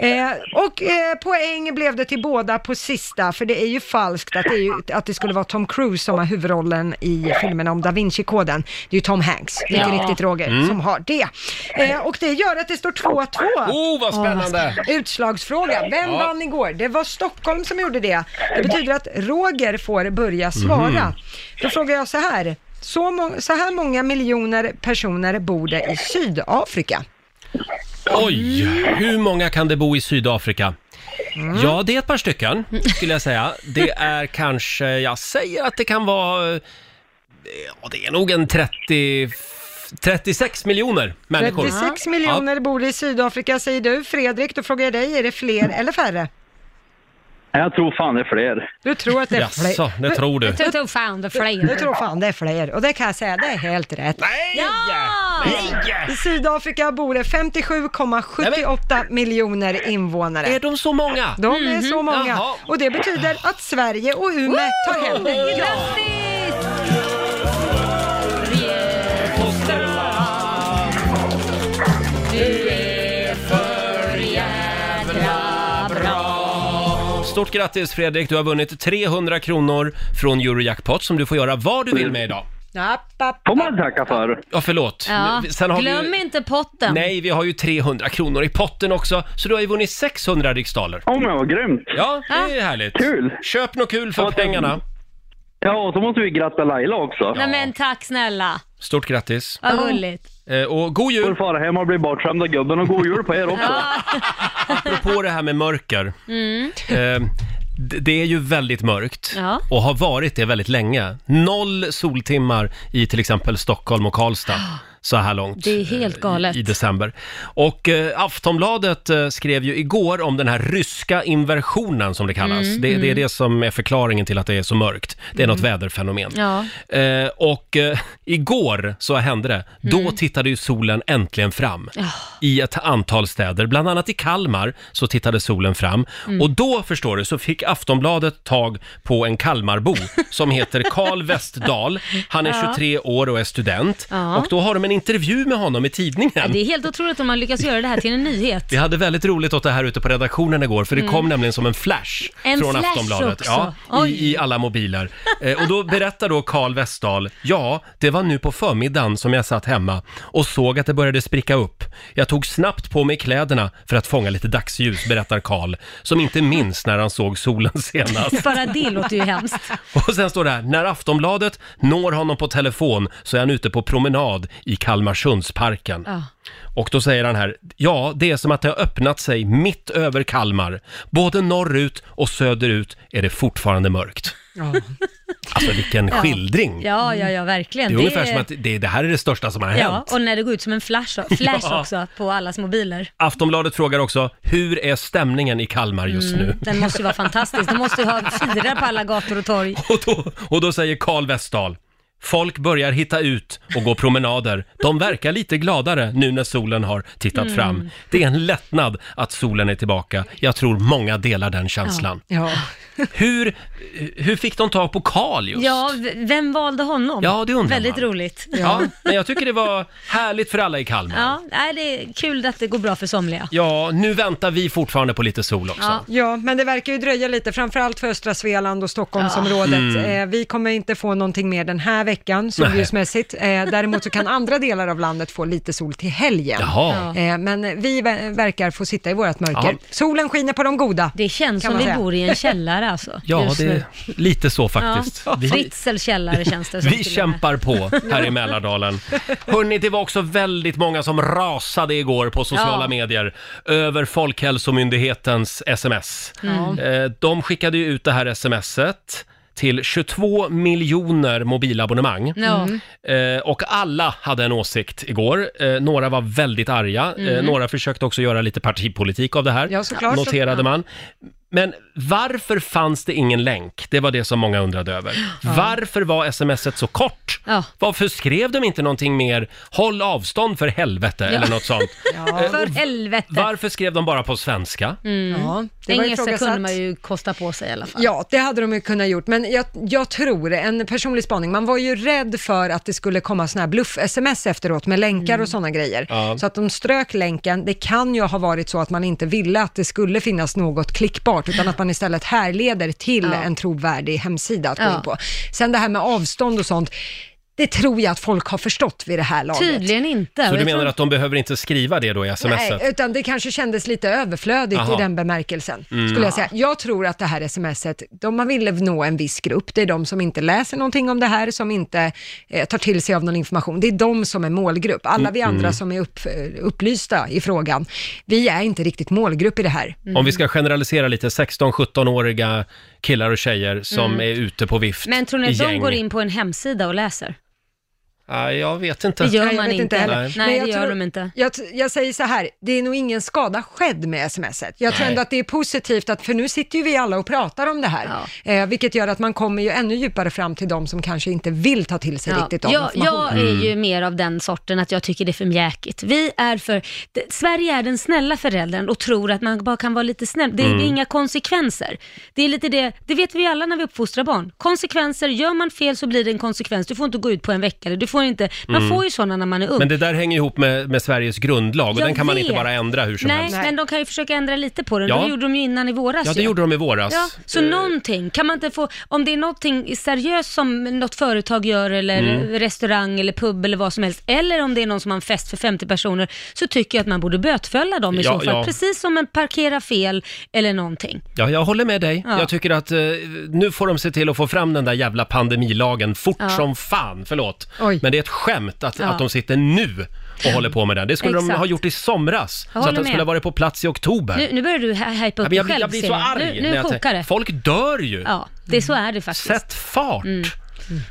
[SPEAKER 2] det. Eh, och eh, poäng blev det till båda på sista, för det är ju falskt att det, är ju, att det skulle vara Tom Cruise som har huvudrollen i filmen om Da Vinci-koden. Det är ju Tom Hanks, mycket
[SPEAKER 1] Ja.
[SPEAKER 2] riktigt Roger,
[SPEAKER 1] Mm.
[SPEAKER 2] som har det. Eh, och det gör att det står 2-2.
[SPEAKER 1] Oh, vad spännande.
[SPEAKER 2] Utslagsfråga. Vem
[SPEAKER 1] Ja.
[SPEAKER 2] vann igår? Det var Stockholm som gjorde det. Det betyder att Roger får börja svara.
[SPEAKER 1] Mhm.
[SPEAKER 2] Då frågar jag så här. Så, må- så här många miljoner personer bor det i Sydafrika?
[SPEAKER 1] Oj, hur många kan det bo i Sydafrika? Ja, det är ett par stycken skulle jag säga. Det är kanske, jag säger att det kan vara, eh, ja det är nog en 30, 36 miljoner människor.
[SPEAKER 2] 36 miljoner bor i Sydafrika säger du. Fredrik, då frågar jag dig, är det fler eller färre?
[SPEAKER 13] Jag tror fan det är fler.
[SPEAKER 2] Du tror att det är fler.
[SPEAKER 1] Jaså, det tror du. Jag
[SPEAKER 11] tror tog fan det är fler.
[SPEAKER 2] Du tror fan det är fler. Och det kan jag säga, det är helt rätt. Nej! I Sydafrika bor det 57,78 miljoner invånare. Är
[SPEAKER 1] de så många?
[SPEAKER 2] De är
[SPEAKER 14] Mhm.
[SPEAKER 2] så många.
[SPEAKER 14] Jaha.
[SPEAKER 2] Och det betyder att Sverige och Umeå tar hem det idag.
[SPEAKER 5] Oh.
[SPEAKER 1] Stort grattis Fredrik, du har vunnit 300 kronor från Eurojackpot som du får göra vad du vill med idag.
[SPEAKER 2] App, app.
[SPEAKER 1] Får man tacka för? Ja, förlåt.
[SPEAKER 5] Ja.
[SPEAKER 1] Men Sen har
[SPEAKER 5] Glöm
[SPEAKER 1] vi ju...
[SPEAKER 5] inte potten.
[SPEAKER 1] Nej, vi har ju 300 kronor i potten också, så du har ju vunnit 600 riksdaler.
[SPEAKER 13] Åh men vad grymt!
[SPEAKER 1] Ja, det är härligt.
[SPEAKER 13] Kul!
[SPEAKER 1] Köp något kul för pengarna.
[SPEAKER 13] Ja, och så måste vi gratta Laila också.
[SPEAKER 5] Nej men tack snälla.
[SPEAKER 1] Stort grattis.
[SPEAKER 5] Vad gulligt.
[SPEAKER 1] Eh, Och god jul! Får
[SPEAKER 13] fara hem och bli bortskämd av gubben och god jul på er också.
[SPEAKER 1] Apropå det här med mörker.
[SPEAKER 5] Mm.
[SPEAKER 1] Eh, d- Det är ju väldigt mörkt
[SPEAKER 5] Ja.
[SPEAKER 1] och har varit det väldigt länge. Noll soltimmar i till exempel Stockholm och Karlstad så här långt. eh,
[SPEAKER 11] Det är helt galet.
[SPEAKER 1] i december. Och eh, Aftonbladet eh, skrev ju igår om den här ryska inversionen som det kallas.
[SPEAKER 5] Mm,
[SPEAKER 1] det, det är
[SPEAKER 5] mm.
[SPEAKER 1] det som är förklaringen till att det är så mörkt. Det är något väderfenomen.
[SPEAKER 5] Ja.
[SPEAKER 1] Eh, och eh, igår så hände det. Då
[SPEAKER 5] Mm.
[SPEAKER 1] tittade ju solen äntligen fram
[SPEAKER 5] Ja.
[SPEAKER 1] i ett antal städer. Bland annat i Kalmar så tittade solen fram.
[SPEAKER 5] Mm.
[SPEAKER 1] Och då, förstår du, så fick Aftonbladet tag på en Kalmarbo som heter Karl Westdahl. Han är
[SPEAKER 5] Ja.
[SPEAKER 1] 23 år och är student.
[SPEAKER 5] Ja.
[SPEAKER 1] Och då har de en intervju med honom i tidningen.
[SPEAKER 5] Det är helt otroligt om man lyckas göra det här till en nyhet.
[SPEAKER 1] Vi hade väldigt roligt åt det här ute på redaktionen igår, för det kom
[SPEAKER 5] Mm.
[SPEAKER 1] nämligen som en flash
[SPEAKER 5] En
[SPEAKER 1] från
[SPEAKER 5] flash
[SPEAKER 1] Aftonbladet.
[SPEAKER 5] också.
[SPEAKER 1] Ja,
[SPEAKER 5] Oj.
[SPEAKER 1] i, I alla mobiler. Eh, och då berättar då Carl Westdahl, ja, det var nu på förmiddagen som jag satt hemma och såg att det började spricka upp. Jag tog snabbt på mig kläderna för att fånga lite dagsljus, berättar Carl, som inte minns när han såg solen senast.
[SPEAKER 5] Bara det låter ju hemskt.
[SPEAKER 1] Och sen står det här, när Aftonbladet når honom på telefon så är han ute på promenad i Kalmarsundsparken.
[SPEAKER 5] Ja.
[SPEAKER 1] Och då säger han här, ja det är som att det har öppnat sig mitt över Kalmar. Både norrut och söderut är det fortfarande mörkt. Alltså vilken
[SPEAKER 5] Ja.
[SPEAKER 1] skildring!
[SPEAKER 5] Ja, ja, ja,
[SPEAKER 1] Det
[SPEAKER 5] verkligen.
[SPEAKER 1] är ungefär som att det, det här är det största som har
[SPEAKER 5] Ja,
[SPEAKER 1] hänt.
[SPEAKER 5] och när det går ut som en flash, flash
[SPEAKER 1] Ja.
[SPEAKER 5] också på allas mobiler.
[SPEAKER 1] Aftonbladet frågar också, hur är stämningen i Kalmar just
[SPEAKER 5] Mm,
[SPEAKER 1] nu?
[SPEAKER 5] Den måste ju vara fantastisk. De måste ju ha fyra på alla gator och torg.
[SPEAKER 1] Och då, och då säger Carl Westdahl, folk börjar hitta ut och gå promenader. De verkar lite gladare nu när solen har tittat
[SPEAKER 2] Mm.
[SPEAKER 1] fram. Det är en lättnad att solen är tillbaka. Jag tror många delar den känslan.
[SPEAKER 2] Ja.
[SPEAKER 1] Hur, hur fick de tag på Carl just?
[SPEAKER 5] Ja, v- vem valde honom?
[SPEAKER 1] Ja, det undrar
[SPEAKER 5] Väldigt
[SPEAKER 1] man.
[SPEAKER 5] roligt.
[SPEAKER 1] Ja, men jag tycker det var härligt för alla i Kalmar. Ja.
[SPEAKER 5] Ja, nej, det är kul att det går bra för somliga.
[SPEAKER 1] nu väntar vi fortfarande på lite sol också.
[SPEAKER 2] Ja. ja, men det verkar ju dröja lite, framförallt för östra Svealand och Stockholmsområdet.
[SPEAKER 1] Ja. Mm.
[SPEAKER 2] Eh, vi kommer inte få någonting mer den här veckan solljusmässigt. Eh, däremot så kan andra delar av landet få lite sol till helgen.
[SPEAKER 1] Jaha.
[SPEAKER 2] Eh, men vi ver- verkar få sitta i vårt mörker.
[SPEAKER 1] Jaha.
[SPEAKER 2] Solen skiner på de goda.
[SPEAKER 5] Det känns som vi bor i en källare alltså.
[SPEAKER 1] Ja,
[SPEAKER 5] just
[SPEAKER 1] det
[SPEAKER 5] nu.
[SPEAKER 1] är lite så faktiskt.
[SPEAKER 5] Ja.
[SPEAKER 1] Vi-
[SPEAKER 5] Fritzels källare känns det som.
[SPEAKER 1] Vi
[SPEAKER 5] till och
[SPEAKER 1] kämpar
[SPEAKER 5] med.
[SPEAKER 1] på här i Mälardalen. Hörrni, det var också väldigt många som rasade igår på sociala
[SPEAKER 5] Ja.
[SPEAKER 1] medier över Folkhälsomyndighetens sms.
[SPEAKER 5] Mm.
[SPEAKER 1] Eh, De skickade ju ut det här smset till 22 miljoner mobilabonnemang.
[SPEAKER 5] Ja. Mm.
[SPEAKER 1] Eh, och alla hade en åsikt igår. Eh, några var väldigt arga. Eh,
[SPEAKER 5] Mm.
[SPEAKER 1] några försökte också göra lite partipolitik av det här.
[SPEAKER 2] Ja, såklart.
[SPEAKER 1] Noterade
[SPEAKER 2] Ja.
[SPEAKER 1] man. Men varför fanns det ingen länk? Det var det som många undrade över. Varför var smset så kort?
[SPEAKER 5] Ja.
[SPEAKER 1] Varför skrev de inte någonting mer? Håll avstånd för helvete
[SPEAKER 5] Ja.
[SPEAKER 1] eller något sånt.
[SPEAKER 5] Ja. För helvete.
[SPEAKER 1] Varför skrev de bara på svenska?
[SPEAKER 5] Mm.
[SPEAKER 2] Ja, det var
[SPEAKER 5] Engelska
[SPEAKER 2] ifrågasatt.
[SPEAKER 5] kunde man ju kosta på sig i alla fall.
[SPEAKER 2] Ja, det hade de ju kunnat gjort, men jag, jag tror, en personlig spaning, man var ju rädd för att det skulle komma sådana här bluff-sms efteråt med länkar och sådana grejer.
[SPEAKER 5] Mm. Ja.
[SPEAKER 2] Så att de strök länken, det kan ju ha varit så att man inte ville att det skulle finnas något klickbart, utan att man istället härleder till
[SPEAKER 5] Ja.
[SPEAKER 2] en trovärdig hemsida att gå
[SPEAKER 5] Ja.
[SPEAKER 2] in på. Sen det här med avstånd och sånt, det tror jag att folk har förstått vid det här laget.
[SPEAKER 5] Tydligen inte.
[SPEAKER 1] Så
[SPEAKER 2] jag
[SPEAKER 1] du menar
[SPEAKER 2] tror-
[SPEAKER 1] att de behöver inte skriva det då i smset?
[SPEAKER 2] Nej, utan det kanske kändes lite överflödigt
[SPEAKER 1] Jaha.
[SPEAKER 2] i den bemärkelsen,
[SPEAKER 1] Mm.
[SPEAKER 2] skulle jag säga. Jag tror att det här smset, de man ville nå en viss grupp, det är de som inte läser någonting om det här, som inte eh, tar till sig av någon information. Det är de som är målgrupp. Alla vi
[SPEAKER 1] Mm.
[SPEAKER 2] andra som är upp, eh, upplysta i frågan, vi är inte riktigt målgrupp i det här.
[SPEAKER 5] mm.
[SPEAKER 1] Om vi ska generalisera lite, 16-17-åriga killar och tjejer som
[SPEAKER 5] Mm.
[SPEAKER 1] är ute på vift
[SPEAKER 5] Men tror ni
[SPEAKER 1] i
[SPEAKER 5] att de
[SPEAKER 1] gäng.
[SPEAKER 5] går in på en hemsida och läser?
[SPEAKER 1] Ja, jag vet inte.
[SPEAKER 5] Det gör
[SPEAKER 2] Nej, jag
[SPEAKER 5] man
[SPEAKER 2] vet
[SPEAKER 5] inte.
[SPEAKER 2] inte heller.
[SPEAKER 5] Nej,
[SPEAKER 2] Men jag
[SPEAKER 5] det gör
[SPEAKER 2] tror-
[SPEAKER 5] de inte.
[SPEAKER 2] Jag, t- jag säger så här, det är nog ingen skada skedd med smset. Jag tror
[SPEAKER 5] Nej.
[SPEAKER 2] ändå att det är positivt, att, för nu sitter ju vi alla och pratar om det här, eh, vilket gör att man kommer ju ännu djupare fram till de som kanske inte vill ta till sig
[SPEAKER 5] Ja.
[SPEAKER 2] riktigt av
[SPEAKER 5] Jag, jag
[SPEAKER 2] informationen.
[SPEAKER 5] är
[SPEAKER 1] Mm.
[SPEAKER 5] ju mer av den sorten att jag tycker det är för mjäkigt. Vi är för, det, Sverige är den snälla föräldern och tror att man bara kan vara lite snäll. Det är
[SPEAKER 11] Mm.
[SPEAKER 5] inga konsekvenser. Det är lite det, det vet vi alla när vi uppfostrar barn. Konsekvenser, gör man fel så blir det en konsekvens. Du får inte gå ut på en vecka eller du får inte, man
[SPEAKER 1] Mm.
[SPEAKER 5] får ju sådana när man är ung.
[SPEAKER 1] Men det där hänger ihop med, med Sveriges grundlag och
[SPEAKER 5] Jag
[SPEAKER 1] den kan man inte
[SPEAKER 5] vet.
[SPEAKER 1] bara ändra hur som
[SPEAKER 5] Nej,
[SPEAKER 1] helst.
[SPEAKER 5] men de kan ju försöka ändra lite på den.
[SPEAKER 1] Ja.
[SPEAKER 5] Det gjorde de ju innan i våras
[SPEAKER 1] Ja, det
[SPEAKER 5] ju.
[SPEAKER 1] gjorde de i våras.
[SPEAKER 5] Ja, så
[SPEAKER 1] Eh,
[SPEAKER 5] någonting. Kan man inte få, om det är någonting seriöst som något företag gör eller
[SPEAKER 1] Mm.
[SPEAKER 5] restaurang eller pub eller vad som helst, eller om det är någon som har en fest för 50 personer, så tycker jag att man borde bötfälla dem i
[SPEAKER 1] Ja,
[SPEAKER 5] så fall.
[SPEAKER 1] ja.
[SPEAKER 5] Precis som en parkera fel eller någonting.
[SPEAKER 1] Ja, jag håller med dig.
[SPEAKER 5] Ja.
[SPEAKER 1] Jag tycker att eh, nu får de se till att få fram den där jävla pandemilagen fort
[SPEAKER 5] Ja.
[SPEAKER 1] som fan. Förlåt.
[SPEAKER 5] Oj.
[SPEAKER 1] Men det är ett skämt att,
[SPEAKER 5] Ja.
[SPEAKER 1] att de sitter nu och håller på med den. Det skulle de
[SPEAKER 5] Exakt.
[SPEAKER 1] ha gjort i somras.
[SPEAKER 5] Jag
[SPEAKER 1] Så att
[SPEAKER 5] håller
[SPEAKER 1] den
[SPEAKER 5] med.
[SPEAKER 1] skulle ha varit på plats i oktober.
[SPEAKER 5] Nu, nu börjar du hy- hypa
[SPEAKER 1] Ja,
[SPEAKER 5] upp
[SPEAKER 1] men
[SPEAKER 5] dig
[SPEAKER 1] jag, blir-
[SPEAKER 5] själv
[SPEAKER 1] jag blir så
[SPEAKER 5] Simon.
[SPEAKER 1] arg.
[SPEAKER 5] Nu,
[SPEAKER 1] när
[SPEAKER 5] nu
[SPEAKER 1] jag
[SPEAKER 5] kokar
[SPEAKER 1] tänker-
[SPEAKER 5] det.
[SPEAKER 1] Folk dör ju.
[SPEAKER 5] Ja, det, så är det faktiskt.
[SPEAKER 1] Sätt fart!
[SPEAKER 5] Mm.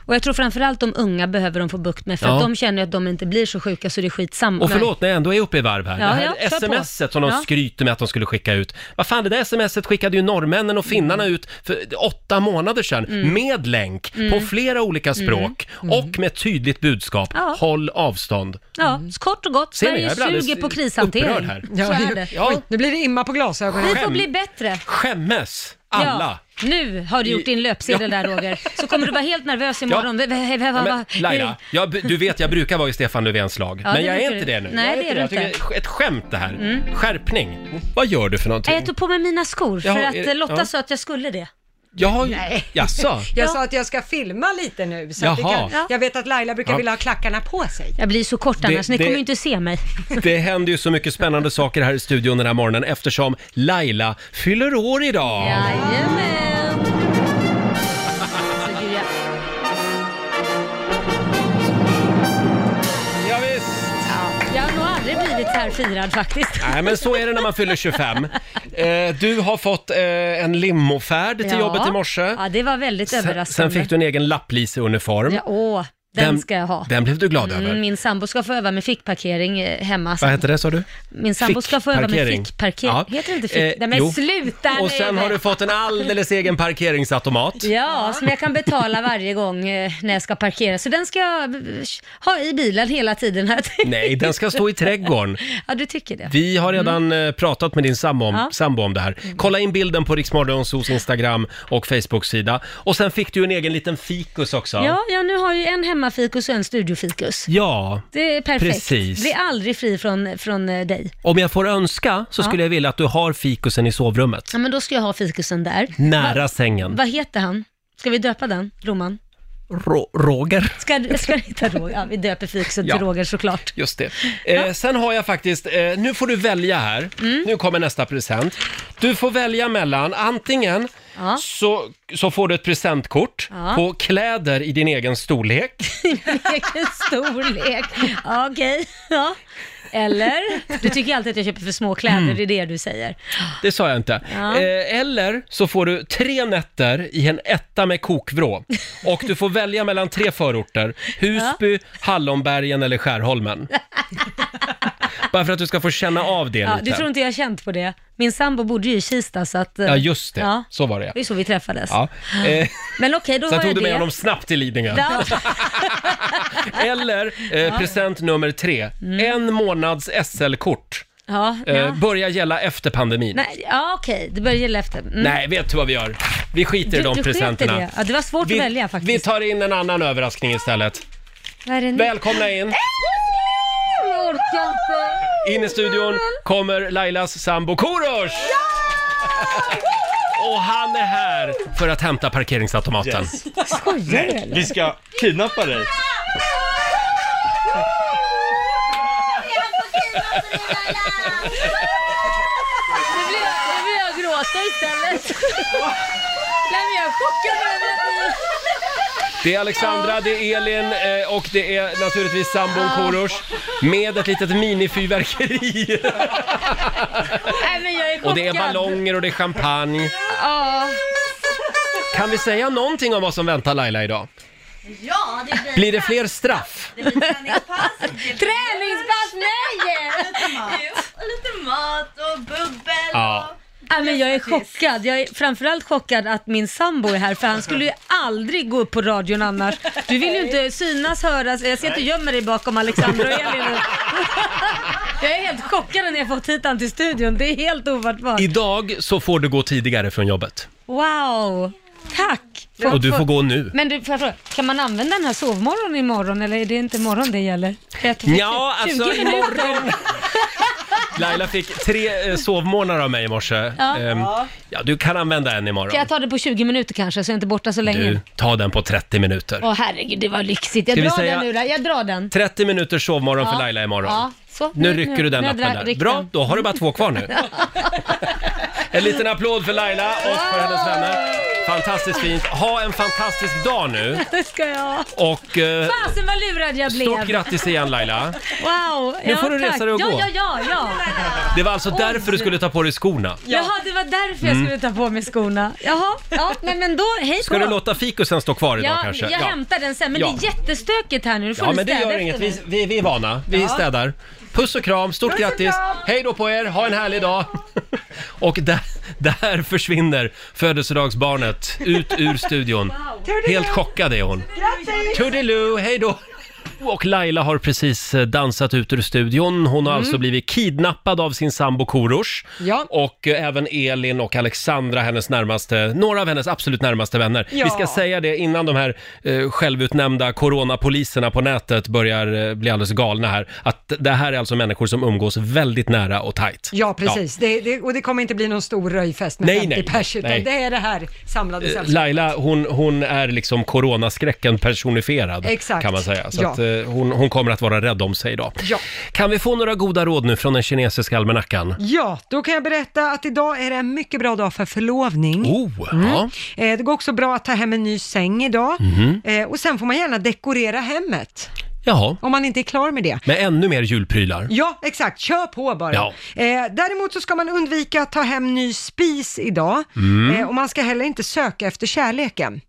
[SPEAKER 5] Och jag tror framförallt de unga behöver de få bukt med, för
[SPEAKER 1] Ja.
[SPEAKER 5] att de känner att de inte blir så sjuka så det är skitsamma.
[SPEAKER 1] Och förlåt när jag ändå är uppe i varv här.
[SPEAKER 5] Ja,
[SPEAKER 1] det här
[SPEAKER 5] ja, kör på.
[SPEAKER 1] smset som de
[SPEAKER 5] Ja.
[SPEAKER 1] skryter med att de skulle skicka ut. Vad fan, det där smset skickade ju norrmännen och finnarna ut för åtta månader sedan.
[SPEAKER 5] Mm.
[SPEAKER 1] Med länk,
[SPEAKER 5] Mm.
[SPEAKER 1] på flera olika språk och med ett tydligt budskap.
[SPEAKER 5] Ja.
[SPEAKER 1] Håll avstånd.
[SPEAKER 5] Ja, kort och gott.
[SPEAKER 1] Ser ni,
[SPEAKER 5] Sverige
[SPEAKER 1] jag blir alldeles
[SPEAKER 5] suger på krishantering.
[SPEAKER 1] upprörd här.
[SPEAKER 5] Så är det.
[SPEAKER 1] Ja.
[SPEAKER 2] Nu blir det imma på glasögonen.
[SPEAKER 5] Vi får bli bättre.
[SPEAKER 1] Skämmes alla!
[SPEAKER 5] Ja, nu har du gjort din löpsedel där Roger. Så kommer du vara helt nervös imorgon. Ja.
[SPEAKER 1] Ja, men, Laila, jag, du vet jag brukar vara i Stefan Löfvens lag,
[SPEAKER 5] Ja,
[SPEAKER 1] men
[SPEAKER 5] det
[SPEAKER 1] jag är
[SPEAKER 5] brukar
[SPEAKER 1] inte
[SPEAKER 5] du.
[SPEAKER 1] det nu.
[SPEAKER 5] Nej,
[SPEAKER 1] jag
[SPEAKER 5] det är
[SPEAKER 1] inte
[SPEAKER 5] du
[SPEAKER 1] Jag
[SPEAKER 5] inte.
[SPEAKER 1] tycker det är ett skämt det här.
[SPEAKER 5] Mm.
[SPEAKER 1] Skärpning. Vad gör du för någonting?
[SPEAKER 5] Jag tog på mig mina skor för
[SPEAKER 1] Jaha,
[SPEAKER 5] att
[SPEAKER 1] är det-
[SPEAKER 5] eh, Lotta
[SPEAKER 1] ja.
[SPEAKER 5] sa att jag skulle det.
[SPEAKER 1] Jaha,
[SPEAKER 2] Nej.
[SPEAKER 1] jaså?
[SPEAKER 2] Jag sa att jag ska filma lite nu, så att det
[SPEAKER 1] Jaha.
[SPEAKER 2] kan, jag vet att Laila brukar
[SPEAKER 1] Ja.
[SPEAKER 2] vilja ha klackarna på sig.
[SPEAKER 5] Jag blir så kort
[SPEAKER 1] annars, Det- ni det- kommer ju
[SPEAKER 5] inte se mig.
[SPEAKER 1] Det händer ju så mycket spännande saker här i studion den här morgonen eftersom Laila fyller år idag.
[SPEAKER 5] Jajamän. Så gud, jag-
[SPEAKER 1] Ja, visst.
[SPEAKER 5] Jag har nog aldrig blivit så här firad faktiskt.
[SPEAKER 1] Nej, men så är det när man fyller 25. Eh, du har fått eh, en limofärd till
[SPEAKER 5] Ja.
[SPEAKER 1] jobbet i morse.
[SPEAKER 5] Ja, det var väldigt
[SPEAKER 1] Sen, sen
[SPEAKER 5] överraskande.
[SPEAKER 1] fick du en egen lappliseuniform.
[SPEAKER 5] Ja, åh, den, ska jag ha.
[SPEAKER 1] Den blev du glad
[SPEAKER 5] Mm,
[SPEAKER 1] över.
[SPEAKER 5] Min sambo ska få öva med fickparkering eh, hemma.
[SPEAKER 1] Vad heter det sa du?
[SPEAKER 5] Min sambo ska få öva med
[SPEAKER 1] Fickparkering.
[SPEAKER 5] fickparkering.
[SPEAKER 1] Ja.
[SPEAKER 5] Heter det inte fick?
[SPEAKER 1] Eh,
[SPEAKER 5] Nej, men
[SPEAKER 1] jo.
[SPEAKER 5] sluta
[SPEAKER 1] Och
[SPEAKER 5] nu.
[SPEAKER 1] sen har du fått en alldeles egen parkeringsautomat.
[SPEAKER 5] Ja, som jag kan betala varje gång eh, när jag ska parkera. Så den ska jag eh, ha i bilen hela tiden. Här.
[SPEAKER 1] Nej, den ska stå i trädgården.
[SPEAKER 5] Ja, du tycker det.
[SPEAKER 1] Vi har redan eh, pratat med din sambo om,
[SPEAKER 5] Mm. Ja. Mm.
[SPEAKER 1] sambo om det här. Kolla in bilden på Riksmorgonsos Instagram och Facebook-sida. Och sen fick du en egen liten fikus också.
[SPEAKER 5] Ja, ja, nu har jag ju en hemmafikus och en studiofikus.
[SPEAKER 1] Ja.
[SPEAKER 5] Det är perfekt.
[SPEAKER 1] Precis.
[SPEAKER 5] Blir aldrig fri från, från eh, dig.
[SPEAKER 1] Om jag får önska så
[SPEAKER 5] Ja.
[SPEAKER 1] skulle jag vilja att du har fikusen i sovrummet.
[SPEAKER 5] Ja, men då ska jag ha fikusen där.
[SPEAKER 1] Nära sängen.
[SPEAKER 5] Vad heter han? Ska vi döpa den, Roman?
[SPEAKER 1] Ro- Roger.
[SPEAKER 5] Ska, ska det heta Roger? Ja, vi döper fixet
[SPEAKER 1] Ja.
[SPEAKER 5] till Roger såklart.
[SPEAKER 1] Just det. Eh, sen har jag faktiskt, eh, nu får du välja här.
[SPEAKER 5] Mm.
[SPEAKER 1] Nu kommer nästa present. Du får välja mellan, antingen
[SPEAKER 5] Ja.
[SPEAKER 1] så, så får du ett presentkort
[SPEAKER 5] Ja.
[SPEAKER 1] på kläder i din egen storlek.
[SPEAKER 5] Vilken storlek. Ja, Okej. Ja. Eller? Du tycker ju alltid att jag köper för små kläder,
[SPEAKER 1] Mm.
[SPEAKER 5] det är det du säger.
[SPEAKER 1] Det sa jag inte.
[SPEAKER 5] Ja.
[SPEAKER 1] Eh, eller så får du tre nätter i en etta med kokvrå. Och du får välja mellan tre förorter. Husby, Hallonbergen eller Skärholmen. Bara för att du ska få känna av det
[SPEAKER 5] Ja,
[SPEAKER 1] lite.
[SPEAKER 5] du tror inte jag har känt på det? Min sambo bodde ju i Kista så att... eh,
[SPEAKER 1] Ja, just det.
[SPEAKER 5] ja.
[SPEAKER 1] Så var det
[SPEAKER 5] Det är så vi träffades.
[SPEAKER 1] ja. Eh,
[SPEAKER 5] Men okej, då
[SPEAKER 1] Sen
[SPEAKER 5] har
[SPEAKER 1] tog
[SPEAKER 5] jag
[SPEAKER 1] du med
[SPEAKER 5] det.
[SPEAKER 1] honom snabbt till Lidingö.
[SPEAKER 5] Ja.
[SPEAKER 1] Eller eh,
[SPEAKER 5] Ja.
[SPEAKER 1] present nummer tre. En månads SL-kort.
[SPEAKER 5] Ja,
[SPEAKER 1] Eh,
[SPEAKER 5] ja.
[SPEAKER 1] Börja gälla efter pandemin. Nej.
[SPEAKER 5] Nej, ja okej, det börjar gälla efter. Mm.
[SPEAKER 1] vet du vad vi gör? Vi skiter
[SPEAKER 5] du,
[SPEAKER 1] i de
[SPEAKER 5] du sket
[SPEAKER 1] presenterna.
[SPEAKER 5] i det. Ja, det var svårt
[SPEAKER 1] Vi-
[SPEAKER 5] att välja faktiskt.
[SPEAKER 1] Vi tar in en annan överraskning istället.
[SPEAKER 5] Vad är det nu?
[SPEAKER 1] Välkomna in.
[SPEAKER 5] Jag orkar inte.
[SPEAKER 1] In i studion kommer Lailas sambo Korosh! Och han är här för att hämta parkeringsautomaten.
[SPEAKER 14] Yes.
[SPEAKER 5] Skojar du
[SPEAKER 14] Nej,
[SPEAKER 5] eller?
[SPEAKER 14] vi ska kidnappa dig.
[SPEAKER 5] Nu blir jag, nu blir jag gråta istället. Nej men jag är chockad över att ni...
[SPEAKER 1] Det är Alexandra, det är Elin eh, och det är naturligtvis sambon Korosh med ett litet minifyrverkeri.
[SPEAKER 5] Nej men jag är chockad.
[SPEAKER 1] Och det är ballonger och det är champagne.
[SPEAKER 5] Ja.
[SPEAKER 1] Kan vi säga någonting om vad som väntar Laila idag?
[SPEAKER 5] Ja, det
[SPEAKER 1] Blir det fler straff?
[SPEAKER 5] Träningspass, nej!
[SPEAKER 15] Lite mat och
[SPEAKER 4] oh,
[SPEAKER 15] bubbel.
[SPEAKER 1] Ja.
[SPEAKER 5] Nej, men jag är chockad. Jag är framförallt chockad att min sambo är här för han skulle ju aldrig gå upp på radion annars. Du vill ju inte synas, höras. Jag ser att du gömmer dig bakom Alexander och Elin nu. Jag är helt chockad när jag fått hit han till studion. Det är helt ofattbart.
[SPEAKER 1] Idag så får du gå tidigare från jobbet.
[SPEAKER 5] Wow! Tack!
[SPEAKER 1] Och du får gå nu.
[SPEAKER 5] Men du, får jag fråga, kan man använda den här sovmorgon imorgon eller är det inte imorgon det gäller? Jag typ tror-
[SPEAKER 1] Ja, alltså, imorgon- Laila fick tre eh, sovmorgnar av mig i morse.
[SPEAKER 5] Ja.
[SPEAKER 1] Ehm, ja, du kan använda en
[SPEAKER 5] Kan
[SPEAKER 1] imorgon.
[SPEAKER 5] jag ta det på 20 minuter kanske så jag inte är borta så
[SPEAKER 1] Du,
[SPEAKER 5] länge?
[SPEAKER 1] ta den på 30 minuter.
[SPEAKER 5] Åh herregud, det var lyxigt. Jag
[SPEAKER 1] Ska vi
[SPEAKER 5] drar
[SPEAKER 1] säga-
[SPEAKER 5] den nu då. Jag drar den.
[SPEAKER 1] 30 minuters sovmorgon för
[SPEAKER 5] Ja.
[SPEAKER 1] Laila imorgon.
[SPEAKER 5] Ja, så.
[SPEAKER 1] Nu rycker du den
[SPEAKER 5] nu
[SPEAKER 1] lappen
[SPEAKER 5] drar-
[SPEAKER 1] där.
[SPEAKER 5] rycker
[SPEAKER 1] Bra,
[SPEAKER 5] den.
[SPEAKER 1] då har du bara två kvar nu. En liten applåd för Laila och för hennes vänner. Fantastiskt fint. Ha en fantastisk dag nu.
[SPEAKER 5] Det ska jag.
[SPEAKER 1] Och eh,
[SPEAKER 5] Fasen vad lurad jag blev.
[SPEAKER 1] stort grattis igen Laila.
[SPEAKER 5] Wow.
[SPEAKER 1] Nu
[SPEAKER 5] ja,
[SPEAKER 1] får du
[SPEAKER 5] tack.
[SPEAKER 1] resa dig och
[SPEAKER 5] ja,
[SPEAKER 1] gå.
[SPEAKER 5] Ja, ja, ja.
[SPEAKER 1] Det var alltså
[SPEAKER 5] Oj.
[SPEAKER 1] därför du skulle ta på dig skorna.
[SPEAKER 5] Jaha, det var därför jag
[SPEAKER 1] Mm.
[SPEAKER 5] skulle ta på mig skorna. Jaha, ja, men, men då, hej på.
[SPEAKER 1] Ska du låta fikusen stå kvar idag
[SPEAKER 5] ja,
[SPEAKER 1] kanske?
[SPEAKER 5] Jag hämtar den sen, men
[SPEAKER 1] Ja.
[SPEAKER 5] det är jättestökigt här nu. Nu får
[SPEAKER 1] Ja,
[SPEAKER 5] ni
[SPEAKER 1] men det
[SPEAKER 5] städa
[SPEAKER 1] gör
[SPEAKER 5] efter
[SPEAKER 1] inget.
[SPEAKER 5] mig.
[SPEAKER 1] Vi, vi, vi är vana. Vi
[SPEAKER 5] Ja.
[SPEAKER 1] städar. Puss och kram, stort
[SPEAKER 5] Puss och
[SPEAKER 1] grattis!
[SPEAKER 5] kram.
[SPEAKER 1] Hej då på er, ha en härlig dag! och där, där försvinner födelsedagsbarnet ut ur studion. Helt chockad är hon. Toodiloo, hej då! Och Laila har precis eh, dansat ut ur studion. Hon har
[SPEAKER 2] Mm.
[SPEAKER 1] alltså blivit kidnappad av sin sambo Korosh.
[SPEAKER 2] Ja.
[SPEAKER 1] Och eh, även Elin och Alexandra, hennes närmaste, några av hennes absolut närmaste vänner.
[SPEAKER 2] Ja.
[SPEAKER 1] Vi ska säga det innan de här eh, självutnämnda coronapoliserna på nätet börjar eh, bli alldeles galna här. Att det här är alltså människor som umgås väldigt nära och tajt.
[SPEAKER 2] Ja, precis. Det, det, och det kommer inte bli någon stor röjfest med
[SPEAKER 1] Nej,
[SPEAKER 2] 50
[SPEAKER 1] nej,
[SPEAKER 2] pers, utan
[SPEAKER 1] nej.
[SPEAKER 2] det är det här samlade
[SPEAKER 1] Eh,
[SPEAKER 2] sällskapet.
[SPEAKER 1] Laila, hon, hon är liksom coronaskräcken personifierad
[SPEAKER 2] Exakt.
[SPEAKER 1] kan man säga. Så
[SPEAKER 2] Ja.
[SPEAKER 1] att, eh, hon, hon kommer att vara rädd om sig idag.
[SPEAKER 2] Ja.
[SPEAKER 1] Kan vi få några goda råd nu från den kinesiska almanackan?
[SPEAKER 2] Ja, då kan jag berätta att idag är det en mycket bra dag för förlovning.
[SPEAKER 1] Oh, ja.
[SPEAKER 2] Eh, Det går också bra att ta hem en ny säng idag.
[SPEAKER 1] Mhm.
[SPEAKER 2] Eh, Och sen får man gärna dekorera hemmet,
[SPEAKER 1] Jaha,
[SPEAKER 2] om man inte är klar med det.
[SPEAKER 1] med ännu mer julprylar.
[SPEAKER 2] Ja, exakt. Kör på bara.
[SPEAKER 1] Ja.
[SPEAKER 2] Eh, däremot så ska man undvika att ta hem ny spis idag.
[SPEAKER 1] Mm.
[SPEAKER 2] Eh, och man ska heller inte söka efter kärleken.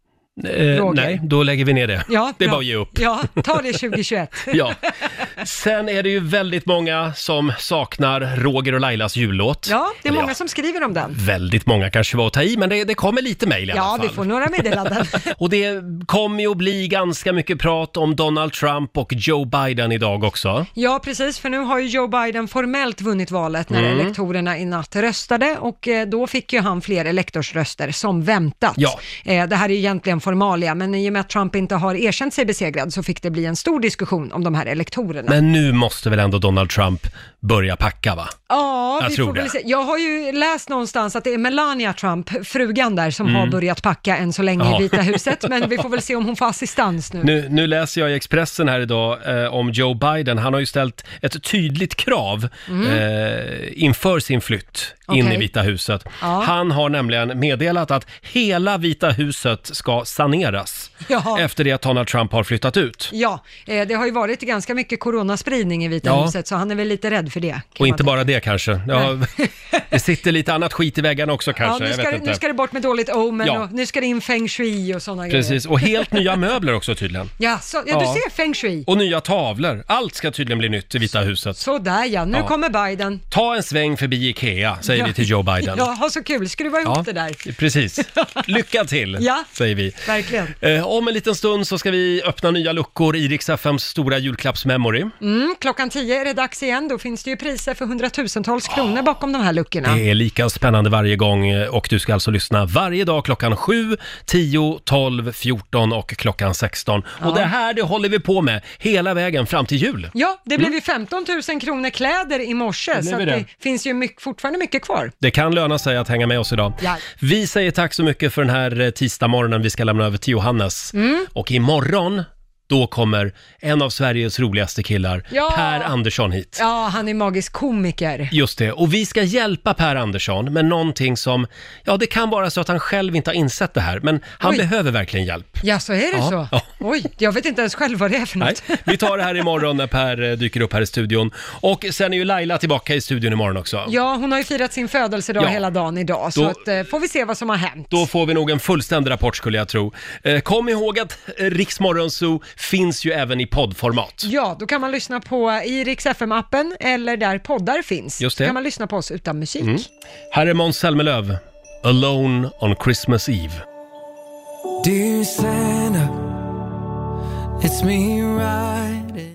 [SPEAKER 1] Eh,
[SPEAKER 2] Roger.
[SPEAKER 1] nej, då lägger vi ner det.
[SPEAKER 2] Ja,
[SPEAKER 1] det är
[SPEAKER 2] bra.
[SPEAKER 1] bara att ge upp.
[SPEAKER 2] Ja, ta det 2021.
[SPEAKER 1] Ja. Sen är det ju väldigt många som saknar Roger och Lailas jullåt.
[SPEAKER 2] Ja, det är
[SPEAKER 1] Eller
[SPEAKER 2] många som skriver om den.
[SPEAKER 1] Väldigt många kanske var att ta i, men det, det kommer lite mejl i alla
[SPEAKER 2] Ja,
[SPEAKER 1] fall.
[SPEAKER 2] vi får några meddelanden.
[SPEAKER 1] Och det kommer ju att bli ganska mycket prat om Donald Trump och Joe Biden idag också.
[SPEAKER 2] Ja, precis, för nu har ju Joe Biden formellt vunnit valet när
[SPEAKER 1] Mm.
[SPEAKER 2] elektorerna i natt röstade och eh, då fick ju han fler elektorsröster som väntat.
[SPEAKER 1] Ja.
[SPEAKER 2] Eh, Det här är ju egentligen formalia, men i och med att Trump inte har erkänt sig besegrad så fick det bli en stor diskussion om de här elektorerna.
[SPEAKER 1] Men nu måste väl ändå Donald Trump börja packa va?
[SPEAKER 2] Ja,
[SPEAKER 1] Jag
[SPEAKER 2] vi
[SPEAKER 1] tror
[SPEAKER 2] får väl
[SPEAKER 1] det.
[SPEAKER 2] se. Jag har ju läst någonstans att det är Melania Trump, frugan där, som
[SPEAKER 1] Mm.
[SPEAKER 2] har börjat packa än så länge
[SPEAKER 1] Jaha.
[SPEAKER 2] i Vita huset. Men vi får väl se om hon får assistans nu.
[SPEAKER 1] Nu, nu läser jag i Expressen här idag eh, om Joe Biden. Han har ju ställt ett tydligt krav
[SPEAKER 2] Mm.
[SPEAKER 1] eh, inför sin flytt in
[SPEAKER 2] Okej.
[SPEAKER 1] i Vita huset.
[SPEAKER 2] Ja.
[SPEAKER 1] Han har nämligen meddelat att hela Vita huset ska saneras
[SPEAKER 2] Ja.
[SPEAKER 1] efter det att Donald Trump har flyttat ut.
[SPEAKER 2] Ja, eh, det har ju varit ganska mycket coronaspridning i Vita
[SPEAKER 1] Ja.
[SPEAKER 2] huset, så han är väl lite rädd för det.
[SPEAKER 1] Och inte bara det kanske. Ja, det sitter lite annat skit i väggarna också kanske.
[SPEAKER 2] ja, nu,
[SPEAKER 1] jag
[SPEAKER 2] ska
[SPEAKER 1] vet
[SPEAKER 2] det,
[SPEAKER 1] inte.
[SPEAKER 2] nu ska det bort med dåligt omen
[SPEAKER 1] Ja.
[SPEAKER 2] och nu ska det in feng shui och sådana
[SPEAKER 1] Precis,
[SPEAKER 2] grejer.
[SPEAKER 1] och helt nya möbler också tydligen.
[SPEAKER 2] Ja, så, ja,
[SPEAKER 1] Ja.
[SPEAKER 2] du ser feng shui.
[SPEAKER 1] Och nya tavlor. Allt ska tydligen bli nytt i Vita huset.
[SPEAKER 2] Sådär ja, nu
[SPEAKER 1] Ja.
[SPEAKER 2] kommer Biden.
[SPEAKER 1] Ta en sväng förbi Ikea, säger
[SPEAKER 2] Ja.
[SPEAKER 1] vi till Joe Biden.
[SPEAKER 2] Ja, ha så kul, skruva ihop det där.
[SPEAKER 1] Precis. Lycka till,
[SPEAKER 2] Ja.
[SPEAKER 1] säger vi.
[SPEAKER 2] Verkligen.
[SPEAKER 1] Eh, om en liten stund så ska vi öppna nya luckor i Rix FMs stora julklappsmemory.
[SPEAKER 2] Mm, klockan 10 är det dags igen, då finns det ju priser för hundratusentals kronor bakom de här luckorna.
[SPEAKER 1] Ah. Det är lika spännande varje gång eh, och du ska alltså lyssna varje dag klockan 7, 10, 12, 14 och klockan 16. Och det här det håller vi på med hela vägen fram till jul.
[SPEAKER 2] Ja, det blev ju 15 000 kronor kläder i morse,
[SPEAKER 1] Mm. blev
[SPEAKER 2] så att
[SPEAKER 1] det.
[SPEAKER 2] det finns ju mycket, fortfarande mycket kvar.
[SPEAKER 1] Det kan löna sig att hänga med oss idag.
[SPEAKER 2] Ja.
[SPEAKER 1] Vi säger tack så mycket för den här eh, tisdagsmorgonen. Vi ska lämna över till Johannes.
[SPEAKER 2] Mm.
[SPEAKER 1] Och imorgon, då kommer en av Sveriges roligaste killar,
[SPEAKER 2] Ja.
[SPEAKER 1] Per Andersson hit.
[SPEAKER 2] Ja, han är magisk komiker.
[SPEAKER 1] Just det, och vi ska hjälpa Per Andersson med någonting som, ja det kan vara så att han själv inte har insett det här, men han
[SPEAKER 2] Oj.
[SPEAKER 1] behöver verkligen hjälp.
[SPEAKER 2] Ja, så är det
[SPEAKER 1] Ja,
[SPEAKER 2] så?
[SPEAKER 1] ja.
[SPEAKER 2] Oj, jag vet inte ens själv vad det är för
[SPEAKER 1] Nej,
[SPEAKER 2] något.
[SPEAKER 1] vi tar det här imorgon när Per eh, dyker upp här i studion. Och sen är ju Laila tillbaka i studion imorgon också.
[SPEAKER 2] Ja, hon har ju firat sin födelsedag
[SPEAKER 1] Ja.
[SPEAKER 2] hela dagen idag, så
[SPEAKER 1] Då-
[SPEAKER 2] att, eh, får vi se vad som har hänt.
[SPEAKER 1] Då får vi nog en fullständig rapport skulle jag tro. Eh, Kom ihåg att eh, Rix Morgon Zoo finns ju även i poddformat.
[SPEAKER 2] Ja, då kan man lyssna på eh, i Rix FM-appen eller där poddar finns.
[SPEAKER 1] Just det.
[SPEAKER 2] Då kan man lyssna på oss utan musik.
[SPEAKER 1] Mm. Här är Måns Zelmerlöw, Alone on Christmas Eve.
[SPEAKER 9] Dear Santa, it's me right